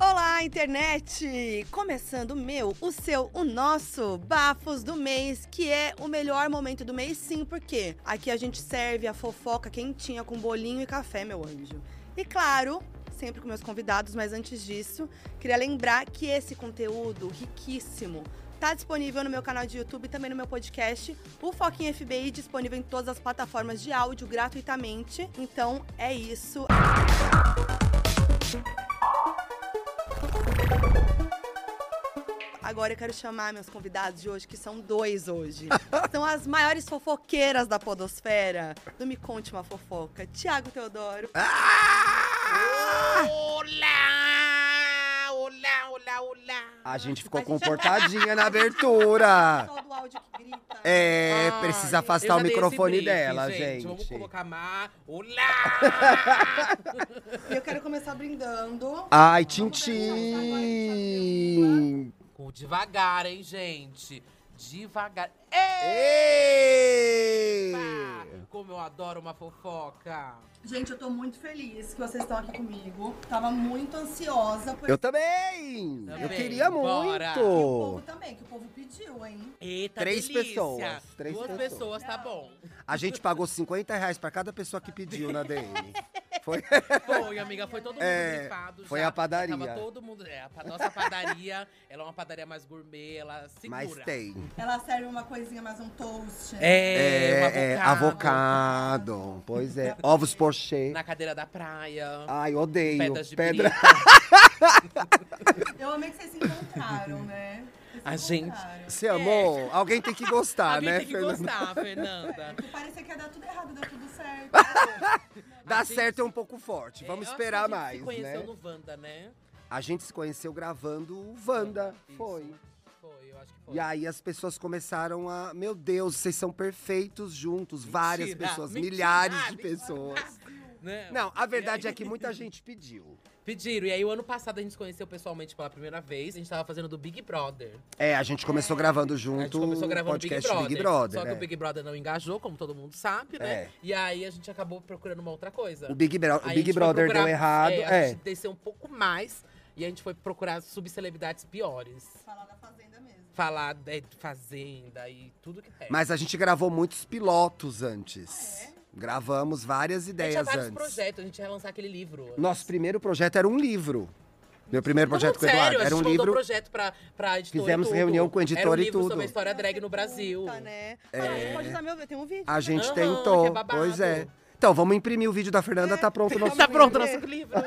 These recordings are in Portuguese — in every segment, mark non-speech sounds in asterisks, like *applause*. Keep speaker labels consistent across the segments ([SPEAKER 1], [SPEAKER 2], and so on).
[SPEAKER 1] na internet! Começando o meu, o seu, o nosso Bafos do Mês, que é o melhor momento do mês, sim, porque aqui a gente serve a fofoca quentinha com bolinho e café, meu anjo. E claro, sempre com meus convidados, mas antes disso, queria lembrar que esse conteúdo riquíssimo tá disponível no meu canal de YouTube e também no meu podcast, o Foquinha FBI, disponível em todas as plataformas de áudio gratuitamente. Então é isso. Agora eu quero chamar meus convidados de hoje, que são dois
[SPEAKER 2] *laughs*
[SPEAKER 1] hoje. são as maiores fofoqueiras da podosfera. Do Me Conte Uma Fofoca. Tiago Teodoro.
[SPEAKER 2] Ah!
[SPEAKER 3] Olá! Olá, olá, olá!
[SPEAKER 2] A gente ficou comportadinha na abertura.
[SPEAKER 1] Só do áudio que grita.
[SPEAKER 2] Ah. É,
[SPEAKER 3] Ai,
[SPEAKER 2] precisa
[SPEAKER 3] eu
[SPEAKER 2] afastar o
[SPEAKER 3] já dei
[SPEAKER 2] microfone
[SPEAKER 3] esse briefing,
[SPEAKER 2] dela, gente.
[SPEAKER 3] Vamos colocar má.
[SPEAKER 2] *laughs*
[SPEAKER 3] Olá!
[SPEAKER 1] E eu quero começar brindando.
[SPEAKER 2] Ai, Tintim!
[SPEAKER 3] Com devagar, hein, gente? Devagar. Epa!
[SPEAKER 2] Ei!
[SPEAKER 3] Como eu adoro uma fofoca!
[SPEAKER 1] Gente, eu tô muito feliz que vocês estão aqui comigo. Tava muito ansiosa por
[SPEAKER 2] Eu também! Eu
[SPEAKER 3] Também,
[SPEAKER 2] queria
[SPEAKER 3] bora.
[SPEAKER 1] E o povo
[SPEAKER 2] muito!
[SPEAKER 1] também, que o povo pediu, hein?
[SPEAKER 3] Eita,
[SPEAKER 2] Três
[SPEAKER 3] delícia.
[SPEAKER 2] pessoas, três
[SPEAKER 3] Duas
[SPEAKER 2] pessoas.
[SPEAKER 3] pessoas, tá
[SPEAKER 2] *laughs*
[SPEAKER 3] bom.
[SPEAKER 2] A gente pagou 50 reais pra cada pessoa que pediu na DM. Foi?
[SPEAKER 3] Foi, amiga, foi todo mundo
[SPEAKER 2] É,
[SPEAKER 3] gripado
[SPEAKER 2] foi
[SPEAKER 3] já.
[SPEAKER 2] a padaria.
[SPEAKER 3] Tava todo mundo. É, a pa- nossa padaria, ela é uma padaria mais gourmet, ela segura.
[SPEAKER 2] Mas tem.
[SPEAKER 1] Ela serve uma coisinha mais um toast.
[SPEAKER 3] É,
[SPEAKER 2] É, é,
[SPEAKER 3] um avocado.
[SPEAKER 2] avocado. Pois é. Ovos pochê.
[SPEAKER 3] Na cadeira da praia.
[SPEAKER 2] Ai, odeio.
[SPEAKER 3] pedras de
[SPEAKER 2] Pedra. *laughs*
[SPEAKER 3] brita.
[SPEAKER 1] Eu amei que vocês se
[SPEAKER 3] *laughs*
[SPEAKER 1] encontraram, né? Vocês se
[SPEAKER 3] A gente-
[SPEAKER 1] encontraram.
[SPEAKER 2] Você amou? Alguém tem que gostar,
[SPEAKER 3] É. Alguém
[SPEAKER 2] né,
[SPEAKER 3] tem que
[SPEAKER 2] Fernanda?
[SPEAKER 3] gostar, Fernanda.
[SPEAKER 1] Porque parecia É, que ia dar tudo errado, deu tudo
[SPEAKER 2] *laughs*
[SPEAKER 1] certo.
[SPEAKER 2] Dá
[SPEAKER 3] A gente-
[SPEAKER 2] certo é um pouco forte. *laughs* Vamos
[SPEAKER 3] É, eu acho que
[SPEAKER 2] esperar
[SPEAKER 3] A gente
[SPEAKER 2] mais,
[SPEAKER 3] se conheceu
[SPEAKER 2] né?
[SPEAKER 3] no Wanda, né?
[SPEAKER 2] A gente se conheceu gravando o Wanda.
[SPEAKER 3] Isso.
[SPEAKER 2] Foi.
[SPEAKER 3] Foi, eu acho que foi.
[SPEAKER 2] E aí as pessoas começaram a. Meu Deus, vocês são perfeitos juntos. Várias
[SPEAKER 3] Mentira,
[SPEAKER 2] pessoas,
[SPEAKER 3] mentira,
[SPEAKER 2] milhares de
[SPEAKER 3] mentira.
[SPEAKER 2] pessoas.
[SPEAKER 3] Né?
[SPEAKER 2] Não, a verdade
[SPEAKER 3] E aí-
[SPEAKER 2] é que muita gente pediu.
[SPEAKER 3] Pediram. E aí, o ano passado, a gente se conheceu pessoalmente pela primeira vez. A gente tava fazendo do Big Brother.
[SPEAKER 2] É, a gente começou gravando
[SPEAKER 3] A
[SPEAKER 2] junto
[SPEAKER 3] gente começou
[SPEAKER 2] o
[SPEAKER 3] gravando
[SPEAKER 2] podcast
[SPEAKER 3] Big Brother.
[SPEAKER 2] Big Brother.
[SPEAKER 3] só que
[SPEAKER 2] é.
[SPEAKER 3] o Big Brother não engajou, como todo mundo sabe, né?
[SPEAKER 2] É.
[SPEAKER 3] E aí, a gente acabou procurando uma outra coisa.
[SPEAKER 2] O Big, Bro- o
[SPEAKER 3] Aí a
[SPEAKER 2] Big
[SPEAKER 3] gente foi
[SPEAKER 2] Brother
[SPEAKER 3] procurar-
[SPEAKER 2] deu errado.
[SPEAKER 3] A
[SPEAKER 2] É.
[SPEAKER 3] gente desceu um pouco mais. E a gente foi procurar subcelebridades piores.
[SPEAKER 1] Falar da fazenda mesmo.
[SPEAKER 3] Falar de fazenda e tudo que é.
[SPEAKER 2] Mas a gente gravou muitos pilotos antes. Gravamos várias
[SPEAKER 3] a gente tinha
[SPEAKER 2] ideias
[SPEAKER 3] vários
[SPEAKER 2] antes.
[SPEAKER 3] projetos, a gente ia lançar aquele livro.
[SPEAKER 2] Nosso primeiro projeto era um livro. Meu primeiro
[SPEAKER 3] Não,
[SPEAKER 2] projeto com o
[SPEAKER 3] sério,
[SPEAKER 2] Eduardo
[SPEAKER 3] a
[SPEAKER 2] era
[SPEAKER 3] gente
[SPEAKER 2] um
[SPEAKER 3] mandou
[SPEAKER 2] livro.
[SPEAKER 3] projeto pra, pra editora
[SPEAKER 2] Fizemos
[SPEAKER 3] e tudo.
[SPEAKER 2] reunião com a editora
[SPEAKER 3] era um
[SPEAKER 2] e
[SPEAKER 3] livro
[SPEAKER 2] tudo.
[SPEAKER 3] Sobre a história drag no
[SPEAKER 1] Puta,
[SPEAKER 3] Brasil.
[SPEAKER 1] né? Ah, você pode usar meu. Tem um vídeo.
[SPEAKER 2] É. A gente
[SPEAKER 3] Aham, que
[SPEAKER 2] tentou.
[SPEAKER 3] é babado.
[SPEAKER 2] pois é. Então, vamos imprimir o vídeo da Fernanda, tá pronto o nosso.
[SPEAKER 3] Tá pronto o nosso livro.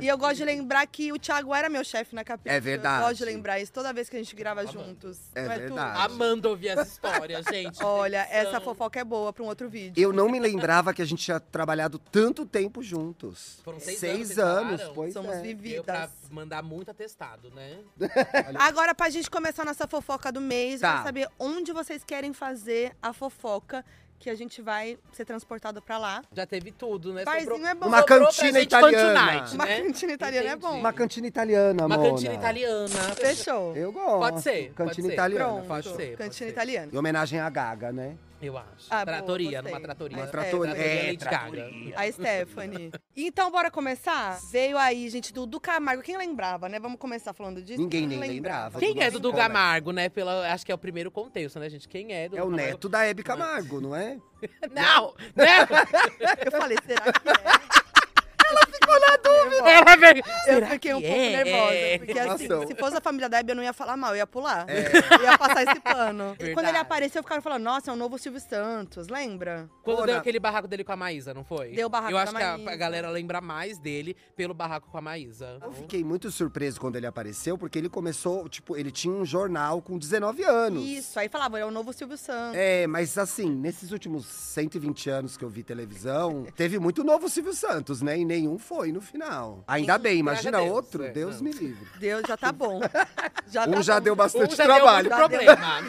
[SPEAKER 1] E eu gosto de lembrar que o Thiago era meu chefe na capítulo.
[SPEAKER 2] É verdade.
[SPEAKER 1] Eu gosto de lembrar isso toda vez que a gente grava
[SPEAKER 3] Amando.
[SPEAKER 1] juntos.
[SPEAKER 2] É
[SPEAKER 1] Não tu?
[SPEAKER 2] verdade.
[SPEAKER 3] *laughs* Amando ouvir essa história, gente.
[SPEAKER 1] Olha,
[SPEAKER 3] Atenção.
[SPEAKER 1] essa fofoca é boa pra um outro vídeo.
[SPEAKER 2] *laughs* Eu não me lembrava que a gente tinha trabalhado tanto tempo juntos.
[SPEAKER 3] Foram seis anos, então, vocês
[SPEAKER 2] anos,
[SPEAKER 3] falaram?
[SPEAKER 2] pois
[SPEAKER 1] Somos
[SPEAKER 2] é.
[SPEAKER 3] Deu pra
[SPEAKER 1] vividas.
[SPEAKER 3] mandar muito atestado, né?
[SPEAKER 1] Agora, pra gente começar a nossa fofoca do mês,
[SPEAKER 2] Tá.
[SPEAKER 1] eu quero saber onde vocês querem fazer a fofoca que a gente vai ser transportado pra lá.
[SPEAKER 3] Já teve tudo, né?
[SPEAKER 1] Barzinho
[SPEAKER 3] Sobrou-
[SPEAKER 1] é bom.
[SPEAKER 2] Uma
[SPEAKER 3] sobrou pra
[SPEAKER 2] cantina
[SPEAKER 3] gente fun
[SPEAKER 2] italiana.
[SPEAKER 3] tonight,
[SPEAKER 1] Uma
[SPEAKER 3] né?
[SPEAKER 1] cantina italiana
[SPEAKER 3] Entendi.
[SPEAKER 1] é bom.
[SPEAKER 2] Uma cantina italiana,
[SPEAKER 3] Uma
[SPEAKER 2] Mona.
[SPEAKER 3] cantina italiana.
[SPEAKER 1] Fechou.
[SPEAKER 2] Eu gosto.
[SPEAKER 3] Pode ser, pode
[SPEAKER 2] Cantina
[SPEAKER 3] ser.
[SPEAKER 2] italiana.
[SPEAKER 1] Pronto.
[SPEAKER 3] pode ser, pode
[SPEAKER 1] Cantina
[SPEAKER 3] ser.
[SPEAKER 1] italiana.
[SPEAKER 2] Em homenagem à Gaga, né?
[SPEAKER 3] Eu acho.
[SPEAKER 1] Ah, boa,
[SPEAKER 3] tratoria,
[SPEAKER 1] gostei.
[SPEAKER 3] numa tratoria.
[SPEAKER 2] Uma
[SPEAKER 1] É,
[SPEAKER 2] tratoria.
[SPEAKER 3] tratoria
[SPEAKER 2] É,
[SPEAKER 3] Lady Gaga. *laughs*
[SPEAKER 1] A Stephanie. Então, bora começar? Veio aí, gente, Dudu Camargo. Quem lembrava, né? Vamos começar falando disso?
[SPEAKER 2] Ninguém
[SPEAKER 1] Quem
[SPEAKER 2] nem lembrava.
[SPEAKER 3] Quem é Dudu
[SPEAKER 2] Como é?
[SPEAKER 3] Camargo, né? Pela, acho que é o primeiro contexto, né, gente? Quem é Dudu
[SPEAKER 2] É o
[SPEAKER 3] Camargo?
[SPEAKER 2] neto da Hebe Camargo, não é?
[SPEAKER 3] *laughs*
[SPEAKER 2] *laughs*
[SPEAKER 3] Não! Não!
[SPEAKER 1] Eu falei, será que é?
[SPEAKER 3] Ela veio.
[SPEAKER 1] Eu
[SPEAKER 3] Será
[SPEAKER 1] fiquei um
[SPEAKER 3] que
[SPEAKER 1] pouco
[SPEAKER 3] é?
[SPEAKER 1] nervosa. Porque assim,
[SPEAKER 2] Nossa.
[SPEAKER 1] se fosse a família da Hebe, eu não ia falar mal, eu ia pular.
[SPEAKER 2] É.
[SPEAKER 1] Eu ia passar esse pano. E quando
[SPEAKER 3] *laughs* Verdade.
[SPEAKER 1] ele apareceu, ficaram falando, nossa, é um novo Silvio Santos, lembra?
[SPEAKER 3] Quando deu
[SPEAKER 2] Mona.
[SPEAKER 3] aquele barraco dele com a Maísa, não foi?
[SPEAKER 1] Deu o barraco
[SPEAKER 3] Eu acho
[SPEAKER 1] da
[SPEAKER 3] que a-
[SPEAKER 1] Maísa.
[SPEAKER 3] a galera lembra mais dele pelo barraco com a Maísa.
[SPEAKER 2] Eu fiquei muito surpreso quando ele apareceu, porque ele começou, tipo, ele tinha um jornal com 19 anos.
[SPEAKER 1] Isso, aí falava, é o novo Silvio Santos.
[SPEAKER 2] É, mas assim, nesses últimos 120 anos que eu vi
[SPEAKER 3] *laughs*
[SPEAKER 2] televisão, teve muito novo Silvio Santos, né? E nenhum foi no final. Ainda bem, imagina
[SPEAKER 3] Graças a Deus,
[SPEAKER 2] outro,
[SPEAKER 3] é,
[SPEAKER 2] Deus
[SPEAKER 3] não.
[SPEAKER 2] me livre.
[SPEAKER 1] Deus, já tá
[SPEAKER 2] *laughs*
[SPEAKER 1] bom. Já
[SPEAKER 2] Um
[SPEAKER 1] tá
[SPEAKER 2] já
[SPEAKER 1] bom.
[SPEAKER 2] deu bastante
[SPEAKER 3] Um já deu
[SPEAKER 2] trabalho.
[SPEAKER 3] muito
[SPEAKER 1] Já deu-
[SPEAKER 3] problema.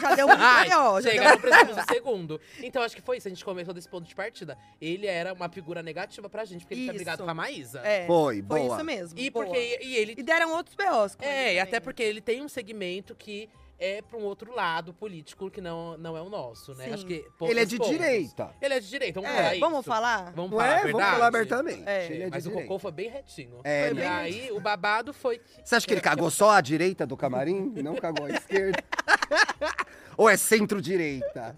[SPEAKER 1] *laughs* já deu muito
[SPEAKER 3] Ai,
[SPEAKER 1] B.O., já
[SPEAKER 3] Chega,
[SPEAKER 1] deu
[SPEAKER 3] não precisamos do segundo. Então acho que foi isso. A gente começou desse ponto de partida. Ele era uma figura negativa pra gente, porque ele tinha
[SPEAKER 1] Isso.
[SPEAKER 3] brigado com a Maísa.
[SPEAKER 1] É, foi
[SPEAKER 2] Foi, boa.
[SPEAKER 1] isso mesmo.
[SPEAKER 3] E
[SPEAKER 1] boa.
[SPEAKER 3] porque. E ele.
[SPEAKER 1] E deram outros B.O.s com ele
[SPEAKER 3] É, e
[SPEAKER 1] também. né?
[SPEAKER 3] até porque ele tem um segmento que é pra um outro lado político que não, não é o nosso, né?
[SPEAKER 1] Sim.
[SPEAKER 3] Acho que
[SPEAKER 2] Ele é
[SPEAKER 3] poucos
[SPEAKER 2] de
[SPEAKER 3] pontos.
[SPEAKER 2] direita.
[SPEAKER 3] Ele é de direita, vamos
[SPEAKER 2] É,
[SPEAKER 3] falar isso.
[SPEAKER 1] Vamos falar?
[SPEAKER 3] Vamos
[SPEAKER 2] Não
[SPEAKER 3] falar, a
[SPEAKER 2] é? Vamos
[SPEAKER 3] verdade?
[SPEAKER 2] falar abertamente.
[SPEAKER 1] É.
[SPEAKER 2] Ele é de
[SPEAKER 3] Mas o
[SPEAKER 2] direita.
[SPEAKER 3] cocô foi bem retinho.
[SPEAKER 2] É,
[SPEAKER 3] e
[SPEAKER 2] ele é
[SPEAKER 3] aí, o babado foi
[SPEAKER 2] *laughs*
[SPEAKER 3] que
[SPEAKER 2] Você acha que ele cagou só a direita do
[SPEAKER 3] *laughs*
[SPEAKER 2] camarim e não cagou a esquerda? Ou é centro-direita?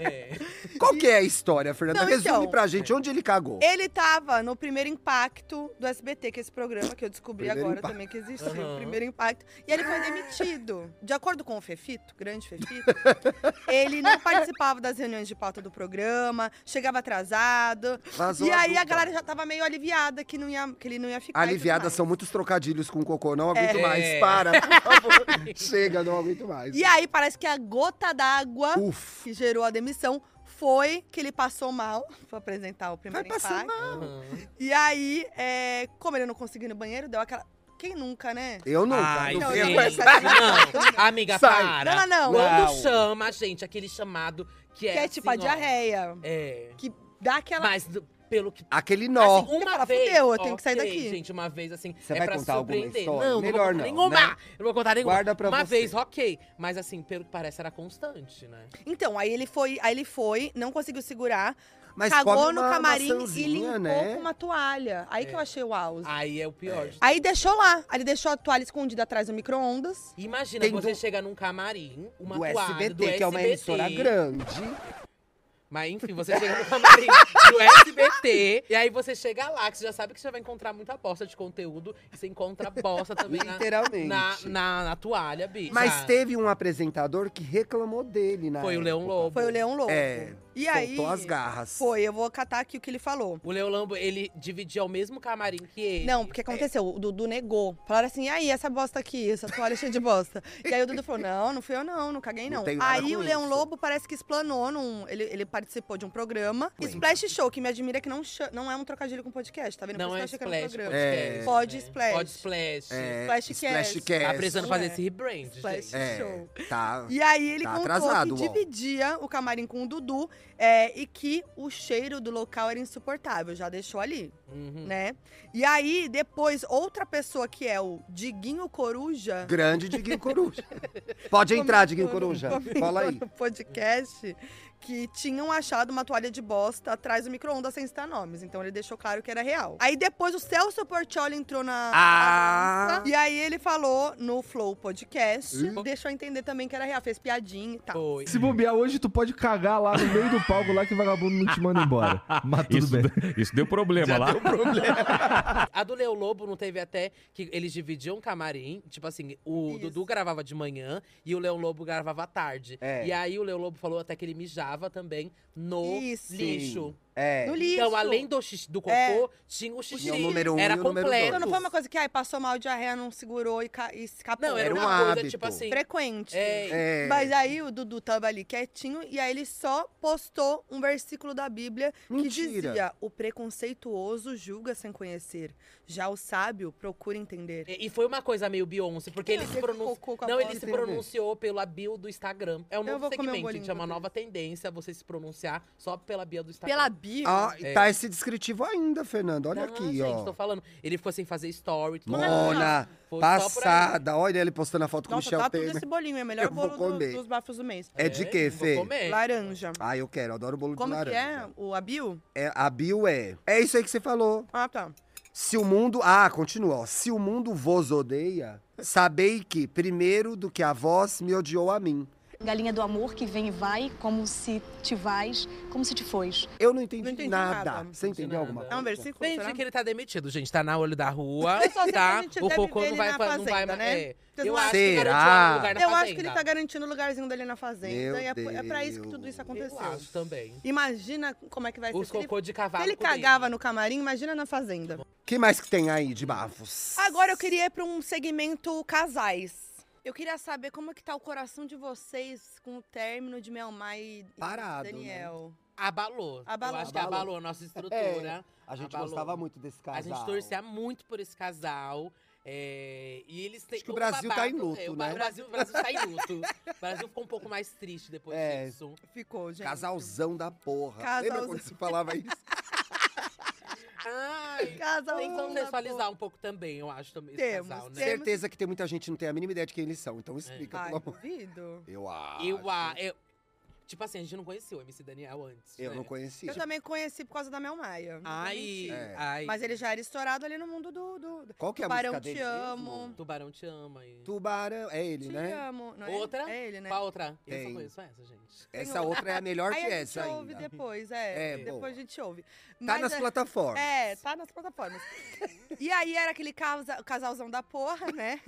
[SPEAKER 3] é,
[SPEAKER 2] Qual que é a história, Fernanda?
[SPEAKER 1] Não,
[SPEAKER 2] Resume
[SPEAKER 1] então.
[SPEAKER 2] pra gente onde ele cagou.
[SPEAKER 3] é,
[SPEAKER 1] Ele tava no primeiro impacto do SBT, que é esse programa que eu descobri
[SPEAKER 2] Primeiro
[SPEAKER 1] agora
[SPEAKER 2] Impacto.
[SPEAKER 1] também que existe,
[SPEAKER 3] Aham.
[SPEAKER 1] o primeiro impacto. E ele foi demitido. De acordo com o Fefito, grande Fefito,
[SPEAKER 2] *laughs*
[SPEAKER 1] ele não participava das reuniões de pauta do programa, chegava atrasado.
[SPEAKER 2] Vazou
[SPEAKER 1] e aí a
[SPEAKER 2] dupla.
[SPEAKER 1] galera já tava meio aliviada que, não ia, que ele não ia ficar. e tudo
[SPEAKER 2] Aliviadas
[SPEAKER 1] mais.
[SPEAKER 2] são muitos trocadilhos com cocô. Não aguento
[SPEAKER 3] É.
[SPEAKER 2] mais. Para, por
[SPEAKER 1] *laughs*
[SPEAKER 2] favor. Chega, não aguento mais.
[SPEAKER 1] E aí parece que a gota d'água
[SPEAKER 2] Uf.
[SPEAKER 1] que gerou a demissão foi que ele passou mal *laughs* pra apresentar o primeiro
[SPEAKER 2] Vai passar
[SPEAKER 1] impacto.
[SPEAKER 3] Aham.
[SPEAKER 1] E aí, é, como ele não conseguiu ir no banheiro, deu aquela. Quem nunca, né?
[SPEAKER 2] Eu não.
[SPEAKER 3] Ai,
[SPEAKER 2] não
[SPEAKER 1] não,
[SPEAKER 2] venho
[SPEAKER 1] gente.
[SPEAKER 2] com essa-
[SPEAKER 3] não, amiga,
[SPEAKER 2] Sai.
[SPEAKER 1] Não,
[SPEAKER 3] para.
[SPEAKER 1] não, não.
[SPEAKER 3] Quando
[SPEAKER 2] Não.
[SPEAKER 3] chama, gente, aquele chamado que é.
[SPEAKER 1] que é tipo a
[SPEAKER 3] assim, ó,
[SPEAKER 1] diarreia.
[SPEAKER 3] É.
[SPEAKER 1] Que dá aquela.
[SPEAKER 3] Mas do- pelo que.
[SPEAKER 2] Aquele nó.
[SPEAKER 3] Assim, uma
[SPEAKER 1] fala,
[SPEAKER 3] vez.
[SPEAKER 1] "Fudeu, eu tenho que sair
[SPEAKER 3] ok,
[SPEAKER 1] daqui."
[SPEAKER 3] Gente, uma vez assim.
[SPEAKER 2] Você
[SPEAKER 3] é
[SPEAKER 2] vai
[SPEAKER 3] pra
[SPEAKER 2] contar alguma
[SPEAKER 3] surpreender.
[SPEAKER 2] história?
[SPEAKER 3] Não,
[SPEAKER 2] Melhor
[SPEAKER 3] não
[SPEAKER 2] não,
[SPEAKER 3] vou contar nenhuma.
[SPEAKER 2] né?
[SPEAKER 3] Eu não vou contar nenhuma.
[SPEAKER 2] Guarda pra
[SPEAKER 3] uma
[SPEAKER 2] você.
[SPEAKER 3] vez, ok. Mas assim, pelo que parece, era constante, né?
[SPEAKER 1] Então, aí ele foi, aí ele foi, não conseguiu segurar,
[SPEAKER 2] Mas
[SPEAKER 1] cagou
[SPEAKER 2] come
[SPEAKER 1] no
[SPEAKER 2] uma
[SPEAKER 1] camarim e
[SPEAKER 2] maçãzinha,
[SPEAKER 1] limpou
[SPEAKER 2] né?
[SPEAKER 1] com uma toalha. Aí
[SPEAKER 3] É.
[SPEAKER 1] que eu achei o auge.
[SPEAKER 3] Aí é o pior. de-
[SPEAKER 1] Aí deixou lá. Aí ele deixou a toalha escondida atrás do micro-ondas.
[SPEAKER 3] Imagina
[SPEAKER 2] Tem
[SPEAKER 3] você
[SPEAKER 2] do-
[SPEAKER 3] chegar num camarim, uma
[SPEAKER 2] do
[SPEAKER 3] toalha
[SPEAKER 2] SBT,
[SPEAKER 3] do
[SPEAKER 2] que é uma
[SPEAKER 3] SBT.
[SPEAKER 2] emissora grande.
[SPEAKER 3] Mas enfim, você chega no camarim do SBT, e aí você chega lá, que você já sabe que você vai encontrar muita bosta de conteúdo, e você encontra bosta também na,
[SPEAKER 2] Literalmente.
[SPEAKER 3] na, na, na toalha, bicha.
[SPEAKER 2] Mas teve um apresentador que reclamou dele na
[SPEAKER 3] Foi o Leão
[SPEAKER 2] época.
[SPEAKER 3] Lobo.
[SPEAKER 1] Foi o Leão Louco.
[SPEAKER 2] É,
[SPEAKER 1] e
[SPEAKER 2] soltou
[SPEAKER 1] aí.
[SPEAKER 2] as garras.
[SPEAKER 1] Foi, eu vou catar aqui o que ele falou.
[SPEAKER 3] O Leão Lobo, ele dividia o mesmo camarim que ele.
[SPEAKER 1] Não, porque aconteceu, o Dudu negou. Falaram assim, e aí, essa bosta aqui, essa toalha cheia de bosta. *laughs* E aí o Dudu falou, não, não fui eu não, não caguei
[SPEAKER 2] Não
[SPEAKER 1] não.
[SPEAKER 2] tenho nada
[SPEAKER 1] aí
[SPEAKER 2] com
[SPEAKER 1] o Leão
[SPEAKER 2] isso.
[SPEAKER 1] Lobo parece que explanou, num, ele, ele participou de um programa,
[SPEAKER 2] Foi.
[SPEAKER 1] Splash Show, que me admira que não, cha- não é um trocadilho com podcast, tá vendo?
[SPEAKER 3] Não
[SPEAKER 1] Por
[SPEAKER 3] é
[SPEAKER 1] isso que eu achei
[SPEAKER 3] splash,
[SPEAKER 1] que era um programa.
[SPEAKER 2] É.
[SPEAKER 3] podcast,
[SPEAKER 1] Pode
[SPEAKER 3] né?
[SPEAKER 1] splash.
[SPEAKER 3] Pode splash.
[SPEAKER 2] É,
[SPEAKER 1] Splashcast.
[SPEAKER 2] Splashcast.
[SPEAKER 3] Tá precisando
[SPEAKER 1] É.
[SPEAKER 3] fazer esse rebrand,
[SPEAKER 1] Splash.
[SPEAKER 3] gente.
[SPEAKER 2] É,
[SPEAKER 1] Show.
[SPEAKER 2] tá.
[SPEAKER 1] E aí ele
[SPEAKER 2] Tá
[SPEAKER 1] contou
[SPEAKER 2] atrasado, ó.
[SPEAKER 1] que dividia o camarim com o Dudu é, e que o cheiro do local era insuportável, já deixou ali,
[SPEAKER 3] Uhum.
[SPEAKER 1] né? E aí, depois, outra pessoa que é o Diguinho Coruja... *laughs*
[SPEAKER 2] Grande Diguinho Coruja. Pode entrar, Diguinho Coruja.
[SPEAKER 1] comentou
[SPEAKER 2] Fala aí.
[SPEAKER 1] no podcast que tinham achado uma toalha de bosta atrás do micro-ondas sem citar nomes. Então ele deixou claro que era real. Aí depois o Celso Portioli entrou na
[SPEAKER 2] Ah!
[SPEAKER 1] bagunça, e aí ele falou no Flow Podcast,
[SPEAKER 2] Hum.
[SPEAKER 1] deixou entender também que era real, fez piadinha e tal.
[SPEAKER 3] Tá. Foi.
[SPEAKER 4] Se bobear hoje, tu pode cagar lá no meio do palco lá que vagabundo não te manda embora. Mas tudo
[SPEAKER 5] Isso,
[SPEAKER 4] bem.
[SPEAKER 5] isso
[SPEAKER 4] *laughs*
[SPEAKER 5] deu problema lá.
[SPEAKER 3] A do Leo Lobo não teve até que eles dividiam o camarim. Tipo assim, o
[SPEAKER 1] Isso.
[SPEAKER 3] Dudu gravava de manhã e o Leão Lobo gravava à tarde.
[SPEAKER 2] É.
[SPEAKER 3] E aí o Leão Lobo falou até que ele mijava também no
[SPEAKER 1] Isso.
[SPEAKER 3] lixo.
[SPEAKER 2] É.
[SPEAKER 1] No lixo.
[SPEAKER 3] Então, além do, xixi- do cocô,
[SPEAKER 1] É.
[SPEAKER 3] tinha o xixi.
[SPEAKER 2] Tinha o número um
[SPEAKER 3] era
[SPEAKER 2] e o número
[SPEAKER 3] completo.
[SPEAKER 1] Então não foi uma coisa que, ai, passou mal diarreia, não segurou e, ca... e escapou.
[SPEAKER 3] Não, era,
[SPEAKER 2] Era um
[SPEAKER 3] uma coisa,
[SPEAKER 2] hábito.
[SPEAKER 3] tipo assim.
[SPEAKER 1] frequente.
[SPEAKER 3] É,
[SPEAKER 2] É.
[SPEAKER 1] Mas ah, aí o Dudu tava ali quietinho e aí ele só postou um versículo da Bíblia que
[SPEAKER 2] Mentira.
[SPEAKER 1] dizia: O preconceituoso julga sem conhecer, já o sábio procura entender.
[SPEAKER 3] E e foi uma coisa meio Beyoncé, porque
[SPEAKER 1] Tem a
[SPEAKER 3] ele se
[SPEAKER 1] ver com
[SPEAKER 3] pronunciou.
[SPEAKER 1] cocô com a
[SPEAKER 3] Não, ele
[SPEAKER 1] bola?
[SPEAKER 3] se
[SPEAKER 2] Tem a ver.
[SPEAKER 3] pronunciou pela bio do Instagram. É um
[SPEAKER 1] Eu
[SPEAKER 3] novo
[SPEAKER 1] vou comer um
[SPEAKER 3] segmento,
[SPEAKER 1] bolinho
[SPEAKER 3] gente. É uma
[SPEAKER 1] com
[SPEAKER 3] nova tendência você se pronunciar só pela bio do Instagram.
[SPEAKER 1] Pela Bíblia.
[SPEAKER 2] Ah,
[SPEAKER 3] É.
[SPEAKER 2] tá esse descritivo ainda, Fernando. Olha
[SPEAKER 3] Não,
[SPEAKER 2] aqui,
[SPEAKER 3] gente,
[SPEAKER 2] ó.
[SPEAKER 3] tô falando. Ele ficou sem fazer story. tudo mais.
[SPEAKER 2] Mona,
[SPEAKER 3] Foi só por aí.
[SPEAKER 2] passada. Olha ele postando a foto com o
[SPEAKER 1] Nossa,
[SPEAKER 2] Michel
[SPEAKER 1] tá tudo
[SPEAKER 2] Temer.
[SPEAKER 1] esse bolinho, é o melhor
[SPEAKER 2] Eu vou
[SPEAKER 1] bolo do-
[SPEAKER 2] comer.
[SPEAKER 1] dos bafos do mês.
[SPEAKER 2] É de
[SPEAKER 3] eu
[SPEAKER 2] quê,
[SPEAKER 3] vou
[SPEAKER 2] Fê?
[SPEAKER 3] comer.
[SPEAKER 1] Laranja.
[SPEAKER 2] Ah, eu quero, adoro bolo
[SPEAKER 1] Como
[SPEAKER 2] de
[SPEAKER 1] que é
[SPEAKER 2] laranja.
[SPEAKER 1] o a bio?
[SPEAKER 2] é? A bio é. É isso aí que você falou.
[SPEAKER 1] Ah, tá.
[SPEAKER 2] Se o mundo. Ah, continua, ó. Se o mundo vos odeia, sabei que, primeiro do que a vós, me odiou a mim.
[SPEAKER 6] Galinha do amor que vem e vai, como se te vais, como se te fois.
[SPEAKER 2] Eu não entendi,
[SPEAKER 1] Não entendi
[SPEAKER 2] nada.
[SPEAKER 1] nada.
[SPEAKER 2] Você entendeu
[SPEAKER 3] Entendi
[SPEAKER 2] alguma
[SPEAKER 3] nada.
[SPEAKER 1] É
[SPEAKER 2] coisa?
[SPEAKER 1] um versículo,
[SPEAKER 3] Bem,
[SPEAKER 1] será?
[SPEAKER 3] que ele tá demitido, gente. Tá na olho da rua.
[SPEAKER 1] Eu só sei que a
[SPEAKER 3] tá?
[SPEAKER 1] gente
[SPEAKER 3] O
[SPEAKER 1] deve
[SPEAKER 3] cocô
[SPEAKER 1] ver
[SPEAKER 3] não
[SPEAKER 1] ele
[SPEAKER 3] vai,
[SPEAKER 1] na
[SPEAKER 3] fa- não vai
[SPEAKER 1] fazenda,
[SPEAKER 3] mais.
[SPEAKER 1] né?
[SPEAKER 3] É,
[SPEAKER 1] Vocês
[SPEAKER 3] eu
[SPEAKER 1] não
[SPEAKER 3] acho
[SPEAKER 1] acham?
[SPEAKER 3] que garantiu
[SPEAKER 2] Será?
[SPEAKER 3] um lugar na
[SPEAKER 1] Eu acho que ele
[SPEAKER 3] fazenda.
[SPEAKER 1] tá garantindo o lugarzinho dele na fazenda.
[SPEAKER 2] Meu
[SPEAKER 1] e é, por- é pra isso que tudo isso
[SPEAKER 2] Deus.
[SPEAKER 1] aconteceu.
[SPEAKER 3] Eu acho também.
[SPEAKER 1] Imagina como é que vai ser.
[SPEAKER 3] Os
[SPEAKER 1] Se ele,
[SPEAKER 3] cocô de cavalo.
[SPEAKER 1] se ele
[SPEAKER 3] com dente.
[SPEAKER 1] cagava no camarim, imagina na fazenda.
[SPEAKER 2] que mais que tem aí de bafos?
[SPEAKER 1] Agora eu queria ir pra um segmento casais. Eu queria saber como é que tá o coração de vocês com o término de Melmar e e
[SPEAKER 2] Parado, né?
[SPEAKER 1] Daniel.
[SPEAKER 3] Abalou.
[SPEAKER 1] Abalou. É.
[SPEAKER 3] Eu acho que
[SPEAKER 2] Abalou.
[SPEAKER 3] abalou a nossa estrutura.
[SPEAKER 2] A gente
[SPEAKER 3] Abalou.
[SPEAKER 2] gostava muito desse casal.
[SPEAKER 3] A gente torcia muito por esse casal. é, e eles têm.
[SPEAKER 2] Acho que o Brasil tá em luto,
[SPEAKER 3] é, o,
[SPEAKER 2] né?
[SPEAKER 3] Ba- o Brasil, o Brasil tá em luto. o Brasil ficou um pouco mais triste depois
[SPEAKER 2] É.
[SPEAKER 3] disso.
[SPEAKER 1] Ficou, gente.
[SPEAKER 2] Casalzão da porra.
[SPEAKER 1] Casalzão.
[SPEAKER 2] Lembra quando se falava isso?
[SPEAKER 3] Ai,
[SPEAKER 1] Casal
[SPEAKER 3] tem que
[SPEAKER 1] um da
[SPEAKER 3] contextualizar um pouco também, eu acho, também, esse
[SPEAKER 1] Temos,
[SPEAKER 3] casal, né?
[SPEAKER 1] temos.
[SPEAKER 2] Certeza que tem muita gente que não tem a mínima ideia de quem eles são, então explica,
[SPEAKER 1] Ai,
[SPEAKER 2] pelo amor.
[SPEAKER 1] duvido.
[SPEAKER 2] Eu acho.
[SPEAKER 3] Eu, ah, eu, tipo assim, a gente não conhecia o MC Daniel antes,
[SPEAKER 2] Eu
[SPEAKER 3] né?
[SPEAKER 2] não Tipo, conheci.
[SPEAKER 1] Eu também conheci por causa da Mel Maia. não vou
[SPEAKER 3] Ai,
[SPEAKER 1] mentir.
[SPEAKER 2] É.
[SPEAKER 3] ai.
[SPEAKER 1] Mas ele já era estourado ali no mundo do. do- do-
[SPEAKER 2] Qual que é a
[SPEAKER 1] Tubarão
[SPEAKER 2] música
[SPEAKER 1] Te
[SPEAKER 2] dele mesmo?
[SPEAKER 1] Amo.
[SPEAKER 3] Tubarão te ama. E...
[SPEAKER 2] Tubarão, é ele,
[SPEAKER 1] Te
[SPEAKER 2] né?
[SPEAKER 1] amo. Não é ele?
[SPEAKER 3] Outra?
[SPEAKER 1] É ele, né?
[SPEAKER 3] Qual outra? Eu
[SPEAKER 2] Tem.
[SPEAKER 3] só conheço essa, gente.
[SPEAKER 2] Essa outra é a melhor
[SPEAKER 1] Aí
[SPEAKER 2] que
[SPEAKER 1] a gente
[SPEAKER 2] essa
[SPEAKER 1] ouve
[SPEAKER 2] ainda.
[SPEAKER 1] depois, é.
[SPEAKER 2] É,
[SPEAKER 1] depois
[SPEAKER 2] boa.
[SPEAKER 1] a gente ouve.
[SPEAKER 2] Tá nas
[SPEAKER 1] é-
[SPEAKER 2] plataformas.
[SPEAKER 1] É, tá nas plataformas. e aí era aquele casa- casalzão da porra, né?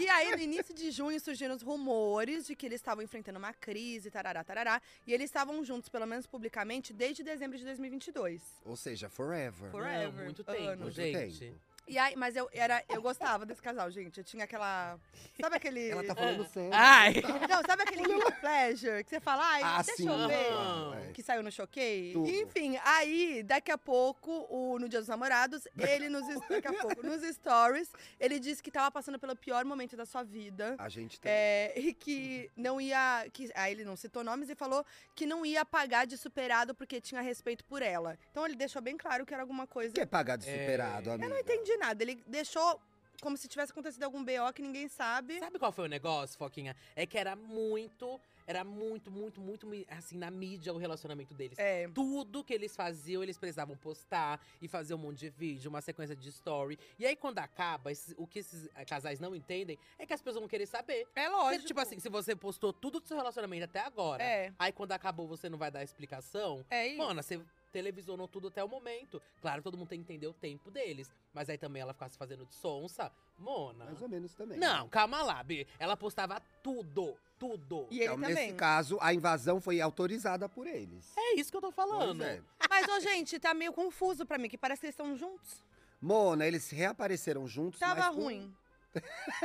[SPEAKER 1] E aí, no início de junho, surgiram os rumores de que eles estavam enfrentando uma crise, tarará, tarará. E eles estavam juntos, pelo menos publicamente, desde dezembro de 2022.
[SPEAKER 2] Ou seja, Forever.
[SPEAKER 1] For- Forever,
[SPEAKER 3] Não, muito
[SPEAKER 1] anos.
[SPEAKER 3] tempo,
[SPEAKER 1] Muito
[SPEAKER 3] gente.
[SPEAKER 2] tempo.
[SPEAKER 1] E aí, mas eu, era, eu gostava desse casal, gente. Eu tinha aquela. Sabe aquele.
[SPEAKER 2] Ela tá falando sério.
[SPEAKER 3] Ai!
[SPEAKER 1] *laughs* Não, sabe aquele guilty pleasure que você fala, ai,
[SPEAKER 2] Ah,
[SPEAKER 1] deixa
[SPEAKER 2] sim.
[SPEAKER 1] eu ver.
[SPEAKER 2] claro, é.
[SPEAKER 1] Que saiu no Choquei.
[SPEAKER 2] Tudo.
[SPEAKER 1] Enfim, aí, daqui a pouco, o, no Dia dos Namorados, ele nos, daqui a pouco, nos stories, ele disse que tava passando pelo pior momento da sua vida.
[SPEAKER 2] A gente tem.
[SPEAKER 1] É, e que não ia. Que, aí ele não citou nomes e falou que não ia pagar de superado porque tinha respeito por ela. Então ele deixou bem claro que era alguma coisa.
[SPEAKER 2] O que é pagar de superado, amigo?
[SPEAKER 1] Eu não entendi nada. Ele deixou como se tivesse acontecido algum BO que ninguém sabe.
[SPEAKER 3] Sabe qual foi o negócio, Foquinha? É que era muito, era muito, muito, muito, mi- assim, na mídia o relacionamento deles.
[SPEAKER 1] É.
[SPEAKER 3] Tudo que eles faziam, eles precisavam postar e fazer um monte de vídeo, uma sequência de story. E aí, quando acaba, esses- o que esses eh, casais não entendem é que as pessoas vão querer saber.
[SPEAKER 1] É
[SPEAKER 3] Porque, Tipo assim, se você postou tudo do seu relacionamento até agora,
[SPEAKER 1] É.
[SPEAKER 3] aí quando acabou você não vai dar explicação,
[SPEAKER 1] É isso.
[SPEAKER 3] Mano, você televisionou tudo até o momento. Claro, todo mundo tem que entender o tempo deles. Mas aí também ela ficasse fazendo de sonsa. Mona.
[SPEAKER 2] Mais ou menos também.
[SPEAKER 3] Não, calma lá, Bi. Ela postava tudo, tudo.
[SPEAKER 1] E é- ele
[SPEAKER 2] então,
[SPEAKER 1] também.
[SPEAKER 2] nesse caso, a invasão foi autorizada por eles.
[SPEAKER 3] É isso que eu tô falando. Então,
[SPEAKER 2] Pois é.
[SPEAKER 1] Mas, ô, gente, tá meio confuso pra mim, que parece que eles estão juntos.
[SPEAKER 2] Mona, eles reapareceram juntos.
[SPEAKER 1] Tava
[SPEAKER 2] mas com- *laughs*
[SPEAKER 1] ruim.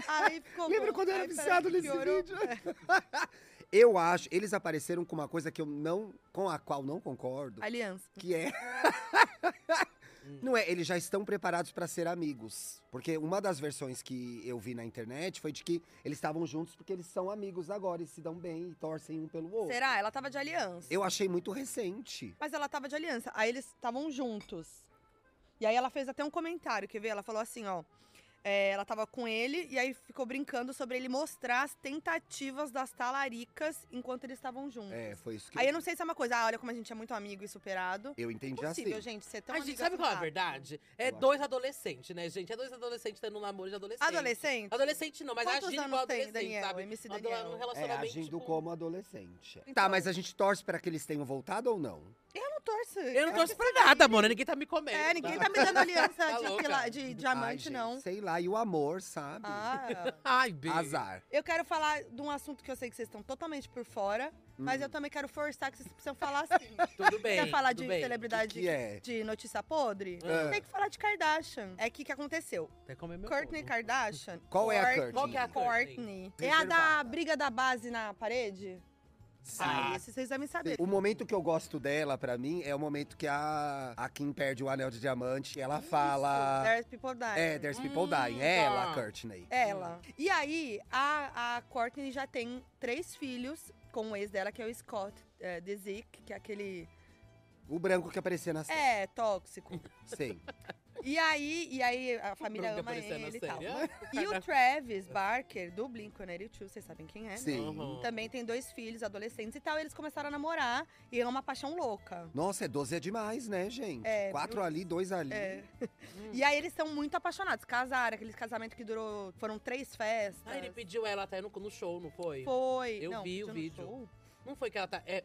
[SPEAKER 1] Aí ficou
[SPEAKER 2] Lembra
[SPEAKER 1] bom.
[SPEAKER 2] quando eu era
[SPEAKER 1] Aí parece
[SPEAKER 2] viciado
[SPEAKER 1] que
[SPEAKER 2] nesse
[SPEAKER 1] piorou. É.
[SPEAKER 2] vídeo? *laughs* eu acho, eles apareceram com uma coisa que eu não. com a qual não concordo.
[SPEAKER 1] Aliança.
[SPEAKER 2] Que é. *laughs*
[SPEAKER 1] Hum.
[SPEAKER 2] Não é, eles já estão preparados pra ser amigos. Porque uma das versões que eu vi na internet foi de que eles estavam juntos porque eles são amigos agora e se dão bem e torcem um pelo outro.
[SPEAKER 1] Será? Ela tava de aliança.
[SPEAKER 2] Eu achei muito recente.
[SPEAKER 1] Mas ela tava de aliança. Aí eles estavam juntos. E aí ela fez até um comentário, quer ver? Ela falou assim, ó. é, ela tava com ele e aí ficou brincando sobre ele mostrar as tentativas das talaricas enquanto eles estavam juntos.
[SPEAKER 2] É, foi isso que
[SPEAKER 1] Hum. Aí eu não sei se é uma coisa, ah, olha como a gente é muito amigo e superado.
[SPEAKER 2] Eu entendi
[SPEAKER 1] Impossível,
[SPEAKER 2] assim.
[SPEAKER 1] gente, ser tão
[SPEAKER 3] A gente,
[SPEAKER 1] amiga
[SPEAKER 3] sabe qual é a
[SPEAKER 1] assim,
[SPEAKER 3] verdade? É
[SPEAKER 2] Eu acho.
[SPEAKER 3] dois adolescentes, né, gente? É dois adolescentes tendo um namoro de adolescente.
[SPEAKER 1] Adolescente?
[SPEAKER 3] Adolescente não, mas
[SPEAKER 1] Quantos
[SPEAKER 3] agindo igual
[SPEAKER 1] anos tem,
[SPEAKER 3] adolescente,
[SPEAKER 1] Daniel?
[SPEAKER 3] assim, sabe?
[SPEAKER 1] MC
[SPEAKER 3] Adora-
[SPEAKER 1] Daniel.
[SPEAKER 3] Um
[SPEAKER 2] É,
[SPEAKER 3] relacionamento,
[SPEAKER 2] agindo
[SPEAKER 3] tipo,
[SPEAKER 2] como adolescente.
[SPEAKER 1] Então.
[SPEAKER 2] Tá, mas a gente torce pra que eles tenham voltado ou não?
[SPEAKER 1] Eu não torço.
[SPEAKER 3] Eu não torço pra nada, mano. Ninguém tá me comendo.
[SPEAKER 1] É, ninguém tá me dando aliança
[SPEAKER 3] Tá
[SPEAKER 1] de,
[SPEAKER 3] louca?
[SPEAKER 1] pila- de
[SPEAKER 2] Ai,
[SPEAKER 1] diamante,
[SPEAKER 2] gente,
[SPEAKER 1] não.
[SPEAKER 2] Sei lá, e o amor, sabe?
[SPEAKER 1] Ah,
[SPEAKER 3] Ai, Bi.
[SPEAKER 2] Azar.
[SPEAKER 1] eu quero falar de um assunto que eu sei que vocês estão totalmente por fora, mas
[SPEAKER 2] Hum.
[SPEAKER 1] eu também quero forçar que vocês precisam falar assim.
[SPEAKER 3] Tudo bem.
[SPEAKER 1] Quer falar
[SPEAKER 3] tudo
[SPEAKER 1] de
[SPEAKER 3] bem.
[SPEAKER 1] celebridade
[SPEAKER 2] Que é?
[SPEAKER 1] de notícia podre?
[SPEAKER 2] Ah.
[SPEAKER 1] Tem que falar de Kardashian. É que que aconteceu.
[SPEAKER 3] Até comer meu
[SPEAKER 1] Courtney
[SPEAKER 3] ovo.
[SPEAKER 1] Kardashian.
[SPEAKER 2] Qual é a
[SPEAKER 1] Kourt-
[SPEAKER 2] Kourtney?
[SPEAKER 3] Qual que é a
[SPEAKER 1] Kourtney.
[SPEAKER 3] Kourtney?
[SPEAKER 1] É a da
[SPEAKER 2] Reservada.
[SPEAKER 1] briga da base na parede?
[SPEAKER 2] Sim.
[SPEAKER 1] Ah, esse vocês devem saber.
[SPEAKER 2] O momento que eu gosto dela, pra mim, é o momento que a, a Kim perde o anel de diamante e ela fala.
[SPEAKER 1] There's people dying.
[SPEAKER 2] É, there's people
[SPEAKER 1] Hum,
[SPEAKER 2] dying. É
[SPEAKER 3] tá.
[SPEAKER 2] ela, a Courtney.
[SPEAKER 1] Ela.
[SPEAKER 3] Hum.
[SPEAKER 1] E aí, a, a Courtney já tem três filhos com o ex dela, que é o Scott é, DeZick, que é aquele.
[SPEAKER 2] O branco que aparecia na série.
[SPEAKER 1] É, tóxico.
[SPEAKER 2] Sim.
[SPEAKER 1] E aí, e aí a família
[SPEAKER 3] Bruna
[SPEAKER 1] ama
[SPEAKER 3] aparecendo na
[SPEAKER 1] ele e tal.
[SPEAKER 3] série. né?
[SPEAKER 1] E o
[SPEAKER 3] *laughs*
[SPEAKER 1] Travis Barker, do Blink-182, vocês sabem quem é, né?
[SPEAKER 2] Sim.
[SPEAKER 3] Uhum.
[SPEAKER 1] Também tem dois filhos, adolescentes e tal. Eles começaram a namorar e é uma paixão louca.
[SPEAKER 2] Nossa, é 12 é demais, né, gente?
[SPEAKER 1] É,
[SPEAKER 2] Quatro ali, dois ali.
[SPEAKER 1] É. E aí eles são muito apaixonados. Casaram, aquele casamento que durou. Foram três festas.
[SPEAKER 3] Ah, ele pediu ela até no, no show, não foi?
[SPEAKER 1] Foi.
[SPEAKER 3] Eu
[SPEAKER 1] não,
[SPEAKER 3] vi
[SPEAKER 1] pediu
[SPEAKER 3] o
[SPEAKER 1] no
[SPEAKER 3] vídeo.
[SPEAKER 1] show?
[SPEAKER 3] Não foi que ela tá. É,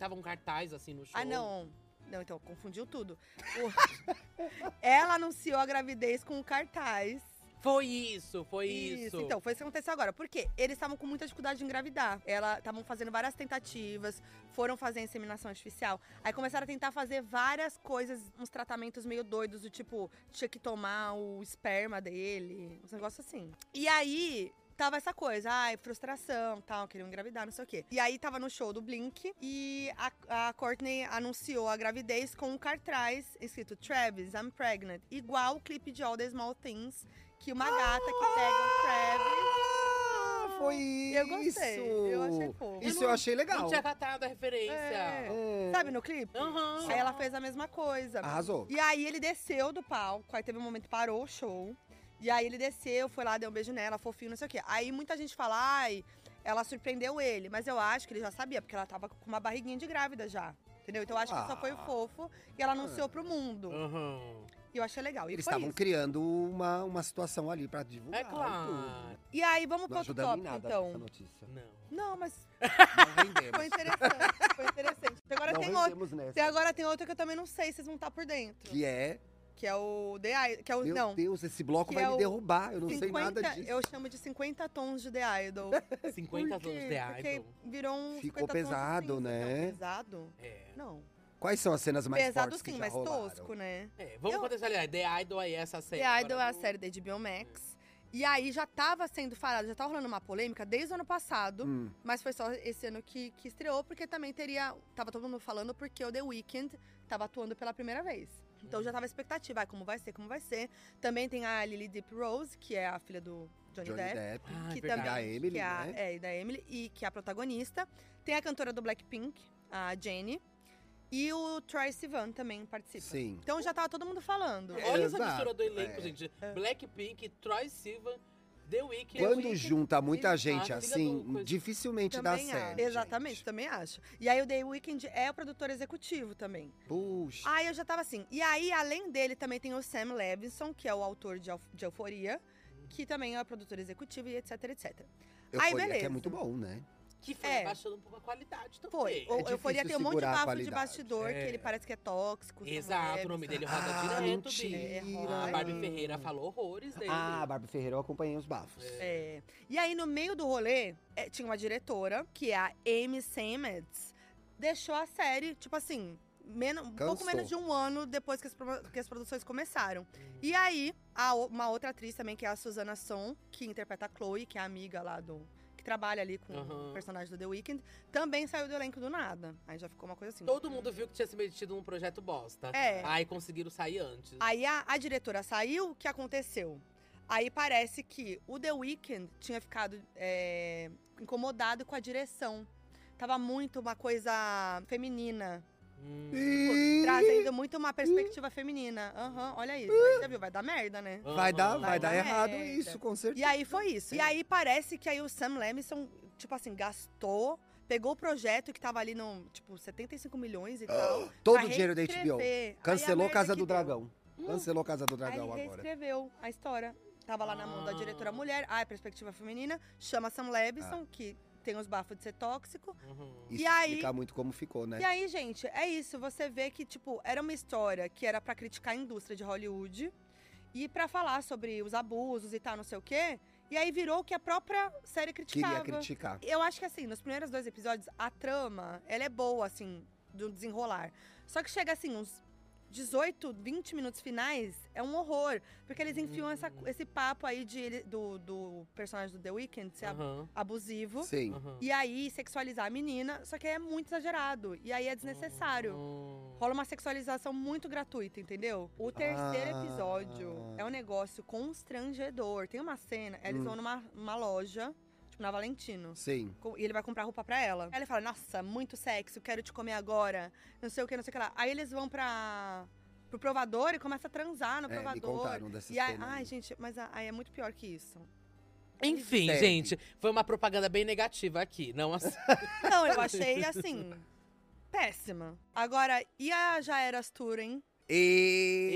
[SPEAKER 3] tava um cartaz assim no show.
[SPEAKER 1] Ah, não. Não, então, confundiu tudo. O- *laughs* Ela anunciou a gravidez com o cartaz.
[SPEAKER 3] Foi isso, foi isso.
[SPEAKER 1] Então, foi isso que aconteceu agora. Por quê? Eles estavam com muita dificuldade de engravidar. Ela estavam fazendo várias tentativas, foram fazer a inseminação artificial. Aí começaram a tentar fazer várias coisas, uns tratamentos meio doidos, do tipo, tinha que tomar o esperma dele, uns negócios assim. E aí. Tava essa coisa, ai, frustração, tal, queriam engravidar, não sei o quê. E aí tava no show do Blink e a, a Courtney anunciou a gravidez com um cartaz escrito Travis, I'm pregnant. Igual o clipe de All the Small Things, que uma gata que pega o Travis.
[SPEAKER 2] Ah, foi isso.
[SPEAKER 1] Eu gostei, eu achei fofo.
[SPEAKER 2] Isso
[SPEAKER 3] Eu
[SPEAKER 2] eu
[SPEAKER 3] não-
[SPEAKER 2] achei legal.
[SPEAKER 3] Não tinha catado a referência.
[SPEAKER 1] É.
[SPEAKER 2] É.
[SPEAKER 1] Sabe no clipe?
[SPEAKER 3] Aham.
[SPEAKER 1] Aí ela fez a mesma coisa.
[SPEAKER 2] Arrasou.
[SPEAKER 1] E aí ele desceu do palco, aí teve um momento que parou o show. E aí ele desceu, foi lá, deu um beijo nela, fofinho, não sei o quê. Aí muita gente fala, ai, ela surpreendeu ele. Mas eu acho que ele já sabia, porque ela tava com uma barriguinha de grávida já. Entendeu? Então eu acho que só foi o
[SPEAKER 2] Ah.
[SPEAKER 1] fofo e ela anunciou pro mundo.
[SPEAKER 3] Aham.
[SPEAKER 1] E eu achei legal. E
[SPEAKER 2] Eles
[SPEAKER 1] foi
[SPEAKER 2] estavam
[SPEAKER 1] isso.
[SPEAKER 2] criando uma, uma situação ali pra divulgar.
[SPEAKER 3] É claro.
[SPEAKER 2] tudo.
[SPEAKER 1] E aí, vamos pro
[SPEAKER 2] Não
[SPEAKER 1] outro
[SPEAKER 2] ajudando em
[SPEAKER 1] tópico,
[SPEAKER 2] nada essa
[SPEAKER 1] então.
[SPEAKER 2] notícia.
[SPEAKER 3] Não.
[SPEAKER 1] *laughs* Não, mas
[SPEAKER 2] Não
[SPEAKER 1] foi
[SPEAKER 2] vendemos.
[SPEAKER 1] interessante, foi interessante. Agora
[SPEAKER 2] não
[SPEAKER 1] tem outro.
[SPEAKER 2] vendemos nessa.
[SPEAKER 1] Tem- Agora tem outro que eu também não sei, vocês vão estar por dentro.
[SPEAKER 2] Que é.
[SPEAKER 1] Que é o The Idol. Que é o.
[SPEAKER 2] Meu
[SPEAKER 1] não.
[SPEAKER 2] Deus, esse bloco
[SPEAKER 1] Que
[SPEAKER 2] vai
[SPEAKER 1] é o
[SPEAKER 2] me derrubar. Eu não sei nada
[SPEAKER 1] 50
[SPEAKER 2] disso.
[SPEAKER 1] Eu chamo de 50 tons de The Idol.
[SPEAKER 3] *laughs* 50 anos de
[SPEAKER 1] Porque
[SPEAKER 3] idol.
[SPEAKER 1] virou um. 50
[SPEAKER 2] Ficou
[SPEAKER 1] tons de
[SPEAKER 2] pesado,
[SPEAKER 1] cinza.
[SPEAKER 2] né?
[SPEAKER 1] Não, pesado?
[SPEAKER 3] É.
[SPEAKER 1] Não.
[SPEAKER 2] Quais são as cenas mais
[SPEAKER 1] pesado
[SPEAKER 2] fortes que
[SPEAKER 1] sim,
[SPEAKER 2] já
[SPEAKER 1] mas
[SPEAKER 2] rolaram?
[SPEAKER 1] tosco, né?
[SPEAKER 3] É, vamos
[SPEAKER 1] Eu-
[SPEAKER 3] contextualizar. The Idol aí é essa série.
[SPEAKER 1] The
[SPEAKER 3] agora
[SPEAKER 1] Idol é a
[SPEAKER 3] do-
[SPEAKER 1] série da HBO Max. E aí já tava sendo falado, já tava rolando uma polêmica desde o ano passado.
[SPEAKER 2] Hum.
[SPEAKER 1] Mas foi só esse ano que, que estreou, porque também teria. Tava todo mundo falando porque o The Weeknd tava atuando pela primeira vez. Então
[SPEAKER 3] Uhum.
[SPEAKER 1] já tava a expectativa, ai, como vai ser, como vai ser. Também tem a Lily Deep Rose, que é a filha do Johnny,
[SPEAKER 2] Johnny
[SPEAKER 1] Depp.
[SPEAKER 2] Depp.
[SPEAKER 3] Ah,
[SPEAKER 1] que
[SPEAKER 3] é verdade.
[SPEAKER 1] também
[SPEAKER 2] Da Emily,
[SPEAKER 1] que é a,
[SPEAKER 2] né?
[SPEAKER 1] é, e da Emily e que é a protagonista. Tem a cantora do Blackpink, a Jenny, e o Troy Sivan também participa.
[SPEAKER 2] Sim.
[SPEAKER 1] Então já tava todo mundo falando.
[SPEAKER 2] É.
[SPEAKER 3] Olha essa
[SPEAKER 2] Exato,
[SPEAKER 3] mistura do elenco,
[SPEAKER 2] é.
[SPEAKER 3] gente. Blackpink, Troy Sivan, The Weeknd.
[SPEAKER 1] é
[SPEAKER 2] Quando junta muita
[SPEAKER 3] Ah,
[SPEAKER 2] gente
[SPEAKER 3] filha
[SPEAKER 2] assim,
[SPEAKER 3] do coisa.
[SPEAKER 2] dificilmente dá
[SPEAKER 1] Também acho.
[SPEAKER 2] certo.
[SPEAKER 1] Exatamente, também acho. E aí o The Weeknd é o produtor executivo também.
[SPEAKER 2] gente. Puxa.
[SPEAKER 1] Aí eu já tava assim. E aí, além dele, também tem o Sam Levinson, que é o autor de, Eu- de Euforia, que também é o produtor executivo e etc, etc.
[SPEAKER 2] Euforia,
[SPEAKER 1] aí,
[SPEAKER 2] Que
[SPEAKER 1] beleza.
[SPEAKER 2] é muito bom, né?
[SPEAKER 3] Que foi
[SPEAKER 1] É.
[SPEAKER 3] abaixando um pouco a qualidade também.
[SPEAKER 1] Foi.
[SPEAKER 2] É
[SPEAKER 1] o Euforia
[SPEAKER 2] difícil
[SPEAKER 1] tem um monte de
[SPEAKER 2] segurar a
[SPEAKER 1] bafo de
[SPEAKER 2] qualidade.
[SPEAKER 1] bastidor,
[SPEAKER 3] É.
[SPEAKER 1] que ele parece que é tóxico. Sam
[SPEAKER 3] Exato, o nome
[SPEAKER 1] Levinson.
[SPEAKER 3] dele roda
[SPEAKER 2] Ah,
[SPEAKER 3] direto,
[SPEAKER 2] mentira.
[SPEAKER 3] bi.
[SPEAKER 1] É,
[SPEAKER 3] A
[SPEAKER 1] Ai.
[SPEAKER 3] Barbie Ferreira falou horrores dele.
[SPEAKER 2] Ah, a Barbie Ferreira, eu acompanhei os bafos.
[SPEAKER 1] É. E aí, no meio do rolê, é, tinha uma diretora, que é a Amy Sametz, deixou a série, tipo assim, menos, um pouco
[SPEAKER 2] Cansou.
[SPEAKER 1] menos de um ano depois que as, pro- que as produções começaram.
[SPEAKER 2] Hum.
[SPEAKER 1] E aí, a o- uma outra atriz também, que é a Susana Son, que interpreta a Chloe, que é a amiga lá do. que trabalha ali com
[SPEAKER 3] Aham.
[SPEAKER 1] o personagem do The Weeknd, também saiu do elenco do nada. Aí já ficou uma coisa assim.
[SPEAKER 3] Todo mundo viu que tinha se metido num projeto bosta.
[SPEAKER 1] É. Ah.
[SPEAKER 3] Aí conseguiram sair antes.
[SPEAKER 1] Aí a, a diretora saiu, o que aconteceu? Aí parece que o The Weeknd tinha ficado é, incomodado com a direção. Tava muito uma coisa feminina.
[SPEAKER 3] Hum.
[SPEAKER 2] Ih,
[SPEAKER 1] Trazendo muito uma perspectiva feminina. Aham, olha isso. Aí já viu, vai dar merda, né?
[SPEAKER 2] Vai dar,
[SPEAKER 3] Aham.
[SPEAKER 2] vai dar
[SPEAKER 1] dar
[SPEAKER 2] errado
[SPEAKER 1] merda.
[SPEAKER 2] isso, com
[SPEAKER 1] E
[SPEAKER 2] certeza.
[SPEAKER 1] aí foi isso. E aí parece que aí o Sam Levinson, tipo assim, gastou, pegou o projeto que tava ali no, tipo, 75 milhões e tal.
[SPEAKER 2] Ah, Todo
[SPEAKER 1] pra
[SPEAKER 2] o dinheiro da HBO.
[SPEAKER 1] reescrever. Aí a
[SPEAKER 2] Cancelou
[SPEAKER 1] merda
[SPEAKER 2] Casa
[SPEAKER 1] que
[SPEAKER 2] do
[SPEAKER 1] deu. Hum.
[SPEAKER 2] Dragão. Cancelou Casa do
[SPEAKER 1] Aí ele
[SPEAKER 2] Dragão agora.
[SPEAKER 1] reescreveu a história. Tava lá na mão da diretora
[SPEAKER 3] Ah.
[SPEAKER 1] mulher, ah, é perspectiva feminina, chama Sam Levinson, que tem os bafos de ser tóxico.
[SPEAKER 3] Aham.
[SPEAKER 2] Isso
[SPEAKER 1] E aí-
[SPEAKER 2] explica muito como ficou, né?
[SPEAKER 1] E aí, gente, é isso. Você vê que, tipo, era uma história que era pra criticar a indústria de Hollywood e pra falar sobre os abusos e tal, não sei o quê. E aí virou o que a própria série criticava.
[SPEAKER 2] Queria criticar.
[SPEAKER 1] Eu acho que assim, nos primeiros dois episódios, a trama, ela é boa, assim, do desenrolar. Só que chega assim, uns 18, 20 minutos finais, é um horror. Porque eles enfiam essa- esse papo aí de, ele- do, do personagem do The Weeknd ser ab-
[SPEAKER 3] Aham.
[SPEAKER 1] abusivo.
[SPEAKER 2] Sim.
[SPEAKER 3] Aham.
[SPEAKER 1] E aí sexualizar a menina, só que aí é muito exagerado. E aí é desnecessário.
[SPEAKER 3] Hum.
[SPEAKER 1] Rola uma sexualização muito gratuita, entendeu? O terceiro
[SPEAKER 2] Ah.
[SPEAKER 1] episódio é um negócio constrangedor. Tem uma cena, eles
[SPEAKER 2] Hum.
[SPEAKER 1] vão numa, numa loja, tipo na Valentino.
[SPEAKER 2] Sim.
[SPEAKER 1] Com- E ele vai comprar roupa pra ela. Aí ele fala, nossa, muito sexy, eu quero te comer agora. Não sei o que, não sei o que lá. Aí eles vão pra, pro provador e começam a transar no
[SPEAKER 2] É, me
[SPEAKER 1] provador.
[SPEAKER 2] contaram dessa
[SPEAKER 1] e aí,
[SPEAKER 2] cena.
[SPEAKER 1] ai, gente, mas a- aí é muito pior que isso.
[SPEAKER 3] Enfim,
[SPEAKER 2] Segue.
[SPEAKER 3] gente, foi uma propaganda bem negativa aqui. Não
[SPEAKER 1] *laughs*
[SPEAKER 3] assim.
[SPEAKER 1] Não, eu achei,
[SPEAKER 2] *laughs*
[SPEAKER 1] assim, péssima. Agora, e a Jaera Turing?
[SPEAKER 2] Eita,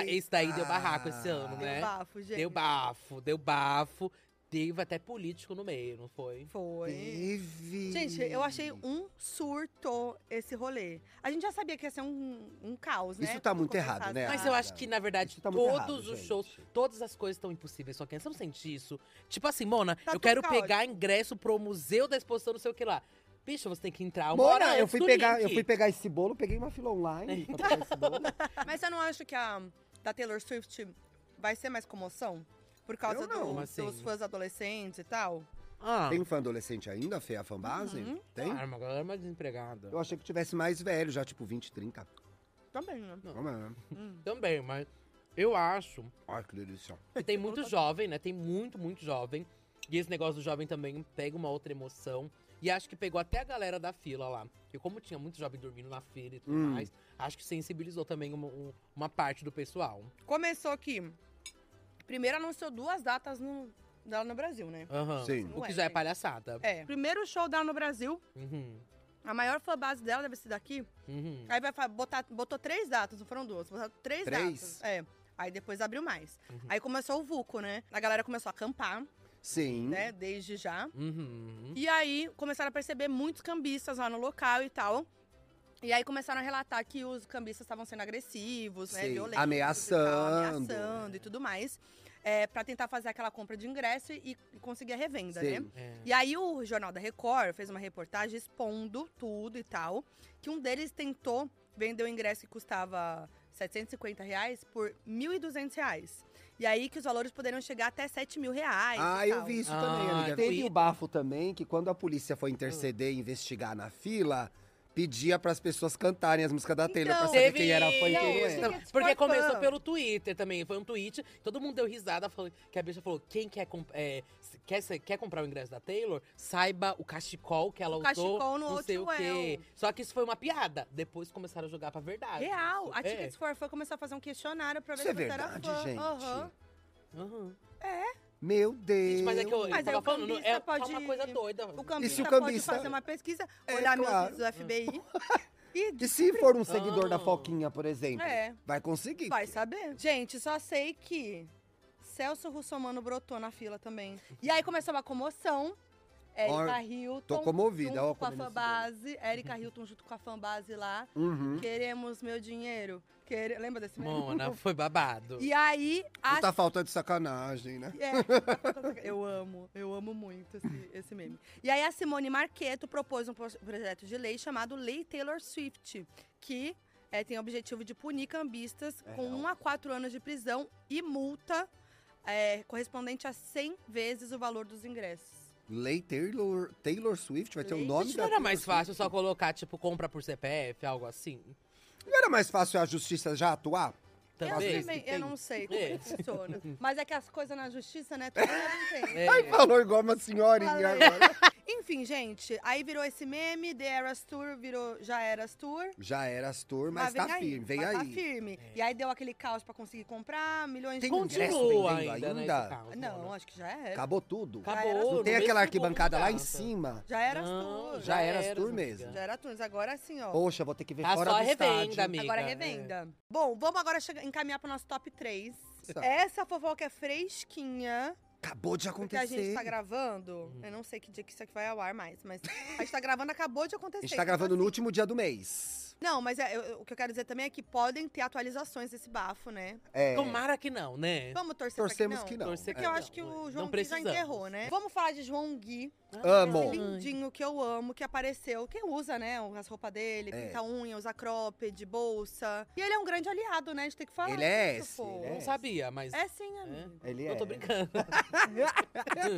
[SPEAKER 3] Eita, esse daí deu barraco
[SPEAKER 2] Ah,
[SPEAKER 3] esse ano,
[SPEAKER 1] Deu
[SPEAKER 3] né?
[SPEAKER 1] bafo, gente.
[SPEAKER 3] Deu bafo, deu bafo. Teve até político no meio, não foi?
[SPEAKER 1] Foi.
[SPEAKER 2] Teve.
[SPEAKER 1] Gente, eu achei um surto esse rolê. A gente já sabia que ia ser um, um caos, né?
[SPEAKER 2] Isso tá
[SPEAKER 1] Quando
[SPEAKER 2] muito errado,
[SPEAKER 1] começasse.
[SPEAKER 2] né?
[SPEAKER 3] Mas
[SPEAKER 2] Ah,
[SPEAKER 3] eu acho
[SPEAKER 2] cara.
[SPEAKER 3] que, na verdade,
[SPEAKER 2] Isso tá muito
[SPEAKER 3] todos
[SPEAKER 2] errado,
[SPEAKER 3] os
[SPEAKER 2] gente.
[SPEAKER 3] shows, todas as coisas estão impossíveis. Só que você não sente isso. Tipo assim, Mona,
[SPEAKER 1] Tá
[SPEAKER 3] eu
[SPEAKER 1] tudo
[SPEAKER 3] quero
[SPEAKER 1] caótico.
[SPEAKER 3] pegar ingresso pro museu da exposição, não sei o que lá. Bicho, você tem que entrar uma hora
[SPEAKER 2] Bora, eu
[SPEAKER 3] antes
[SPEAKER 2] fui,
[SPEAKER 3] do
[SPEAKER 2] pegar,
[SPEAKER 3] link.
[SPEAKER 2] eu fui pegar esse bolo, peguei uma fila online
[SPEAKER 3] É,
[SPEAKER 2] pra pegar esse bolo.
[SPEAKER 1] Mas você não acha que a da Taylor Swift vai ser mais comoção? Por causa
[SPEAKER 2] Eu não,
[SPEAKER 1] do-
[SPEAKER 3] assim.
[SPEAKER 1] dos fãs adolescentes e tal?
[SPEAKER 2] *laughs*
[SPEAKER 3] Ah, tá,
[SPEAKER 2] Tem fã adolescente ainda, Fê, a fanbase?
[SPEAKER 1] Uhum.
[SPEAKER 2] Tem?
[SPEAKER 3] Claro, uma galera é mais desempregada.
[SPEAKER 2] Eu achei que tivesse mais velho, já tipo 20, 30.
[SPEAKER 1] Também, né?
[SPEAKER 2] Como é?
[SPEAKER 1] Hum.
[SPEAKER 3] Também, mas eu acho
[SPEAKER 2] Ai, que delícia.
[SPEAKER 3] que tem muito jovem, né? Tem muito, muito jovem E esse negócio do jovem também pega uma outra emoção. E acho que pegou até a galera da fila lá. Porque como tinha muito jovem dormindo na fila e tudo
[SPEAKER 2] Hum.
[SPEAKER 3] mais, acho que sensibilizou também uma, um- uma parte do pessoal.
[SPEAKER 1] Começou aqui. Primeiro anunciou duas datas no- dela no Brasil, né?
[SPEAKER 3] Aham.
[SPEAKER 2] Sim.
[SPEAKER 3] O que já é palhaçada.
[SPEAKER 1] É. Primeiro show dela no Brasil.
[SPEAKER 3] Uhum.
[SPEAKER 1] A maior fanbase dela deve ser daqui.
[SPEAKER 3] Uhum.
[SPEAKER 1] Aí vai fa- botar, botou três datas, não foram duas, botaram três,
[SPEAKER 2] Três?
[SPEAKER 1] datas. É. Aí depois abriu mais. Aí começou o Vulco, né? A galera começou a acampar,
[SPEAKER 2] Sim.
[SPEAKER 1] né? Desde já.
[SPEAKER 3] Uhum.
[SPEAKER 1] E aí começaram a perceber muitos cambistas lá no local e tal. E aí começaram a relatar que os cambistas estavam sendo agressivos, né?
[SPEAKER 2] Sim,
[SPEAKER 1] Violentos. e tal,
[SPEAKER 2] ameaçando.
[SPEAKER 1] ameaçando e tudo mais. É, para tentar fazer aquela compra de ingresso e, e conseguir a revenda, né?
[SPEAKER 2] Sim.
[SPEAKER 3] É.
[SPEAKER 1] E aí o Jornal da Record fez uma reportagem expondo tudo e tal, que um deles tentou vender o ingresso que custava 750 reais por 1.200 reais. E aí que os valores poderiam chegar até 7 mil reais.
[SPEAKER 2] Ah,
[SPEAKER 1] e
[SPEAKER 2] eu
[SPEAKER 1] tal.
[SPEAKER 2] vi isso
[SPEAKER 3] Ah,
[SPEAKER 2] também, amiga.
[SPEAKER 3] eu
[SPEAKER 2] Teve
[SPEAKER 3] vi.
[SPEAKER 2] o bafo também que quando a polícia foi interceder e investigar na fila, pedia pras pessoas cantarem as músicas da Taylor pra
[SPEAKER 1] Então,
[SPEAKER 2] saber
[SPEAKER 3] teve
[SPEAKER 2] quem era fã e
[SPEAKER 1] não, isso
[SPEAKER 2] quem não era.
[SPEAKER 1] que- é Tickets
[SPEAKER 3] Porque
[SPEAKER 1] for fun.
[SPEAKER 3] começou pelo Twitter também. Foi um tweet, todo mundo deu risada, falou, que a bicha falou: quem quer, comp- é, se- quer, se- quer comprar o ingresso da Taylor, saiba o cachecol que ela
[SPEAKER 1] O
[SPEAKER 3] usou.
[SPEAKER 1] cachecol no é um.
[SPEAKER 3] não sei o
[SPEAKER 1] Outwell.
[SPEAKER 3] quê. Só que isso foi uma piada. Depois começaram a jogar pra verdade.
[SPEAKER 1] Real, a
[SPEAKER 3] É.
[SPEAKER 1] Tickets for Fun começou a fazer um questionário pra ver
[SPEAKER 2] Isso é
[SPEAKER 1] se você era
[SPEAKER 2] verdade,
[SPEAKER 1] fã.
[SPEAKER 2] gente.
[SPEAKER 1] Aham.
[SPEAKER 3] Uhum.
[SPEAKER 2] Meu
[SPEAKER 3] Gente,
[SPEAKER 2] Deus.
[SPEAKER 3] mas é que eu, eu
[SPEAKER 1] Mas aí
[SPEAKER 3] tava
[SPEAKER 1] o
[SPEAKER 3] falando, não, é tá
[SPEAKER 1] cambista pode-
[SPEAKER 3] uma coisa doida.
[SPEAKER 1] O cambista,
[SPEAKER 2] cambista-
[SPEAKER 1] pode fazer uma pesquisa,
[SPEAKER 2] É,
[SPEAKER 1] olhar
[SPEAKER 2] claro.
[SPEAKER 1] meus do FBI *laughs* e
[SPEAKER 2] E se for um seguidor da
[SPEAKER 3] Ah.
[SPEAKER 2] Foquinha, por exemplo,
[SPEAKER 1] É.
[SPEAKER 2] vai conseguir.
[SPEAKER 1] Vai saber. Gente, só sei que Celso Russomano brotou na fila também. E aí começou uma comoção. Erika
[SPEAKER 2] Ó,
[SPEAKER 1] Hilton.
[SPEAKER 2] Tô comovida, ó.
[SPEAKER 1] junto com a
[SPEAKER 2] como ele se
[SPEAKER 1] fanbase. Erika Hilton junto com a fanbase lá.
[SPEAKER 2] deu. Uhum.
[SPEAKER 1] Queremos meu dinheiro. Quere... Lembra desse meme?
[SPEAKER 3] Mona, foi babado.
[SPEAKER 1] E aí,
[SPEAKER 2] Não
[SPEAKER 1] a
[SPEAKER 2] tá falta de sacanagem, né?
[SPEAKER 1] é.
[SPEAKER 2] *laughs*
[SPEAKER 1] Eu amo, eu amo muito esse, esse meme. E aí a Simone Marqueto propôs um pro- projeto de lei chamado Lei Taylor Swift, que eh, tem o objetivo de punir cambistas
[SPEAKER 2] É,
[SPEAKER 1] com
[SPEAKER 2] não.
[SPEAKER 1] 1 a 4 anos de prisão e multa eh, correspondente a 100 vezes o valor dos ingressos.
[SPEAKER 2] Lei Taylor, Taylor Swift vai ter o
[SPEAKER 1] Lei-
[SPEAKER 2] nome
[SPEAKER 3] Gente,
[SPEAKER 2] da
[SPEAKER 3] não era
[SPEAKER 2] Taylor
[SPEAKER 1] né?
[SPEAKER 3] mais
[SPEAKER 2] Swift.
[SPEAKER 3] fácil só colocar, tipo, compra por CPF, algo assim?
[SPEAKER 2] Não era mais fácil a justiça já atuar?
[SPEAKER 1] eu
[SPEAKER 3] Também.
[SPEAKER 1] também, eu
[SPEAKER 2] tem.
[SPEAKER 1] não sei como
[SPEAKER 3] É.
[SPEAKER 1] que funciona. Mas é que as coisas na justiça, né, todo mundo tem.
[SPEAKER 3] É.
[SPEAKER 2] Falou igual uma senhorinha
[SPEAKER 1] Fala aí.
[SPEAKER 2] agora.
[SPEAKER 1] Enfim, gente, aí virou esse meme, The Eras Tour virou Já Eras Tour.
[SPEAKER 2] Já era as turmas, mas tá firme, vem
[SPEAKER 1] mas
[SPEAKER 2] aí.
[SPEAKER 1] Tá firme. E aí deu aquele caos pra conseguir comprar, milhões
[SPEAKER 2] Tem um
[SPEAKER 1] de
[SPEAKER 2] ingresso
[SPEAKER 3] Continua
[SPEAKER 2] vendendo
[SPEAKER 3] ainda, né,
[SPEAKER 2] ainda?
[SPEAKER 3] esse caos,
[SPEAKER 1] Não,
[SPEAKER 3] Mona.
[SPEAKER 1] acho que já era.
[SPEAKER 2] Acabou tudo.
[SPEAKER 1] Já era
[SPEAKER 3] Acabou.
[SPEAKER 1] tudo.
[SPEAKER 3] no
[SPEAKER 2] Tem
[SPEAKER 3] mesmo
[SPEAKER 2] aquela arquibancada lá em
[SPEAKER 3] lugar.
[SPEAKER 2] cima.
[SPEAKER 1] Já era as
[SPEAKER 3] Não,
[SPEAKER 1] tuas.
[SPEAKER 2] Já era as
[SPEAKER 3] era,
[SPEAKER 2] tour
[SPEAKER 3] amiga.
[SPEAKER 2] mesmo.
[SPEAKER 1] Já era as tuas. Agora sim, ó.
[SPEAKER 2] Poxa, vou ter que ver
[SPEAKER 3] Tá
[SPEAKER 2] fora
[SPEAKER 3] só
[SPEAKER 2] do
[SPEAKER 3] a revenda,
[SPEAKER 2] estádio.
[SPEAKER 3] amiga.
[SPEAKER 1] agora é
[SPEAKER 3] é.
[SPEAKER 1] revenda. Bom, vamos agora chega- encaminhar pro nosso top 3.
[SPEAKER 2] Tá.
[SPEAKER 1] Essa fofoca é fresquinha,
[SPEAKER 2] Acabou de
[SPEAKER 1] porque a
[SPEAKER 2] acontecer.
[SPEAKER 1] gente tá gravando.
[SPEAKER 3] Uhum.
[SPEAKER 1] Eu não sei que dia que isso aqui vai ao ar mais, mas a gente tá gravando, acabou de
[SPEAKER 2] A
[SPEAKER 1] acontecer.
[SPEAKER 2] gente tá
[SPEAKER 1] então,
[SPEAKER 2] gravando no
[SPEAKER 1] assim,
[SPEAKER 2] último dia do mês.
[SPEAKER 1] Não, mas é- eu- eu- o que eu quero dizer também é que podem ter atualizações desse bafo, né?
[SPEAKER 2] É, Ah,
[SPEAKER 3] Tomara que não, né?
[SPEAKER 1] Vamos torcer pra
[SPEAKER 2] torcemos que não.
[SPEAKER 3] Torcer
[SPEAKER 1] Porque
[SPEAKER 3] É,
[SPEAKER 1] eu
[SPEAKER 3] não,
[SPEAKER 1] acho que o
[SPEAKER 3] não
[SPEAKER 1] João Gui já
[SPEAKER 3] precisamos.
[SPEAKER 1] enterrou, né? Vamos falar de João Gui.
[SPEAKER 2] Amo.
[SPEAKER 1] Esse lindinho que eu amo, que apareceu. Quem usa, né, as roupas dele,
[SPEAKER 2] É.
[SPEAKER 1] pinta unha, usa cropped, bolsa. E ele é um grande aliado, né? A gente tem que falar.
[SPEAKER 2] Ele é
[SPEAKER 1] disso,
[SPEAKER 2] esse,
[SPEAKER 1] pô.
[SPEAKER 2] ele
[SPEAKER 3] Não sabia, mas.
[SPEAKER 1] É sim, amigo.
[SPEAKER 2] Ele é.
[SPEAKER 3] Eu tô brincando.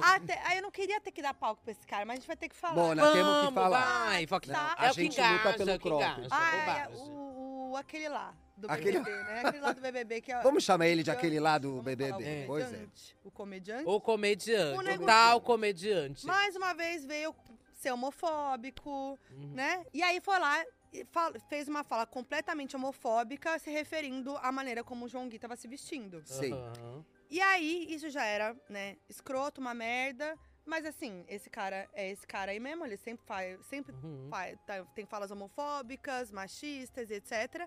[SPEAKER 1] Até, aí eu não queria ter que dar palco pra esse cara, mas a gente vai ter que falar.
[SPEAKER 2] Mona, Nós temos que falar.
[SPEAKER 3] Vai, foquinha.
[SPEAKER 1] Não,
[SPEAKER 3] é
[SPEAKER 1] a
[SPEAKER 3] o que
[SPEAKER 2] gente
[SPEAKER 3] engaja,
[SPEAKER 2] luta pelo
[SPEAKER 3] é o que
[SPEAKER 2] croco.
[SPEAKER 3] engaja.
[SPEAKER 1] Ah, é,
[SPEAKER 3] bobagem.
[SPEAKER 1] o, o- aquele lá do
[SPEAKER 2] Aquele-
[SPEAKER 1] BBB, né? Aquele lá do BBB que é...
[SPEAKER 2] *laughs* Vamos chamar ele de aquele lá
[SPEAKER 1] Vamos
[SPEAKER 2] do
[SPEAKER 1] falar, o
[SPEAKER 2] BBB?
[SPEAKER 3] É.
[SPEAKER 2] Pois é.
[SPEAKER 1] comediante. O comediante.
[SPEAKER 3] O
[SPEAKER 1] O
[SPEAKER 3] comediante, o
[SPEAKER 1] nego-
[SPEAKER 3] tal comediante.
[SPEAKER 1] Mais uma vez veio ser homofóbico,
[SPEAKER 3] Uhum.
[SPEAKER 1] né? E aí foi lá e fal- fez uma fala completamente homofóbica, se referindo à maneira como o João Gui tava se vestindo.
[SPEAKER 2] Sim.
[SPEAKER 3] Aham.
[SPEAKER 1] E aí, isso já era, né, escroto, uma merda. Mas assim, esse cara é esse cara aí mesmo, ele sempre faz, sempre
[SPEAKER 3] Uhum.
[SPEAKER 1] fa- tá- tem falas homofóbicas, machistas, etc.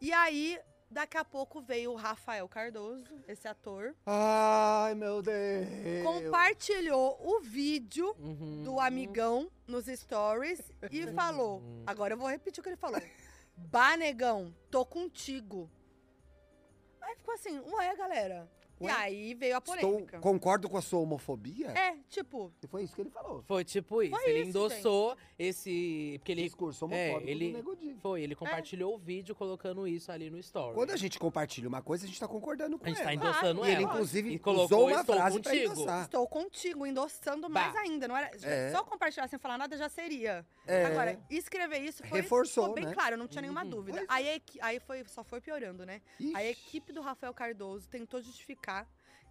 [SPEAKER 1] E aí, daqui a pouco veio o Rafael Cardoso, esse ator,
[SPEAKER 2] Ai, meu Deus.
[SPEAKER 1] compartilhou o vídeo
[SPEAKER 3] Uhum.
[SPEAKER 1] do amigão nos stories e falou. Agora eu vou repetir o que ele falou. Bah, negão, tô contigo. Aí ficou assim, ué, galera. E
[SPEAKER 2] Ué?
[SPEAKER 1] aí veio a
[SPEAKER 2] Estou,
[SPEAKER 1] polêmica.
[SPEAKER 2] concordo com a sua homofobia?
[SPEAKER 1] É, tipo,
[SPEAKER 2] E Foi isso que ele falou.
[SPEAKER 3] Foi tipo isso.
[SPEAKER 1] Foi
[SPEAKER 3] ele
[SPEAKER 1] isso,
[SPEAKER 3] endossou esse. Porque ele.
[SPEAKER 2] Discurso homofóbico
[SPEAKER 3] é, ele-
[SPEAKER 2] do Nego Di.
[SPEAKER 3] Foi, ele compartilhou o vídeo colocando isso ali no story.
[SPEAKER 2] É. Quando a gente compartilha uma coisa, a gente tá concordando com
[SPEAKER 3] A gente
[SPEAKER 2] ela.
[SPEAKER 3] tá endossando
[SPEAKER 1] Claro.
[SPEAKER 2] E ele,
[SPEAKER 3] ela.
[SPEAKER 2] inclusive,
[SPEAKER 3] E colocou,
[SPEAKER 2] usou uma
[SPEAKER 3] "Estou
[SPEAKER 2] frase pra
[SPEAKER 3] contigo".
[SPEAKER 2] endossar.
[SPEAKER 1] estou contigo, endossando
[SPEAKER 3] Bah.
[SPEAKER 1] mais ainda. Não era,
[SPEAKER 2] Ah. É.
[SPEAKER 1] Só compartilhar sem falar nada já seria.
[SPEAKER 2] É.
[SPEAKER 1] Agora, escrever isso foi
[SPEAKER 2] Reforçou,
[SPEAKER 1] ficou bem
[SPEAKER 2] né?
[SPEAKER 1] claro, não tinha nenhuma
[SPEAKER 3] Uhum.
[SPEAKER 1] dúvida.
[SPEAKER 2] Pois é.
[SPEAKER 1] Aí, a equi- aí foi, só foi piorando, né?
[SPEAKER 2] Ixi.
[SPEAKER 1] A equipe do Rafael Cardoso tentou justificar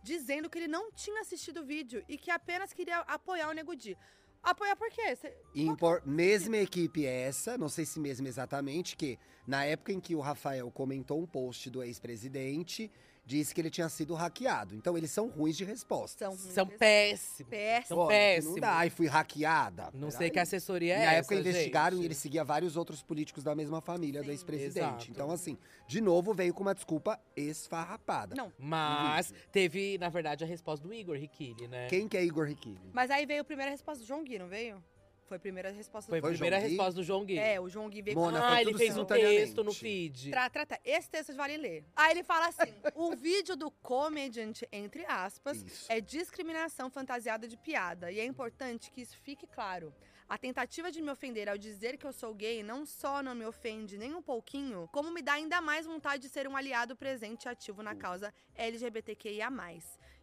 [SPEAKER 1] dizendo que ele não tinha assistido o vídeo e que apenas queria apoiar o Nego Di. Apoiar por quê? Cê-
[SPEAKER 2] Impor- Mesma equipe essa, não sei se mesma exatamente, que na época em que o Rafael comentou um post do ex-presidente, disse que ele tinha sido hackeado. Então eles são ruins de resposta.
[SPEAKER 1] São,
[SPEAKER 3] São péssimos.
[SPEAKER 1] péssimos.
[SPEAKER 3] São péssimos.
[SPEAKER 2] Não dá, e fui hackeada.
[SPEAKER 3] Não sei que assessoria é
[SPEAKER 2] Na
[SPEAKER 3] essa,
[SPEAKER 2] época investigaram
[SPEAKER 3] gente.
[SPEAKER 2] e ele seguia vários outros políticos da mesma família
[SPEAKER 1] Sim.
[SPEAKER 2] do ex-presidente.
[SPEAKER 3] Exato.
[SPEAKER 2] Então, assim, de novo veio com uma desculpa esfarrapada.
[SPEAKER 1] Não.
[SPEAKER 3] Mas teve, na verdade, a resposta do Igor Riquili, né?
[SPEAKER 2] Quem que é Igor Riquilho?
[SPEAKER 1] Mas aí veio a primeira resposta do João Gui, não veio? Foi a primeira resposta
[SPEAKER 3] Foi a
[SPEAKER 1] do
[SPEAKER 2] Foi o
[SPEAKER 3] primeira
[SPEAKER 2] João Gui?
[SPEAKER 3] resposta do João Gui.
[SPEAKER 1] É, o João Gui veio
[SPEAKER 2] Mona,
[SPEAKER 1] falando-
[SPEAKER 3] ah,
[SPEAKER 2] foi
[SPEAKER 3] ele
[SPEAKER 2] tudo
[SPEAKER 3] fez um
[SPEAKER 2] simultaneamente.
[SPEAKER 3] texto no feed.
[SPEAKER 1] Tra- trata- esse texto vocês vale ler. Aí ele fala assim: o vídeo do comediante, entre aspas,
[SPEAKER 2] Isso.
[SPEAKER 1] é discriminação fantasiada de piada. E é importante que isso fique claro. A tentativa de me ofender ao dizer que eu sou gay não só não me ofende nem um pouquinho, como me dá ainda mais vontade de ser um aliado presente e ativo na causa LGBTQIA.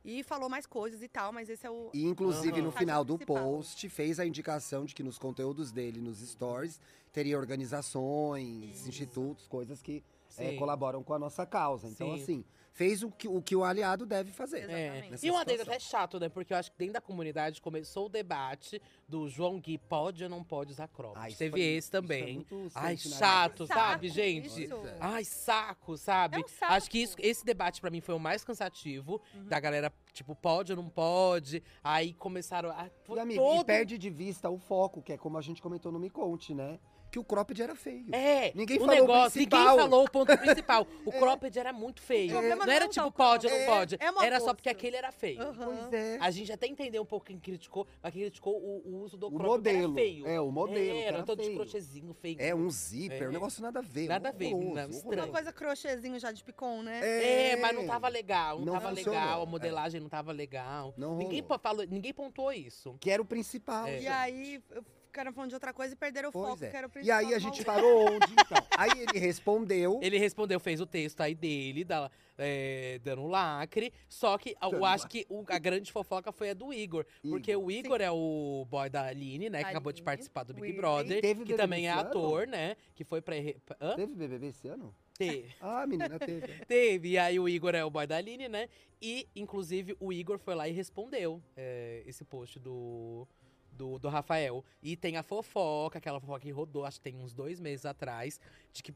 [SPEAKER 1] E falou mais coisas e tal, mas esse é o.
[SPEAKER 2] E, inclusive,
[SPEAKER 3] Aham.
[SPEAKER 2] no final do
[SPEAKER 1] Principal.
[SPEAKER 2] post, fez a indicação de que nos conteúdos dele, nos stories, teria organizações, institutos, coisas que eh,
[SPEAKER 3] Sim.
[SPEAKER 2] colaboram com a nossa causa. Então,
[SPEAKER 3] Sim.
[SPEAKER 2] assim, fez o que o, que o aliado deve fazer.
[SPEAKER 1] Exato.
[SPEAKER 3] É.
[SPEAKER 1] Exatamente.
[SPEAKER 3] E uma delas
[SPEAKER 2] Nessa situação.
[SPEAKER 3] até chato, né? Porque eu acho que dentro da comunidade começou o debate do João Gui pode ou não pode usar cropped.
[SPEAKER 2] Ah, isso
[SPEAKER 3] Teve
[SPEAKER 2] foi-
[SPEAKER 3] esse
[SPEAKER 2] isso foi
[SPEAKER 3] também.
[SPEAKER 2] muito
[SPEAKER 3] Ai,
[SPEAKER 2] sem finalidade.
[SPEAKER 3] chato, sabe,
[SPEAKER 1] Saco,
[SPEAKER 3] gente?
[SPEAKER 1] isso.
[SPEAKER 3] Ai, saco, sabe?
[SPEAKER 1] É um saco. Uhum.
[SPEAKER 3] Acho que isso- esse debate pra mim foi o mais cansativo. Da galera, tipo, pode ou não pode. Aí começaram a. Foi
[SPEAKER 2] E, amigo, e
[SPEAKER 3] todo...
[SPEAKER 2] perde de vista o foco, que é como a gente comentou no Me Conte, né? Que o cropped era feio.
[SPEAKER 3] É,
[SPEAKER 2] Ninguém
[SPEAKER 3] o
[SPEAKER 2] falou o
[SPEAKER 3] negócio, ninguém
[SPEAKER 2] principal. É.
[SPEAKER 3] falou
[SPEAKER 2] *laughs*
[SPEAKER 3] o ponto principal. O cropped era muito feio.
[SPEAKER 1] O problema
[SPEAKER 3] Não
[SPEAKER 1] não
[SPEAKER 3] era
[SPEAKER 1] é o
[SPEAKER 3] tipo
[SPEAKER 1] tal
[SPEAKER 3] pode ou
[SPEAKER 1] cropped.
[SPEAKER 3] não pode.
[SPEAKER 1] É, é um
[SPEAKER 3] Era só
[SPEAKER 1] oposto.
[SPEAKER 3] porque aquele era feio.
[SPEAKER 1] Aham.
[SPEAKER 2] Pois é.
[SPEAKER 3] A gente até entendeu um pouco quem criticou, mas quem criticou o, o uso do
[SPEAKER 2] O
[SPEAKER 3] cropped que
[SPEAKER 2] modelo.
[SPEAKER 3] era feio.
[SPEAKER 2] É, o modelo. que
[SPEAKER 3] Era,
[SPEAKER 2] era
[SPEAKER 3] todo de
[SPEAKER 2] feio.
[SPEAKER 3] crochêzinho, feio.
[SPEAKER 2] É um zíper,
[SPEAKER 3] É.
[SPEAKER 2] um negócio nada a ver.
[SPEAKER 3] Nada a ver,
[SPEAKER 2] horroroso,
[SPEAKER 3] não,
[SPEAKER 2] horroroso.
[SPEAKER 3] estranho.
[SPEAKER 1] Uma coisa crochêzinho já de picon, né?
[SPEAKER 3] É, mas não tava legal, não,
[SPEAKER 2] Não
[SPEAKER 3] tava
[SPEAKER 2] funcionou,
[SPEAKER 3] legal, a
[SPEAKER 2] é.
[SPEAKER 3] modelagem não tava legal.
[SPEAKER 2] Não
[SPEAKER 3] ninguém,
[SPEAKER 2] rolou.
[SPEAKER 3] po- falou, ninguém pontuou isso.
[SPEAKER 2] Que era o principal.
[SPEAKER 3] É.
[SPEAKER 1] E
[SPEAKER 2] gente.
[SPEAKER 1] aí, eu- ficaram falando de outra coisa e perderam o
[SPEAKER 2] Pois
[SPEAKER 1] foco,
[SPEAKER 2] é.
[SPEAKER 1] que era o
[SPEAKER 2] E
[SPEAKER 1] principal.
[SPEAKER 2] aí a gente parou onde? Então?
[SPEAKER 1] *laughs*
[SPEAKER 2] Aí ele respondeu.
[SPEAKER 3] Ele respondeu, fez o texto aí dele, da, é, dando um lacre. Só que eu
[SPEAKER 2] Dando
[SPEAKER 3] acho que o- a grande fofoca foi a do Igor. Porque o Igor é o boy da Aline, né? Que acabou de
[SPEAKER 1] Aline,
[SPEAKER 3] participar do Big
[SPEAKER 1] Weird.
[SPEAKER 3] Brother.
[SPEAKER 2] Teve
[SPEAKER 3] que
[SPEAKER 2] BBB
[SPEAKER 3] também é
[SPEAKER 2] esse ano?
[SPEAKER 3] ator, né? Que foi pra. re- pra- Hã?
[SPEAKER 2] Teve BBB esse ano?
[SPEAKER 3] Teve.
[SPEAKER 2] Ah, menina, teve.
[SPEAKER 3] Teve. E aí o Igor é o boy da Aline, né? E, inclusive, o Igor foi lá e respondeu é, esse post do, do, do Rafael. E tem a fofoca, aquela fofoca que rodou, acho que tem uns dois meses atrás, de que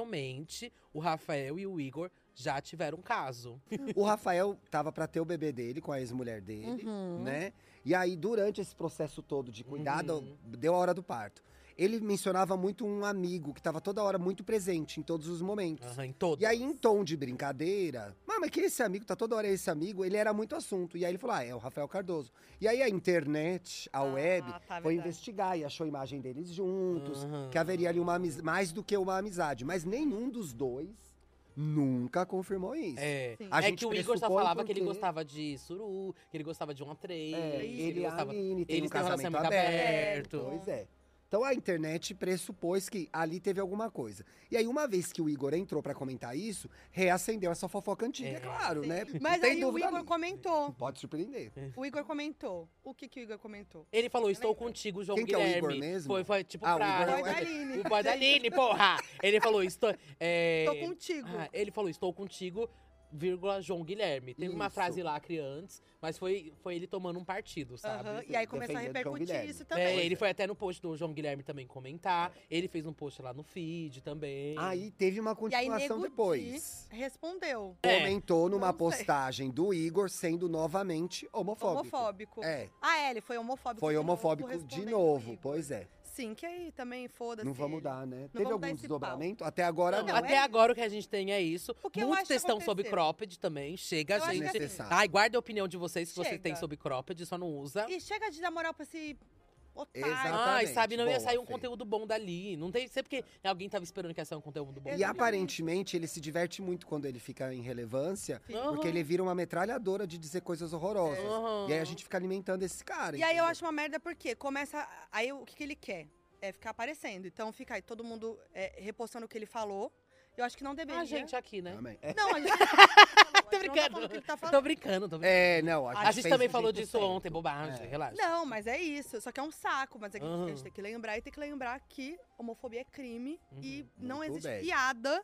[SPEAKER 3] possivelmente o Rafael e o Igor já tiveram um caso.
[SPEAKER 2] O Rafael tava pra ter o bebê dele com a ex-mulher dele, né? E aí, durante esse processo todo de cuidado,
[SPEAKER 3] Uhum.
[SPEAKER 2] deu a hora do parto. Ele mencionava muito um amigo que tava toda hora muito presente em todos os momentos.
[SPEAKER 3] Aham, em todos.
[SPEAKER 2] E aí, em tom de brincadeira, "Ah, mas que esse amigo, tá toda hora esse amigo, ele era muito assunto. E aí ele falou, ah, é o Rafael Cardoso. E aí a internet,
[SPEAKER 3] Ah,
[SPEAKER 2] a web,
[SPEAKER 1] tá,
[SPEAKER 2] foi
[SPEAKER 1] verdade.
[SPEAKER 2] investigar e achou imagem deles juntos,
[SPEAKER 3] Aham.
[SPEAKER 2] que haveria ali uma amiz- mais do que uma amizade. Mas nenhum dos dois nunca confirmou isso.
[SPEAKER 3] É.
[SPEAKER 1] Sim.
[SPEAKER 2] A
[SPEAKER 3] é
[SPEAKER 2] gente
[SPEAKER 3] que o Igor só
[SPEAKER 2] pressupõe
[SPEAKER 3] falava que ele
[SPEAKER 2] porque-
[SPEAKER 3] gostava de suru, que ele gostava de uma trem,
[SPEAKER 2] É,
[SPEAKER 3] que
[SPEAKER 2] ele e a
[SPEAKER 3] gostava.
[SPEAKER 2] Aline tem um
[SPEAKER 3] Eles têm um
[SPEAKER 2] casamento
[SPEAKER 3] relacionamento aberto.
[SPEAKER 2] aberto. Pois é. Então a internet pressupôs que ali teve alguma coisa. E aí, uma vez que o Igor entrou pra comentar isso, reacendeu essa fofoca antiga,
[SPEAKER 3] É.
[SPEAKER 2] é claro, né?
[SPEAKER 1] Mas
[SPEAKER 2] Não tem
[SPEAKER 1] aí o
[SPEAKER 2] dúvida
[SPEAKER 1] Igor
[SPEAKER 2] ali.
[SPEAKER 1] comentou.
[SPEAKER 2] Pode surpreender.
[SPEAKER 1] O Igor comentou. O que, que o Igor comentou?
[SPEAKER 3] Ele falou, estou contigo, João
[SPEAKER 2] Quem que é o
[SPEAKER 3] Guilherme.
[SPEAKER 2] Igor mesmo?
[SPEAKER 3] Foi, foi tipo
[SPEAKER 2] Ah, o
[SPEAKER 3] pra-
[SPEAKER 2] Igor
[SPEAKER 1] Foi
[SPEAKER 2] eu-
[SPEAKER 1] *laughs* da Aline.
[SPEAKER 3] O boy da Aline, porra! Ele falou, estou. É...
[SPEAKER 1] Tô contigo.
[SPEAKER 3] Ah, ele falou, estou contigo, vírgula, João Guilherme. Teve uma
[SPEAKER 2] Isso.
[SPEAKER 3] frase lacre antes, mas foi, foi ele tomando um partido, sabe?
[SPEAKER 1] Aham, E aí começou a
[SPEAKER 2] defendendo João
[SPEAKER 1] repercutir
[SPEAKER 2] Guilherme.
[SPEAKER 1] isso
[SPEAKER 3] É,
[SPEAKER 1] também.
[SPEAKER 3] ele foi até no post do João Guilherme também comentar. Ele fez um post lá no feed também.
[SPEAKER 2] Aí teve
[SPEAKER 1] E
[SPEAKER 2] uma
[SPEAKER 1] aí,
[SPEAKER 2] continuação
[SPEAKER 1] Nego
[SPEAKER 2] depois.
[SPEAKER 1] Di respondeu.
[SPEAKER 3] É.
[SPEAKER 2] Comentou numa
[SPEAKER 1] Não sei.
[SPEAKER 2] postagem do Igor sendo novamente homofóbico.
[SPEAKER 3] tipo,
[SPEAKER 1] Homofóbico.
[SPEAKER 2] É,
[SPEAKER 1] Ah, é, ele foi homofóbico.
[SPEAKER 2] foi
[SPEAKER 3] um
[SPEAKER 1] de novo,
[SPEAKER 2] homofóbico de
[SPEAKER 1] respondendo o
[SPEAKER 2] novo,
[SPEAKER 1] Igor.
[SPEAKER 2] pois é.
[SPEAKER 1] Sim, que aí também, foda-se.
[SPEAKER 3] assim,
[SPEAKER 2] Não vamos
[SPEAKER 1] ele.
[SPEAKER 2] dar, né?
[SPEAKER 1] vamos
[SPEAKER 2] Teve
[SPEAKER 1] dar
[SPEAKER 2] algum
[SPEAKER 1] esse
[SPEAKER 2] desdobramento? Até agora
[SPEAKER 1] Não,
[SPEAKER 2] não.
[SPEAKER 1] é
[SPEAKER 3] Até agora o que a gente tem é isso.
[SPEAKER 1] O que eu
[SPEAKER 3] Muitos
[SPEAKER 1] acho que
[SPEAKER 3] textão sobre
[SPEAKER 1] aconteceu?
[SPEAKER 3] cropped também. Chega,
[SPEAKER 1] Eu acho que
[SPEAKER 3] gente.
[SPEAKER 1] assim-
[SPEAKER 2] Desnecessário.
[SPEAKER 3] Ai, guarda a opinião de vocês se vocês
[SPEAKER 1] Chega.
[SPEAKER 3] têm sobre cropped, só não usa.
[SPEAKER 1] E chega de dar moral pra esse otário.
[SPEAKER 2] Exato.
[SPEAKER 3] Ai,
[SPEAKER 2] Exatamente.
[SPEAKER 3] sabe, não ia
[SPEAKER 2] Boa,
[SPEAKER 3] sair um
[SPEAKER 2] Fê.
[SPEAKER 3] conteúdo bom dali. Não tem, sempre que alguém tava esperando que ia sair um conteúdo bom.
[SPEAKER 1] E
[SPEAKER 2] E
[SPEAKER 3] dali.
[SPEAKER 2] aparentemente ele se diverte muito quando ele fica em relevância,
[SPEAKER 3] Aham.
[SPEAKER 2] porque ele vira uma metralhadora de dizer coisas horrorosas.
[SPEAKER 3] Aham.
[SPEAKER 2] E aí a gente fica alimentando esse cara.
[SPEAKER 1] E aí eu
[SPEAKER 2] entendeu?
[SPEAKER 1] acho uma merda porque começa. Aí o que, que ele quer? É ficar aparecendo. Então fica aí todo mundo é, repostando o que ele falou. Eu acho que não deveria.
[SPEAKER 3] A gente aqui, né?
[SPEAKER 2] Amém. É,
[SPEAKER 1] Não, a gente. Tô
[SPEAKER 3] Tô brincando.
[SPEAKER 1] O que ele tá falando.
[SPEAKER 3] Tô brincando, tô brincando.
[SPEAKER 2] É, não, a gente,
[SPEAKER 3] a gente
[SPEAKER 2] fez
[SPEAKER 3] também
[SPEAKER 2] do
[SPEAKER 3] falou
[SPEAKER 2] jeito
[SPEAKER 3] disso
[SPEAKER 2] certo.
[SPEAKER 3] ontem, bobagem,
[SPEAKER 2] É.
[SPEAKER 3] relaxa.
[SPEAKER 1] Não, mas é isso. Só que é um saco. Mas é que a
[SPEAKER 3] Aham.
[SPEAKER 1] gente tem que lembrar e tem que lembrar que homofobia é crime e
[SPEAKER 3] Uhum.
[SPEAKER 1] não
[SPEAKER 2] Muito
[SPEAKER 1] existe
[SPEAKER 2] bem.
[SPEAKER 1] piada